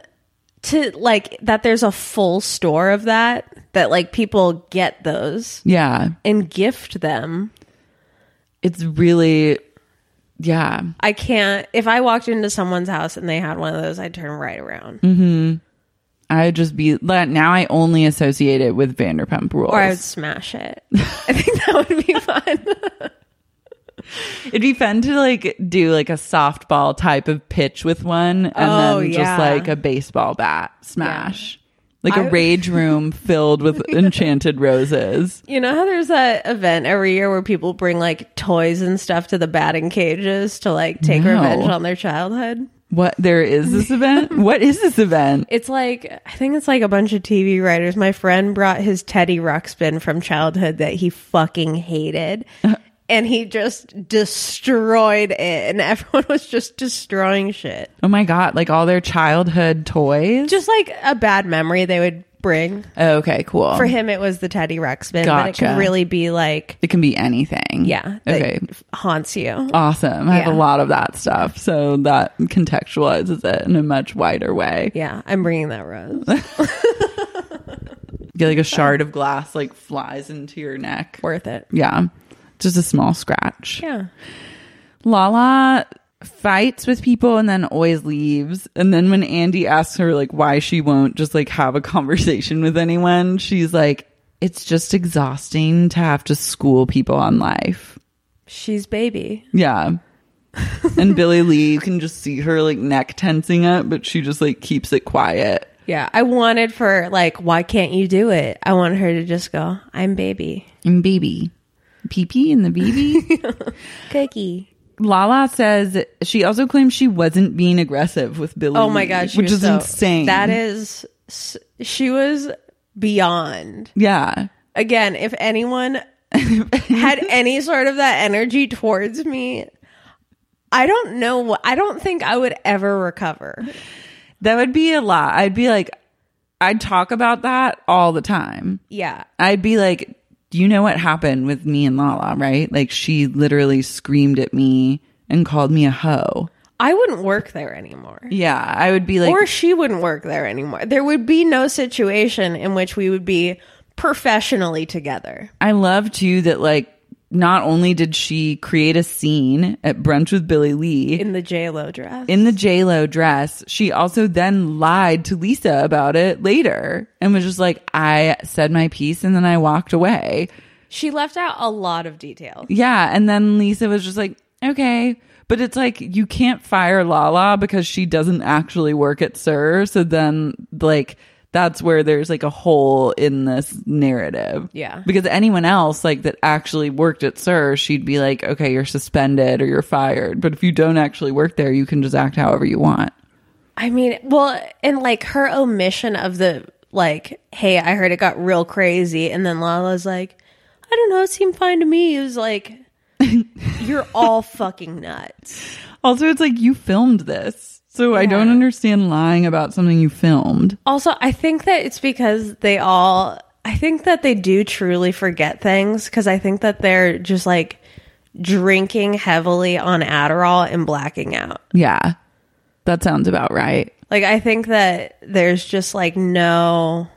[SPEAKER 4] to like that there's a full store of that, that like people get those
[SPEAKER 1] Yeah.
[SPEAKER 4] and gift them.
[SPEAKER 1] It's really, yeah.
[SPEAKER 4] I can't, if I walked into someone's house and they had one of those, I'd turn right around.
[SPEAKER 1] Mm-hmm. I just be, like, now I only associate it with Vanderpump Rules.
[SPEAKER 4] Or I would smash it. I think that would be fun.
[SPEAKER 1] It'd be fun to like do like a softball type of pitch with one and
[SPEAKER 4] Oh,
[SPEAKER 1] then
[SPEAKER 4] yeah.
[SPEAKER 1] just like a baseball bat smash. Like a
[SPEAKER 4] I-
[SPEAKER 1] rage room filled with enchanted roses.
[SPEAKER 4] You know how there's that event every year where people bring like toys and stuff to the batting cages to like take
[SPEAKER 1] No.
[SPEAKER 4] revenge on their childhood?
[SPEAKER 1] What there is this event? what is this event?
[SPEAKER 4] It's like I think it's like a bunch of TV writers. My friend brought his Teddy Ruxpin from childhood that he fucking hated. And he just destroyed it, and everyone was just destroying shit.
[SPEAKER 1] Oh my god, like all their childhood toys.
[SPEAKER 4] Just like a bad memory they would bring.
[SPEAKER 1] okay, cool.
[SPEAKER 4] For him, it was the Teddy Ruxpin, but it
[SPEAKER 1] Um, Gotcha.
[SPEAKER 4] could really be like,
[SPEAKER 1] it can be anything.
[SPEAKER 4] yeah, that
[SPEAKER 1] Okay.
[SPEAKER 4] haunts you.
[SPEAKER 1] Awesome. I have
[SPEAKER 4] Yeah.
[SPEAKER 1] a lot of that stuff. So that contextualizes it in a much wider way.
[SPEAKER 4] Yeah, I'm bringing that rose.
[SPEAKER 1] Get like a shard of glass like flies into your neck.
[SPEAKER 4] Worth it.
[SPEAKER 1] Yeah. Just a small scratch.
[SPEAKER 4] Yeah.
[SPEAKER 1] Lala fights with people and then always leaves. And then when Andy asks her like why she won't just like have a conversation with anyone, she's like, it's just exhausting to have to school people on life.
[SPEAKER 4] She's baby.
[SPEAKER 1] Yeah. and Billy Lee, you can just see her like neck tensing up, but she just like keeps it quiet.
[SPEAKER 4] Yeah, I wanted for, like, why can't you do it? I want her to just go, I'm baby.
[SPEAKER 1] And baby. Pee pee and the BB.
[SPEAKER 4] Cookie.
[SPEAKER 1] Lala says she also claims she wasn't being aggressive with Billy.
[SPEAKER 4] Oh my
[SPEAKER 1] Lee,
[SPEAKER 4] gosh, she
[SPEAKER 1] which is
[SPEAKER 4] was so-
[SPEAKER 1] insane.
[SPEAKER 4] That is, s- she was beyond.
[SPEAKER 1] yeah.
[SPEAKER 4] Again, if anyone had any sort of that energy towards me, I don't know. what- I don't think I would ever recover.
[SPEAKER 1] That would be a lot. I'd be like, I'd talk about that all the time.
[SPEAKER 4] Yeah,
[SPEAKER 1] I'd be like, you know what happened with me and Lala, right? Like she literally screamed at me and called me a hoe.
[SPEAKER 4] I wouldn't work there anymore.
[SPEAKER 1] Yeah, I would be like,
[SPEAKER 4] or she wouldn't work there anymore. There would be no situation in which we would be professionally together.
[SPEAKER 1] I love too that like not only did she create a scene at brunch with Billy Lee
[SPEAKER 4] In the JLo dress.
[SPEAKER 1] in the J Lo dress, she also then lied to Lisa about it later and was just like, I said my piece and then I walked away.
[SPEAKER 4] she left out a lot of detail.
[SPEAKER 1] Yeah. And then Lisa was just like, okay. But it's like, you can't fire Lala because she doesn't actually work at Sir. So then, like, that's where there's like a hole in this narrative.
[SPEAKER 4] Yeah.
[SPEAKER 1] Because anyone else, like, that actually worked at Sir, she'd be like, okay, you're suspended or you're fired. But if you don't actually work there, you can just act however you want.
[SPEAKER 4] I mean, well, and like her omission of the like, hey, I heard it got real crazy, and then Lala's like, I don't know. It seemed fine to me. He was like, you're all fucking nuts.
[SPEAKER 1] Also, it's like you filmed this. So I don't understand lying about something you filmed.
[SPEAKER 4] Also, I think that it's because they all, I think that they do truly forget things because I think that they're just like drinking heavily on Adderall and blacking out.
[SPEAKER 1] Yeah. That sounds about right.
[SPEAKER 4] Like, I think that there's just like no,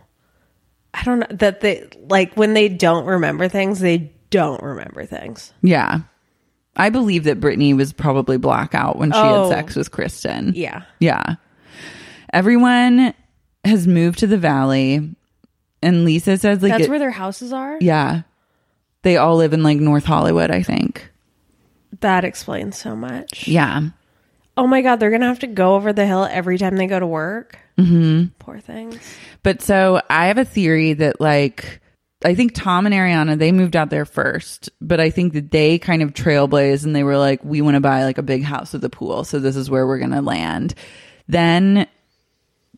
[SPEAKER 4] I don't know, that they, like, when they don't remember things, they don't remember things.
[SPEAKER 1] Yeah. I believe that Brittany was probably blackout when she
[SPEAKER 4] Oh.
[SPEAKER 1] had sex with Kristen.
[SPEAKER 4] Yeah.
[SPEAKER 1] Yeah. Everyone has moved to the valley. And Lisa says, like,
[SPEAKER 4] That's
[SPEAKER 1] it-
[SPEAKER 4] where their houses are?
[SPEAKER 1] yeah. They all live in like North Hollywood, I think.
[SPEAKER 4] That explains so much.
[SPEAKER 1] Yeah.
[SPEAKER 4] Oh my God, they're going to have to go over the hill every time they go to work. Mm-hmm. Poor things.
[SPEAKER 1] But so I have a theory that like I think Tom and Ariana they moved out there first, but I think that they kind of trailblazed and they were like, we want to buy like a big house with a pool, so this is where we're gonna land. Then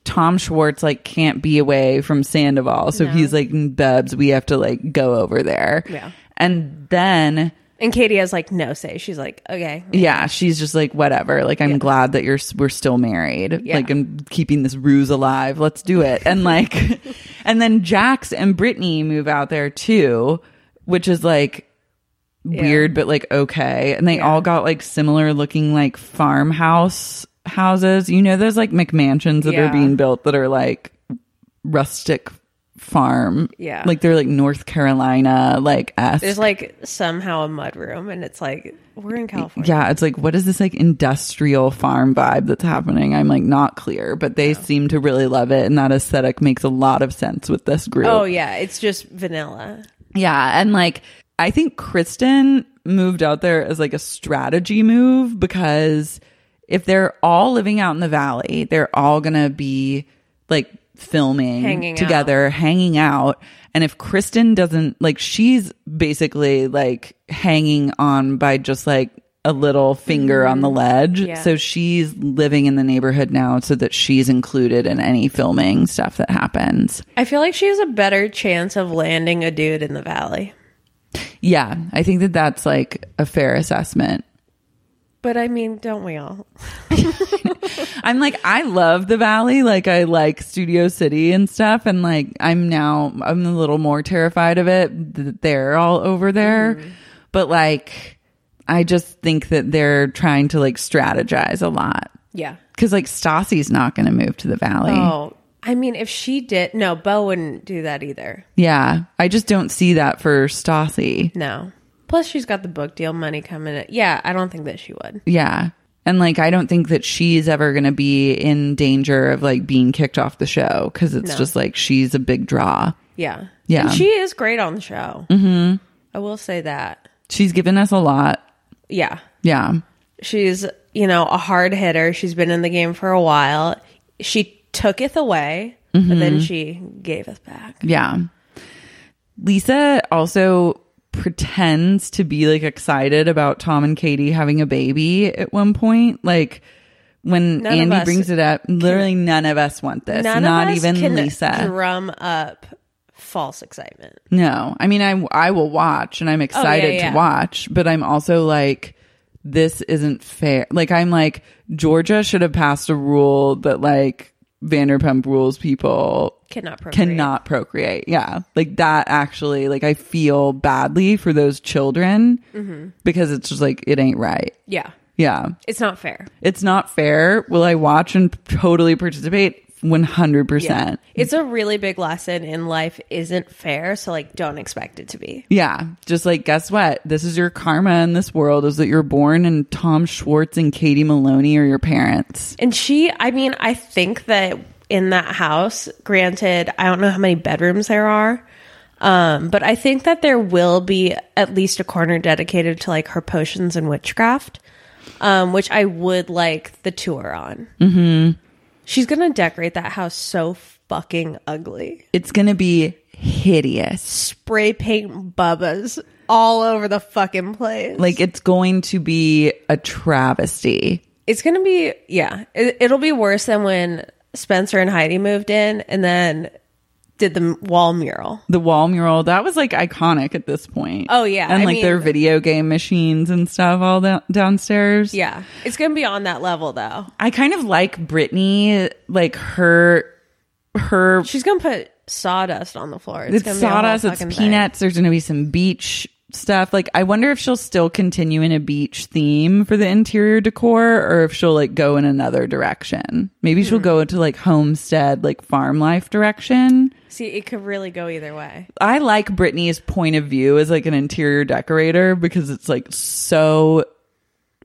[SPEAKER 1] Tom Schwartz like can't be away from Sandoval, so he's like, Bubs, we have to like go over there.
[SPEAKER 4] Yeah.
[SPEAKER 1] and then.
[SPEAKER 4] And Katie has like no say. She's like, okay.
[SPEAKER 1] Yeah, she's just like whatever. Like I'm glad that you're we're still married.
[SPEAKER 4] Yeah.
[SPEAKER 1] Like I'm keeping this ruse alive. Let's do it. And like, and then Jax and Brittany move out there too, which is like weird, but like okay. And they all got like similar looking like farmhouse houses. You know, those like McMansions that
[SPEAKER 4] Yeah.
[SPEAKER 1] are being built that are like rustic farm.
[SPEAKER 4] Yeah.
[SPEAKER 1] like they're like North Carolina like esque.
[SPEAKER 4] There's like somehow a mud room, and it's like, we're in California.
[SPEAKER 1] Yeah, it's like what is this like industrial farm vibe that's happening? I'm like not clear, but they seem to really love it and that aesthetic makes a lot of sense with this group.
[SPEAKER 4] Oh, yeah. It's just vanilla.
[SPEAKER 1] Yeah, and like I think Kristen moved out there as like a strategy move because if they're all living out in the valley, they're all going to be like filming
[SPEAKER 4] Hanging
[SPEAKER 1] together, hanging out. And if Kristen doesn't like she's basically like hanging on by just like a little finger on the ledge. So she's living in the neighborhood now so that she's included in any filming stuff that happens.
[SPEAKER 4] I feel like she has a better chance of landing a dude in the valley.
[SPEAKER 1] Yeah, I think that that's like a fair assessment.
[SPEAKER 4] But I mean, don't we all?
[SPEAKER 1] I'm like, I love the valley. Like, I like Studio City and stuff. And like, I'm now, I'm a little more terrified of it. that They're all over there. But like, I just think that they're trying to like strategize a lot.
[SPEAKER 4] Yeah.
[SPEAKER 1] Cause like Stassi's not going to move to the valley.
[SPEAKER 4] Oh, I mean, if she did, no, Bo wouldn't do that either.
[SPEAKER 1] Yeah. I just don't see that for Stassi.
[SPEAKER 4] No. Plus, she's got the book deal money coming in. Yeah, I don't think that she would.
[SPEAKER 1] Yeah. And like, I don't think that she's ever going to be in danger of like being kicked off the show because it's just like she's a big draw.
[SPEAKER 4] Yeah.
[SPEAKER 1] Yeah.
[SPEAKER 4] And she is great on the show. Mm-hmm. I will say that.
[SPEAKER 1] She's given us a lot.
[SPEAKER 4] Yeah.
[SPEAKER 1] Yeah.
[SPEAKER 4] She's, you know, a hard hitter. She's been in the game for a while. She tooketh away, but
[SPEAKER 1] Mm-hmm.
[SPEAKER 4] then she gave us back.
[SPEAKER 1] Yeah. Lisa also pretends to be like excited about Tom and Katie having a baby at one point. Like when
[SPEAKER 4] None of
[SPEAKER 1] Andy
[SPEAKER 4] us
[SPEAKER 1] brings it up, literally none of us want this.
[SPEAKER 4] None
[SPEAKER 1] Not
[SPEAKER 4] of us
[SPEAKER 1] even
[SPEAKER 4] can
[SPEAKER 1] Lisa.
[SPEAKER 4] drum up false excitement.
[SPEAKER 1] No, I mean, I I will watch, and I'm excited
[SPEAKER 4] Oh, yeah.
[SPEAKER 1] to watch, but I'm also like, this isn't fair. Like, I'm like, Georgia should have passed a rule that like Vanderpump Rules people
[SPEAKER 4] Cannot procreate.
[SPEAKER 1] cannot procreate. Yeah, like that actually, like I feel badly for those children
[SPEAKER 4] Mm-hmm.
[SPEAKER 1] because it's just like it ain't right.
[SPEAKER 4] Yeah.
[SPEAKER 1] Yeah,
[SPEAKER 4] It's not fair.
[SPEAKER 1] it's not fair. Will I watch and totally participate? One hundred percent.
[SPEAKER 4] It's a really big lesson in life isn't fair, so like don't expect it to be.
[SPEAKER 1] Yeah. Just like, guess what? This is your karma in this world is that you're born and Tom Schwartz and Katie Maloney are your parents.
[SPEAKER 4] And she, I mean, I think that in that house, granted, I don't know how many bedrooms there are, um, but I think that there will be at least a corner dedicated to like her potions and witchcraft, um, which I would like the tour on. Mm-hmm. She's gonna decorate that house so fucking ugly.
[SPEAKER 1] It's going to be hideous.
[SPEAKER 4] Spray paint bubbas all over the fucking place.
[SPEAKER 1] Like, it's going to be a travesty.
[SPEAKER 4] it's gonna be yeah it, it'll be worse than when spencer and heidi moved in and then did the wall mural.
[SPEAKER 1] the wall mural that was like iconic at this point.
[SPEAKER 4] Oh, yeah.
[SPEAKER 1] and
[SPEAKER 4] I
[SPEAKER 1] like their
[SPEAKER 4] mean-
[SPEAKER 1] video game machines and stuff all da- downstairs.
[SPEAKER 4] Yeah, it's gonna be on that level though.
[SPEAKER 1] I kind of like Britney, like her, her.
[SPEAKER 4] She's gonna put sawdust on the floor.
[SPEAKER 1] It's,
[SPEAKER 4] gonna be a whole
[SPEAKER 1] sawdust. It's
[SPEAKER 4] fucking thing.
[SPEAKER 1] peanuts. There's going to be some beach stuff. Like I wonder if she'll still continue in a beach theme for the interior decor, or if she'll like go in another direction. Maybe
[SPEAKER 4] Hmm.
[SPEAKER 1] she'll go into like homestead, like farm life direction.
[SPEAKER 4] See, it could really go either way.
[SPEAKER 1] I like Britney's point of view as like an interior decorator because it's like so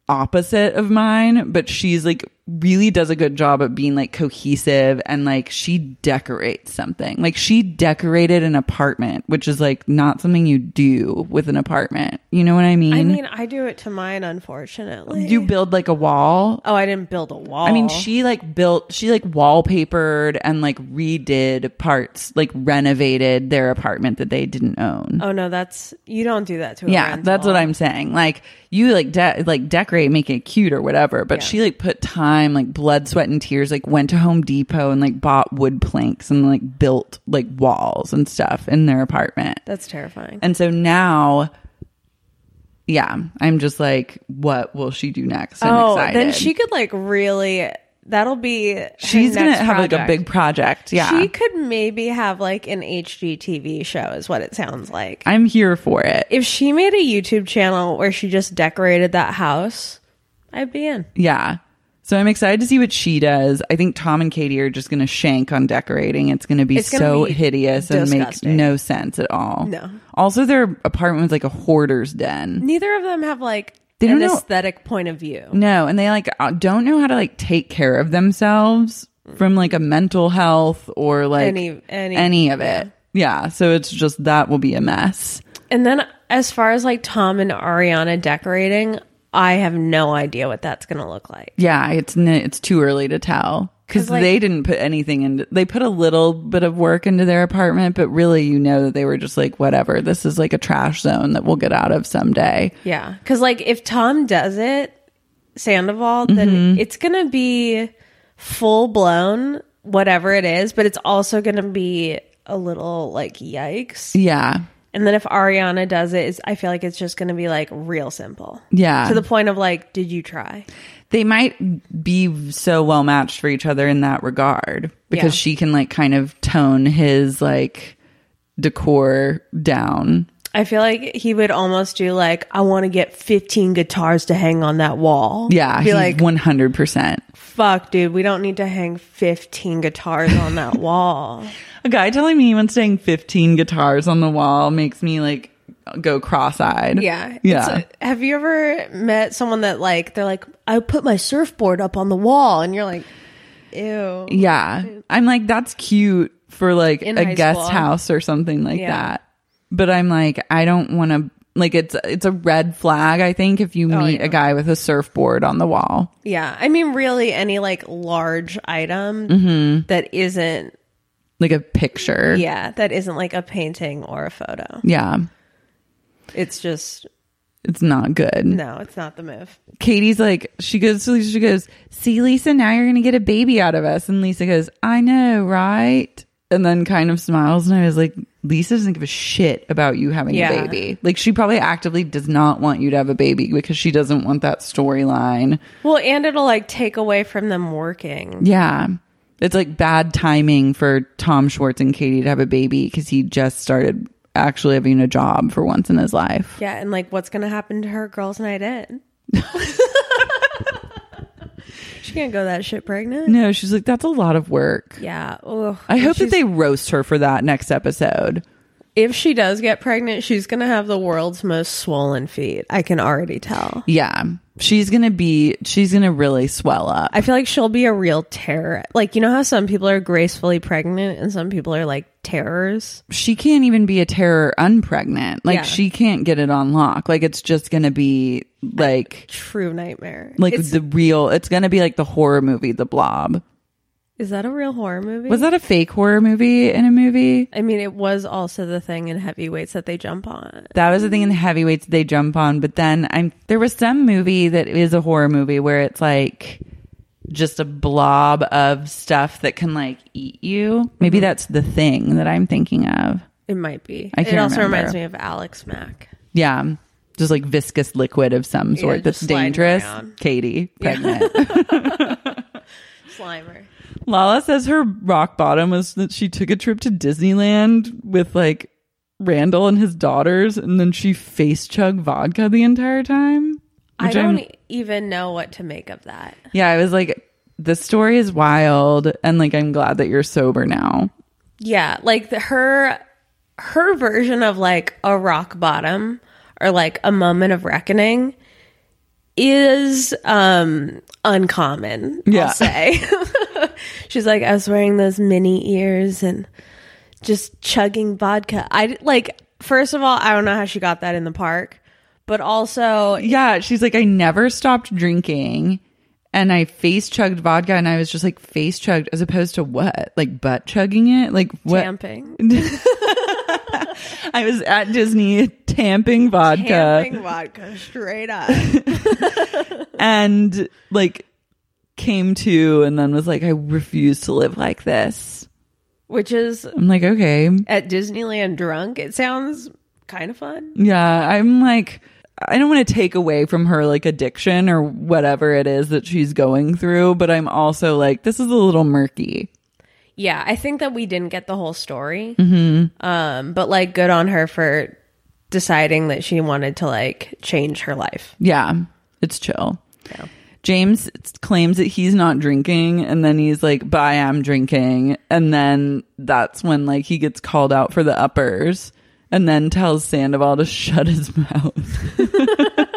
[SPEAKER 1] opposite of mine, but she's like really does a good job at being like cohesive and like she decorates something. Like she decorated an apartment, which is like not something you do with an apartment. You know what I mean?
[SPEAKER 4] I mean, I do it to mine, unfortunately.
[SPEAKER 1] you build like a wall.
[SPEAKER 4] Oh, I didn't build a wall.
[SPEAKER 1] I mean, she like built, she like wallpapered and like redid parts, like renovated their apartment that they didn't own.
[SPEAKER 4] Oh no, that's you don't do that to. A
[SPEAKER 1] yeah that's what i'm saying like you like de- like decorate make it cute or whatever but she like put time like blood sweat and tears like went to home depot and like bought wood planks and like built like walls and stuff in their apartment
[SPEAKER 4] That's terrifying.
[SPEAKER 1] and so now yeah i'm just like what will she do next I'm
[SPEAKER 4] oh,
[SPEAKER 1] excited.
[SPEAKER 4] then she could like really. That'll be. her
[SPEAKER 1] she's gonna
[SPEAKER 4] next
[SPEAKER 1] have like a
[SPEAKER 4] project.
[SPEAKER 1] big project yeah
[SPEAKER 4] She could maybe have like an HGTV show, is what it sounds like.
[SPEAKER 1] i'm here for it
[SPEAKER 4] if she made a YouTube channel where she just decorated that house, I'd be in.
[SPEAKER 1] Yeah. So I'm excited to see what she does. I think Tom and Katie are just going to shank on decorating. It's going to be
[SPEAKER 4] It's gonna
[SPEAKER 1] so
[SPEAKER 4] be
[SPEAKER 1] hideous and
[SPEAKER 4] disgusting.
[SPEAKER 1] make no sense at all.
[SPEAKER 4] No.
[SPEAKER 1] Also, their apartment was like a hoarder's den.
[SPEAKER 4] Neither of them have like
[SPEAKER 1] They don't
[SPEAKER 4] an
[SPEAKER 1] know-
[SPEAKER 4] aesthetic point of view.
[SPEAKER 1] No, and they like uh, don't know how to like take care of themselves from like a mental health or like
[SPEAKER 4] Any- any-
[SPEAKER 1] of it. Yeah. So it's just that will be a mess.
[SPEAKER 4] And then as far as like Tom and Ariana decorating, I have no idea what that's going to look like.
[SPEAKER 1] Yeah, it's n- it's too early to tell because
[SPEAKER 4] 'Cause, like-
[SPEAKER 1] they didn't put anything into. They put a little bit of work into their apartment, but really, you know that they were just like, whatever. This is like a trash zone that we'll get out of someday.
[SPEAKER 4] Yeah. Cause like if Tom does it, Sandoval, then
[SPEAKER 1] Mm-hmm.
[SPEAKER 4] it's going to be full blown, whatever it is, but it's also going to be a little like yikes.
[SPEAKER 1] Yeah,
[SPEAKER 4] And then if Ariana does it, it's, I feel like it's just going to be like real simple.
[SPEAKER 1] Yeah.
[SPEAKER 4] To the point of like, did you try?
[SPEAKER 1] they might be so well matched for each other in that regard because
[SPEAKER 4] Yeah.
[SPEAKER 1] she can like kind of tone his like decor down.
[SPEAKER 4] I feel like he would almost do like, I want to get 15 guitars to hang on that wall.
[SPEAKER 1] Yeah,
[SPEAKER 4] Be like,
[SPEAKER 1] one hundred percent.
[SPEAKER 4] fuck, dude, we don't need to hang 15 guitars on that wall.
[SPEAKER 1] A guy telling me he wants to hang 15 guitars on the wall makes me like go cross-eyed.
[SPEAKER 4] Yeah.
[SPEAKER 1] Yeah.
[SPEAKER 4] It's- have you ever met someone that like, they're like, I put my surfboard up on the wall. And you're like, ew.
[SPEAKER 1] yeah. I'm like that's cute for like
[SPEAKER 4] In
[SPEAKER 1] a
[SPEAKER 4] high
[SPEAKER 1] guest
[SPEAKER 4] school.
[SPEAKER 1] house or something like
[SPEAKER 4] Yeah.
[SPEAKER 1] that. But I'm like I don't want to like it's it's a red flag I think if
[SPEAKER 4] Oh,
[SPEAKER 1] you meet a guy with a surfboard on the wall.
[SPEAKER 4] Yeah. I mean, really, any like large item
[SPEAKER 1] Mm-hmm.
[SPEAKER 4] that isn't
[SPEAKER 1] Like a picture.
[SPEAKER 4] Yeah, that isn't like a painting or a photo.
[SPEAKER 1] Yeah.
[SPEAKER 4] It's just
[SPEAKER 1] It's not good.
[SPEAKER 4] no, it's not the move.
[SPEAKER 1] Katie's like, she goes, to Lisa, she goes, see, Lisa, now you're going to get a baby out of us. And Lisa goes, I know, right? And then kind of smiles. And I was like, Lisa doesn't give a shit about you having
[SPEAKER 4] Yeah.
[SPEAKER 1] a baby. Like, she probably actively does not want you to have a baby because she doesn't want that storyline.
[SPEAKER 4] Well, and it'll like take away from them working.
[SPEAKER 1] Yeah. It's like bad timing for Tom Schwartz and Katie to have a baby because he just started actually having a job for once in his life.
[SPEAKER 4] Yeah, and like what's gonna happen to her girls' night in? she can't go that shit pregnant.
[SPEAKER 1] No, she's like, that's a lot of work.
[SPEAKER 4] Yeah. Ugh.
[SPEAKER 1] I
[SPEAKER 4] And
[SPEAKER 1] hope that
[SPEAKER 4] she's-
[SPEAKER 1] they roast her for that next episode.
[SPEAKER 4] if she does get pregnant, she's gonna have the world's most swollen feet. I can already tell.
[SPEAKER 1] Yeah. She's going to be, she's going to really swell up.
[SPEAKER 4] I feel like she'll be a real terror. Like you know how some people are gracefully pregnant and some people are like terrors.
[SPEAKER 1] She can't even be a terror unpregnant. Like
[SPEAKER 4] Yeah.
[SPEAKER 1] she can't get it on lock. Like it's just going to be like,
[SPEAKER 4] True nightmare.
[SPEAKER 1] like
[SPEAKER 4] It's-
[SPEAKER 1] the real, it's going to be like the horror movie, The Blob.
[SPEAKER 4] Is that a real horror movie?
[SPEAKER 1] Was that a fake horror movie in a movie?
[SPEAKER 4] I mean, it was also the thing in heavyweights that they jump on.
[SPEAKER 1] That was the thing in the heavyweights they jump on. But then I'm, there was some movie that is a horror movie where it's like, just a blob of stuff that can like eat you.
[SPEAKER 4] Mm-hmm.
[SPEAKER 1] Maybe that's the thing that I'm thinking of.
[SPEAKER 4] It might be.
[SPEAKER 1] I
[SPEAKER 4] it
[SPEAKER 1] can't
[SPEAKER 4] also
[SPEAKER 1] remember.
[SPEAKER 4] reminds me of Alex Mack.
[SPEAKER 1] Yeah. Just like viscous liquid of some
[SPEAKER 4] Yeah,
[SPEAKER 1] sort that's
[SPEAKER 4] just sliding
[SPEAKER 1] dangerous.
[SPEAKER 4] around.
[SPEAKER 1] Katie, pregnant.
[SPEAKER 4] Slimer.
[SPEAKER 1] Lala says her rock bottom was that she took a trip to Disneyland with like Randall and his daughters, and then she face chug vodka the entire time.
[SPEAKER 4] I
[SPEAKER 1] which I'm-
[SPEAKER 4] don't even know what to make of that.
[SPEAKER 1] yeah, I was like, the story is wild, and like I'm glad that you're sober now.
[SPEAKER 4] Yeah, like the, her her version of like a rock bottom or like a moment of reckoning is um uncommon,
[SPEAKER 1] Yeah.
[SPEAKER 4] I'll say. She's like I was wearing those mini ears and just chugging vodka. I d- like first of all, I don't know how she got that in the park, but also
[SPEAKER 1] Yeah, she's like, I never stopped drinking, and I face chugged vodka, and I was just like face chugged as opposed to what, like butt chugging it, like what?
[SPEAKER 4] camping.
[SPEAKER 1] I was at Disney tamping vodka.
[SPEAKER 4] Camping vodka straight up.
[SPEAKER 1] and like came to and then was like i refuse to live like this
[SPEAKER 4] Which is
[SPEAKER 1] i'm like okay
[SPEAKER 4] at Disneyland drunk. It sounds kind of fun.
[SPEAKER 1] yeah i'm like i don't want to take away from her like addiction or whatever it is that she's going through but i'm also like this is a little murky
[SPEAKER 4] Yeah, I think that we didn't get the whole story. Um, but like, good on her for deciding that she wanted to like change her life.
[SPEAKER 1] yeah it's chill james claims that he's not drinking and then he's like but i am drinking and then that's when like he gets called out for the uppers and then tells sandoval to shut his mouth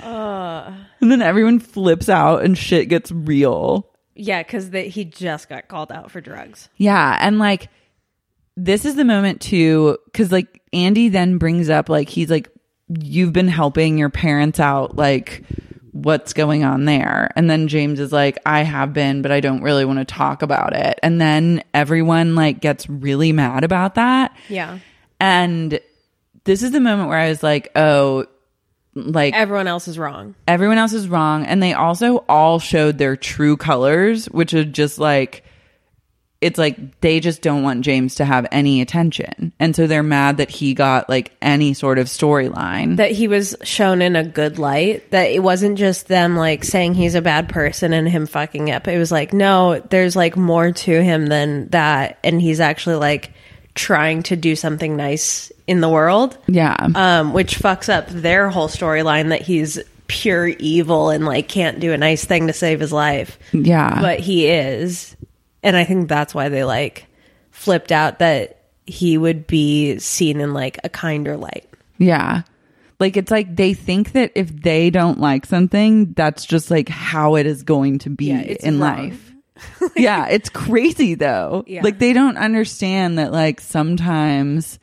[SPEAKER 1] And then everyone flips out and shit gets real.
[SPEAKER 4] Yeah, because that he just got called out for drugs.
[SPEAKER 1] Yeah. And like, this is the moment too, because like Andy then brings up, like, he's like, you've been helping your parents out. Like, what's going on there? And then James is like, I have been, but I don't really want to talk about it. And then everyone like gets really mad about that.
[SPEAKER 4] Yeah,
[SPEAKER 1] And this is the moment where I was like, oh, like,
[SPEAKER 4] everyone else is wrong.
[SPEAKER 1] everyone else is wrong and they also all showed their true colors which is just like it's like they just don't want James to have any attention and so they're mad that he got like any sort of storyline
[SPEAKER 4] That he was shown in a good light. That it wasn't just them like saying he's a bad person and him fucking up. It was like, no, there's like more to him than that, and he's actually like trying to do something nice in the world.
[SPEAKER 1] yeah
[SPEAKER 4] um, which fucks up their whole storyline that he's pure evil and like can't do a nice thing to save his life,
[SPEAKER 1] yeah
[SPEAKER 4] but he is, and I think that's why they like flipped out that he would be seen in like a kinder light.
[SPEAKER 1] yeah like it's like they think that if they don't like something that's just like how it is going to be
[SPEAKER 4] Yeah, it's
[SPEAKER 1] in
[SPEAKER 4] wrong.
[SPEAKER 1] life yeah, it's crazy though.
[SPEAKER 4] Yeah.
[SPEAKER 1] Like they don't understand that like sometimes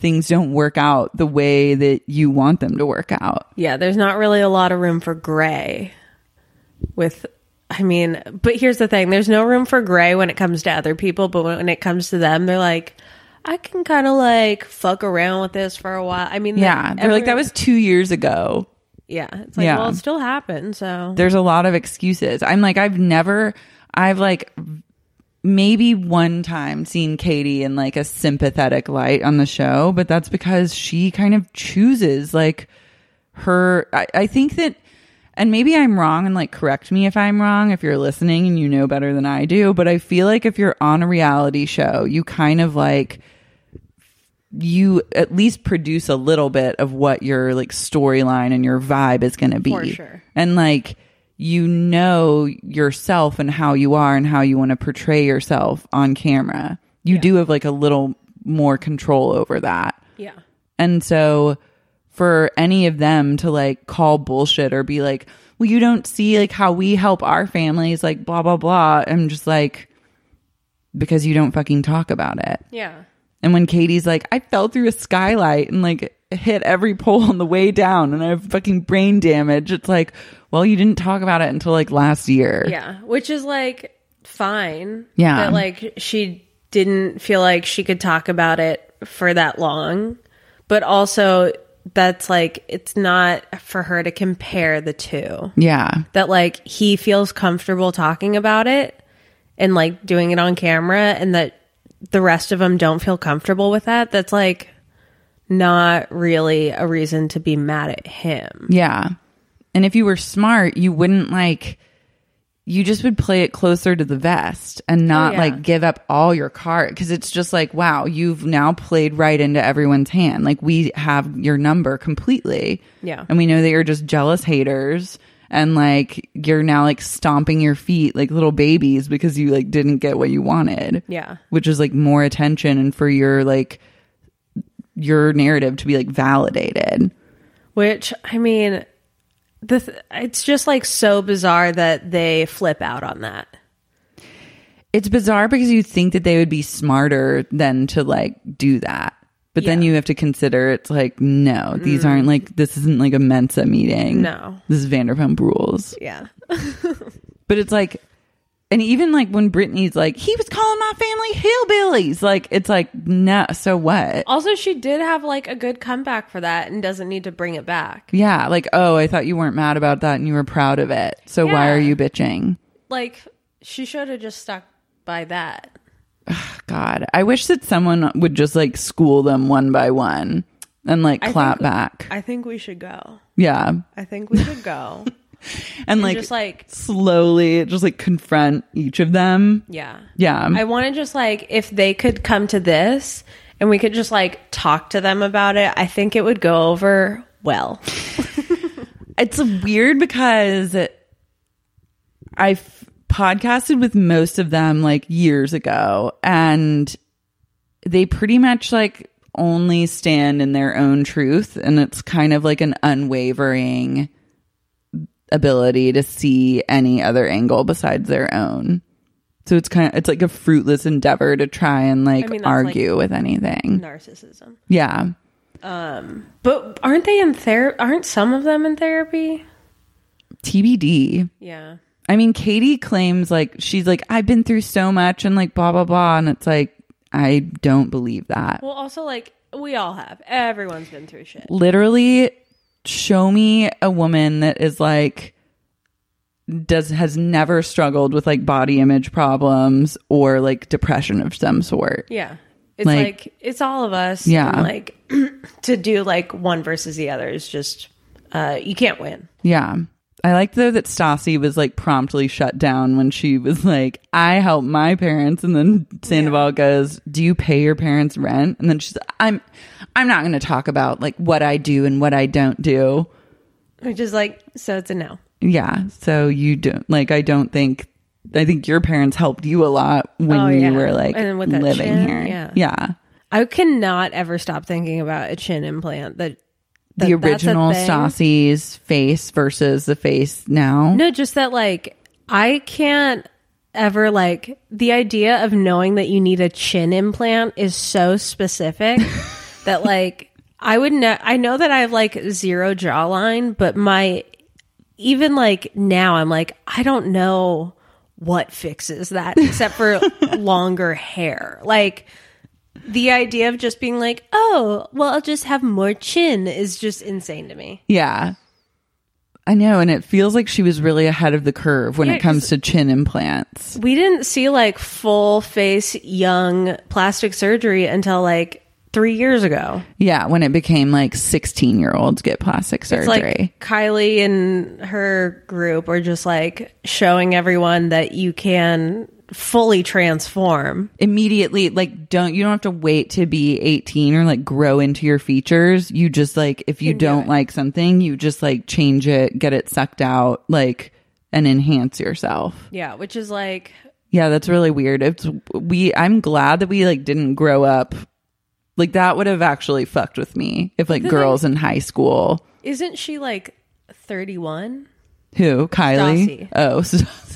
[SPEAKER 1] things don't work out the way that you want them to work out.
[SPEAKER 4] Yeah, there's not really a lot of room for gray. With, I mean, but here's the thing: there's no room for gray when it comes to other people, but when it comes to them, they're like. I can kind of like fuck around with this for a while. I mean,
[SPEAKER 1] Yeah. They're like that
[SPEAKER 4] everyone-
[SPEAKER 1] was 2 years ago.
[SPEAKER 4] Yeah. It's like,
[SPEAKER 1] Yeah.
[SPEAKER 4] well, it still happened. So
[SPEAKER 1] There's a lot of excuses. I'm like I've never I've like maybe one time seen Katie in like a sympathetic light on the show, but that's because she kind of chooses like her I, I think that and maybe I'm wrong and like correct me if I'm wrong if you're listening and you know better than I do, but I feel like if you're on a reality show, you kind of like you at least produce a little bit of what your like storyline and your vibe is going to be.
[SPEAKER 4] For sure.
[SPEAKER 1] And like you know yourself and how you are and how you want to portray yourself on camera. You do have like a little more control over that.
[SPEAKER 4] yeah.
[SPEAKER 1] And so for any of them to like call bullshit or be like, well, you don't see like how we help our families, like blah, blah, blah. I'm just like, because you don't fucking talk about it.
[SPEAKER 4] Yeah.
[SPEAKER 1] And when Katie's like, I fell through a skylight and like hit every pole on the way down and I have fucking brain damage, it's like, well, you didn't talk about it until like last year.
[SPEAKER 4] Yeah. Which is like fine.
[SPEAKER 1] Yeah.
[SPEAKER 4] That like she didn't feel like she could talk about it for that long. But also that's like it's not for her to compare the two.
[SPEAKER 1] Yeah.
[SPEAKER 4] That like he feels comfortable talking about it and like doing it on camera and that the rest of them don't feel comfortable with that. That's like not really a reason to be mad at him.
[SPEAKER 1] Yeah. And if you were smart, you wouldn't like you just would play it closer to the vest and not
[SPEAKER 4] Oh, yeah.
[SPEAKER 1] like give up all your card because it's just like wow, you've now played right into everyone's hand. Like we have your number completely.
[SPEAKER 4] Yeah.
[SPEAKER 1] And we know that you're just jealous haters and like you're now like stomping your feet like little babies because you like didn't get what you wanted.
[SPEAKER 4] Yeah.
[SPEAKER 1] Which is like more attention and for your like your narrative to be like validated.
[SPEAKER 4] Which I mean, the th- it's just like so bizarre that they flip out on that.
[SPEAKER 1] it's bizarre because you think that they would be smarter than to like do that. But then you have to consider it's like, no, these aren't like, this isn't like a Mensa meeting.
[SPEAKER 4] Mm. No.
[SPEAKER 1] This is Vanderpump rules.
[SPEAKER 4] Yeah.
[SPEAKER 1] But it's like, and even like when Brittany's like, he was calling my family hillbillies. Like, it's like, no, so what?
[SPEAKER 4] Also, she did have like a good comeback for that and doesn't need to bring it back.
[SPEAKER 1] Yeah. Like, oh, I thought you weren't mad about that and you were proud of it. So why
[SPEAKER 4] Yeah.
[SPEAKER 1] are you bitching?
[SPEAKER 4] Like, she should have just stuck by that.
[SPEAKER 1] God, I wish that someone would just like school them one by one and like
[SPEAKER 4] think-
[SPEAKER 1] clap back.
[SPEAKER 4] I think we should go.
[SPEAKER 1] yeah.
[SPEAKER 4] I think we should go.
[SPEAKER 1] And like,
[SPEAKER 4] just like,
[SPEAKER 1] slowly just like confront each of them.
[SPEAKER 4] yeah.
[SPEAKER 1] Yeah.
[SPEAKER 4] I want to just like, if they could come to this and we could just like talk to them about it, I think it would go over well.
[SPEAKER 1] it's weird because I've podcasted with most of them like years ago and they pretty much like only stand in their own truth and it's kind of like an unwavering ability to see any other angle besides their own. So it's kind of it's like a fruitless endeavor to try and like
[SPEAKER 4] mean, that's, like,
[SPEAKER 1] argue with anything.
[SPEAKER 4] Narcissism.
[SPEAKER 1] Yeah.
[SPEAKER 4] But aren't they in therapy? Aren't some of them in therapy?
[SPEAKER 1] TBD.
[SPEAKER 4] Yeah.
[SPEAKER 1] I mean, Katie claims like she's like I've been through so much and like blah blah blah, and it's like I don't believe that.
[SPEAKER 4] Well, also, like, we all have. Everyone's been through shit.
[SPEAKER 1] Literally, show me a woman that is like does has never struggled with like body image problems or like depression of some sort.
[SPEAKER 4] Yeah. It's
[SPEAKER 1] Like-
[SPEAKER 4] like, it's all of us.
[SPEAKER 1] Yeah.
[SPEAKER 4] And, like to do like one versus the other is just uh you can't win.
[SPEAKER 1] Yeah. I liked though that Stassi was like promptly shut down when she was like, I help my parents and then Sandoval goes, Do you pay your parents rent? And then she's I'm I'm not gonna talk about like what I do and what I don't do.
[SPEAKER 4] Which is like so it's a no.
[SPEAKER 1] Yeah. So you don't like I don't think I think your parents helped you a lot when
[SPEAKER 4] Oh,
[SPEAKER 1] you
[SPEAKER 4] yeah.
[SPEAKER 1] were like
[SPEAKER 4] And with that
[SPEAKER 1] living
[SPEAKER 4] chin,
[SPEAKER 1] here.
[SPEAKER 4] yeah.
[SPEAKER 1] Yeah.
[SPEAKER 4] I cannot ever stop thinking about a chin implant that,
[SPEAKER 1] The
[SPEAKER 4] that- that's a
[SPEAKER 1] original
[SPEAKER 4] thing.
[SPEAKER 1] Stassi's face versus the face now.
[SPEAKER 4] No, just that like I can't ever like the idea of knowing that you need a chin implant is so specific that like I would know I know that I have like zero jawline, but my even like now I'm like I don't know what fixes that except for longer hair. Like the idea of just being like, "Oh, well, I'll just have more chin" is just insane to me.
[SPEAKER 1] Yeah. I know. And it feels like she was really ahead of the curve when
[SPEAKER 4] Yeah,
[SPEAKER 1] it comes to chin implants.
[SPEAKER 4] we didn't see like full face young plastic surgery until like three years ago.
[SPEAKER 1] Yeah. When it became like 16 year olds get plastic surgery.
[SPEAKER 4] It's like Kylie and her group are just like showing everyone that you can fully transform.
[SPEAKER 1] Immediately, like, don't, you don't have to wait to be 18 or like grow into your features. You just like, if you don't like something, you just like change it, get it sucked out, like, and enhance yourself.
[SPEAKER 4] Yeah, which is like,
[SPEAKER 1] Yeah, that's really weird. It's we I'm glad that we like didn't grow up like that would have actually fucked with me if like girls in high school
[SPEAKER 4] isn't she like 31?
[SPEAKER 1] Who? Kylie?
[SPEAKER 4] Stassi.
[SPEAKER 1] Oh, Stassi.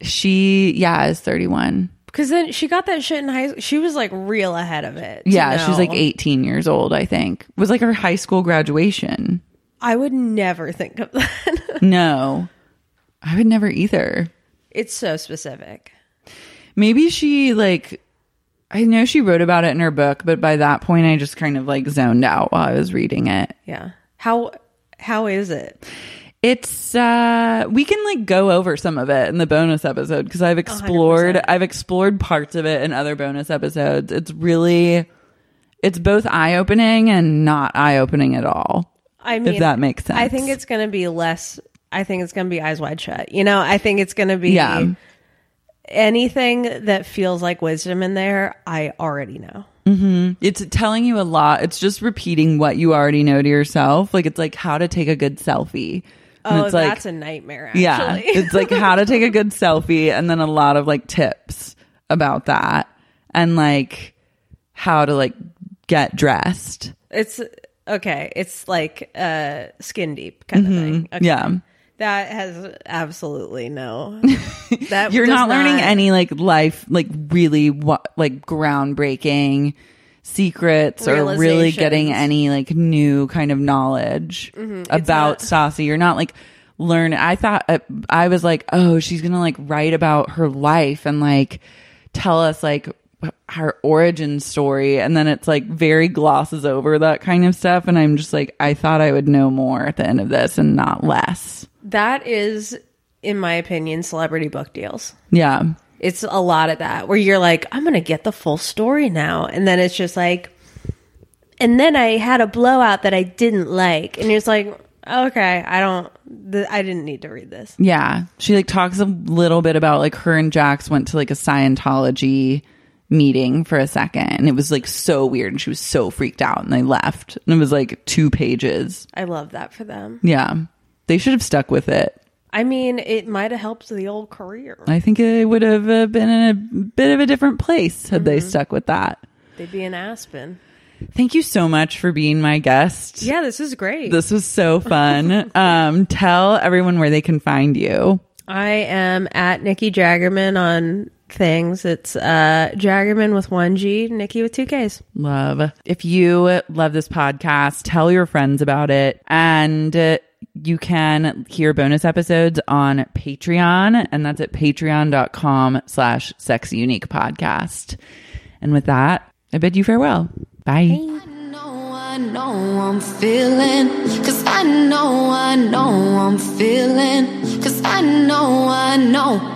[SPEAKER 1] She, yeah, is 31.
[SPEAKER 4] Because then she got that shit in high school. She was like real ahead of it. to
[SPEAKER 1] Yeah,
[SPEAKER 4] know.
[SPEAKER 1] she's like 18 years old, I think. Was like her high school graduation.
[SPEAKER 4] I would never think of that.
[SPEAKER 1] No, I would never either.
[SPEAKER 4] it's so specific.
[SPEAKER 1] Maybe she, like, I know she wrote about it in her book, but by that point, I just kind of like zoned out while I was reading it.
[SPEAKER 4] Yeah. How how is it?
[SPEAKER 1] It's uh we can like go over some of it in the bonus episode because I've explored I've explored parts of it in other bonus episodes. It's really it's both eye-opening and not eye-opening at all.
[SPEAKER 4] I mean,
[SPEAKER 1] if that makes sense.
[SPEAKER 4] I think it's going to be less. I think it's going to be eyes wide shut. You know, I think it's going to be
[SPEAKER 1] Yeah.
[SPEAKER 4] anything that feels like wisdom in there. I already know.
[SPEAKER 1] it's telling you a lot. It's just repeating what you already know to yourself. Like it's like how to take a good selfie. And
[SPEAKER 4] Oh,
[SPEAKER 1] it's like,
[SPEAKER 4] that's a nightmare. Actually.
[SPEAKER 1] Yeah. it's like how to take a good selfie and then a lot of like tips about that and like how to like get dressed.
[SPEAKER 4] it's okay. It's like uh, skin deep kind of thing. Okay.
[SPEAKER 1] Mm-hmm. Yeah.
[SPEAKER 4] That has absolutely no. That
[SPEAKER 1] You're
[SPEAKER 4] does
[SPEAKER 1] not learning any like life, like really what, like groundbreaking secrets or really getting
[SPEAKER 4] Realizations.
[SPEAKER 1] any like new kind of knowledge about Saucy. You're not like learn. I thought, uh, I was like, oh, she's going to like write about her life and like tell us like wh- her origin story. And then it's like very glosses over that kind of stuff. And I'm just like, I thought I would know more at the end of this and not less.
[SPEAKER 4] That is, in my opinion, celebrity book deals.
[SPEAKER 1] Yeah.
[SPEAKER 4] It's a lot of that where you're like, I'm going to get the full story now. And then it's just like, and then I had a blowout that I didn't like. And it's like, okay, I don't, th- I didn't need to read this.
[SPEAKER 1] Yeah. She like talks a little bit about like her and Jax went to like a Scientology meeting for a second and it was like so weird and she was so freaked out and they left. And it was like two pages.
[SPEAKER 4] I love that for them.
[SPEAKER 1] Yeah. They should have stuck with it.
[SPEAKER 4] I mean, it might have helped the old career.
[SPEAKER 1] I think it would have uh, been in a bit of a different place had they stuck with that.
[SPEAKER 4] They'd be in Aspen.
[SPEAKER 1] Thank you so much for being my guest.
[SPEAKER 4] Yeah, this is great.
[SPEAKER 1] This was so fun. um, tell everyone where they can find you.
[SPEAKER 4] I am at Nikki Jaggerman on things. It's uh Jaggerman with one G, Nikki with two Ks.
[SPEAKER 1] Love. If you love this podcast, tell your friends about it. And uh, you can hear bonus episodes on Patreon. And that's at patreon.com slash sex unique podcast. And with that, I bid you farewell. Bye.
[SPEAKER 2] know, I know I'm feeling. Cause I know, I know I'm feeling. Cause I know, I know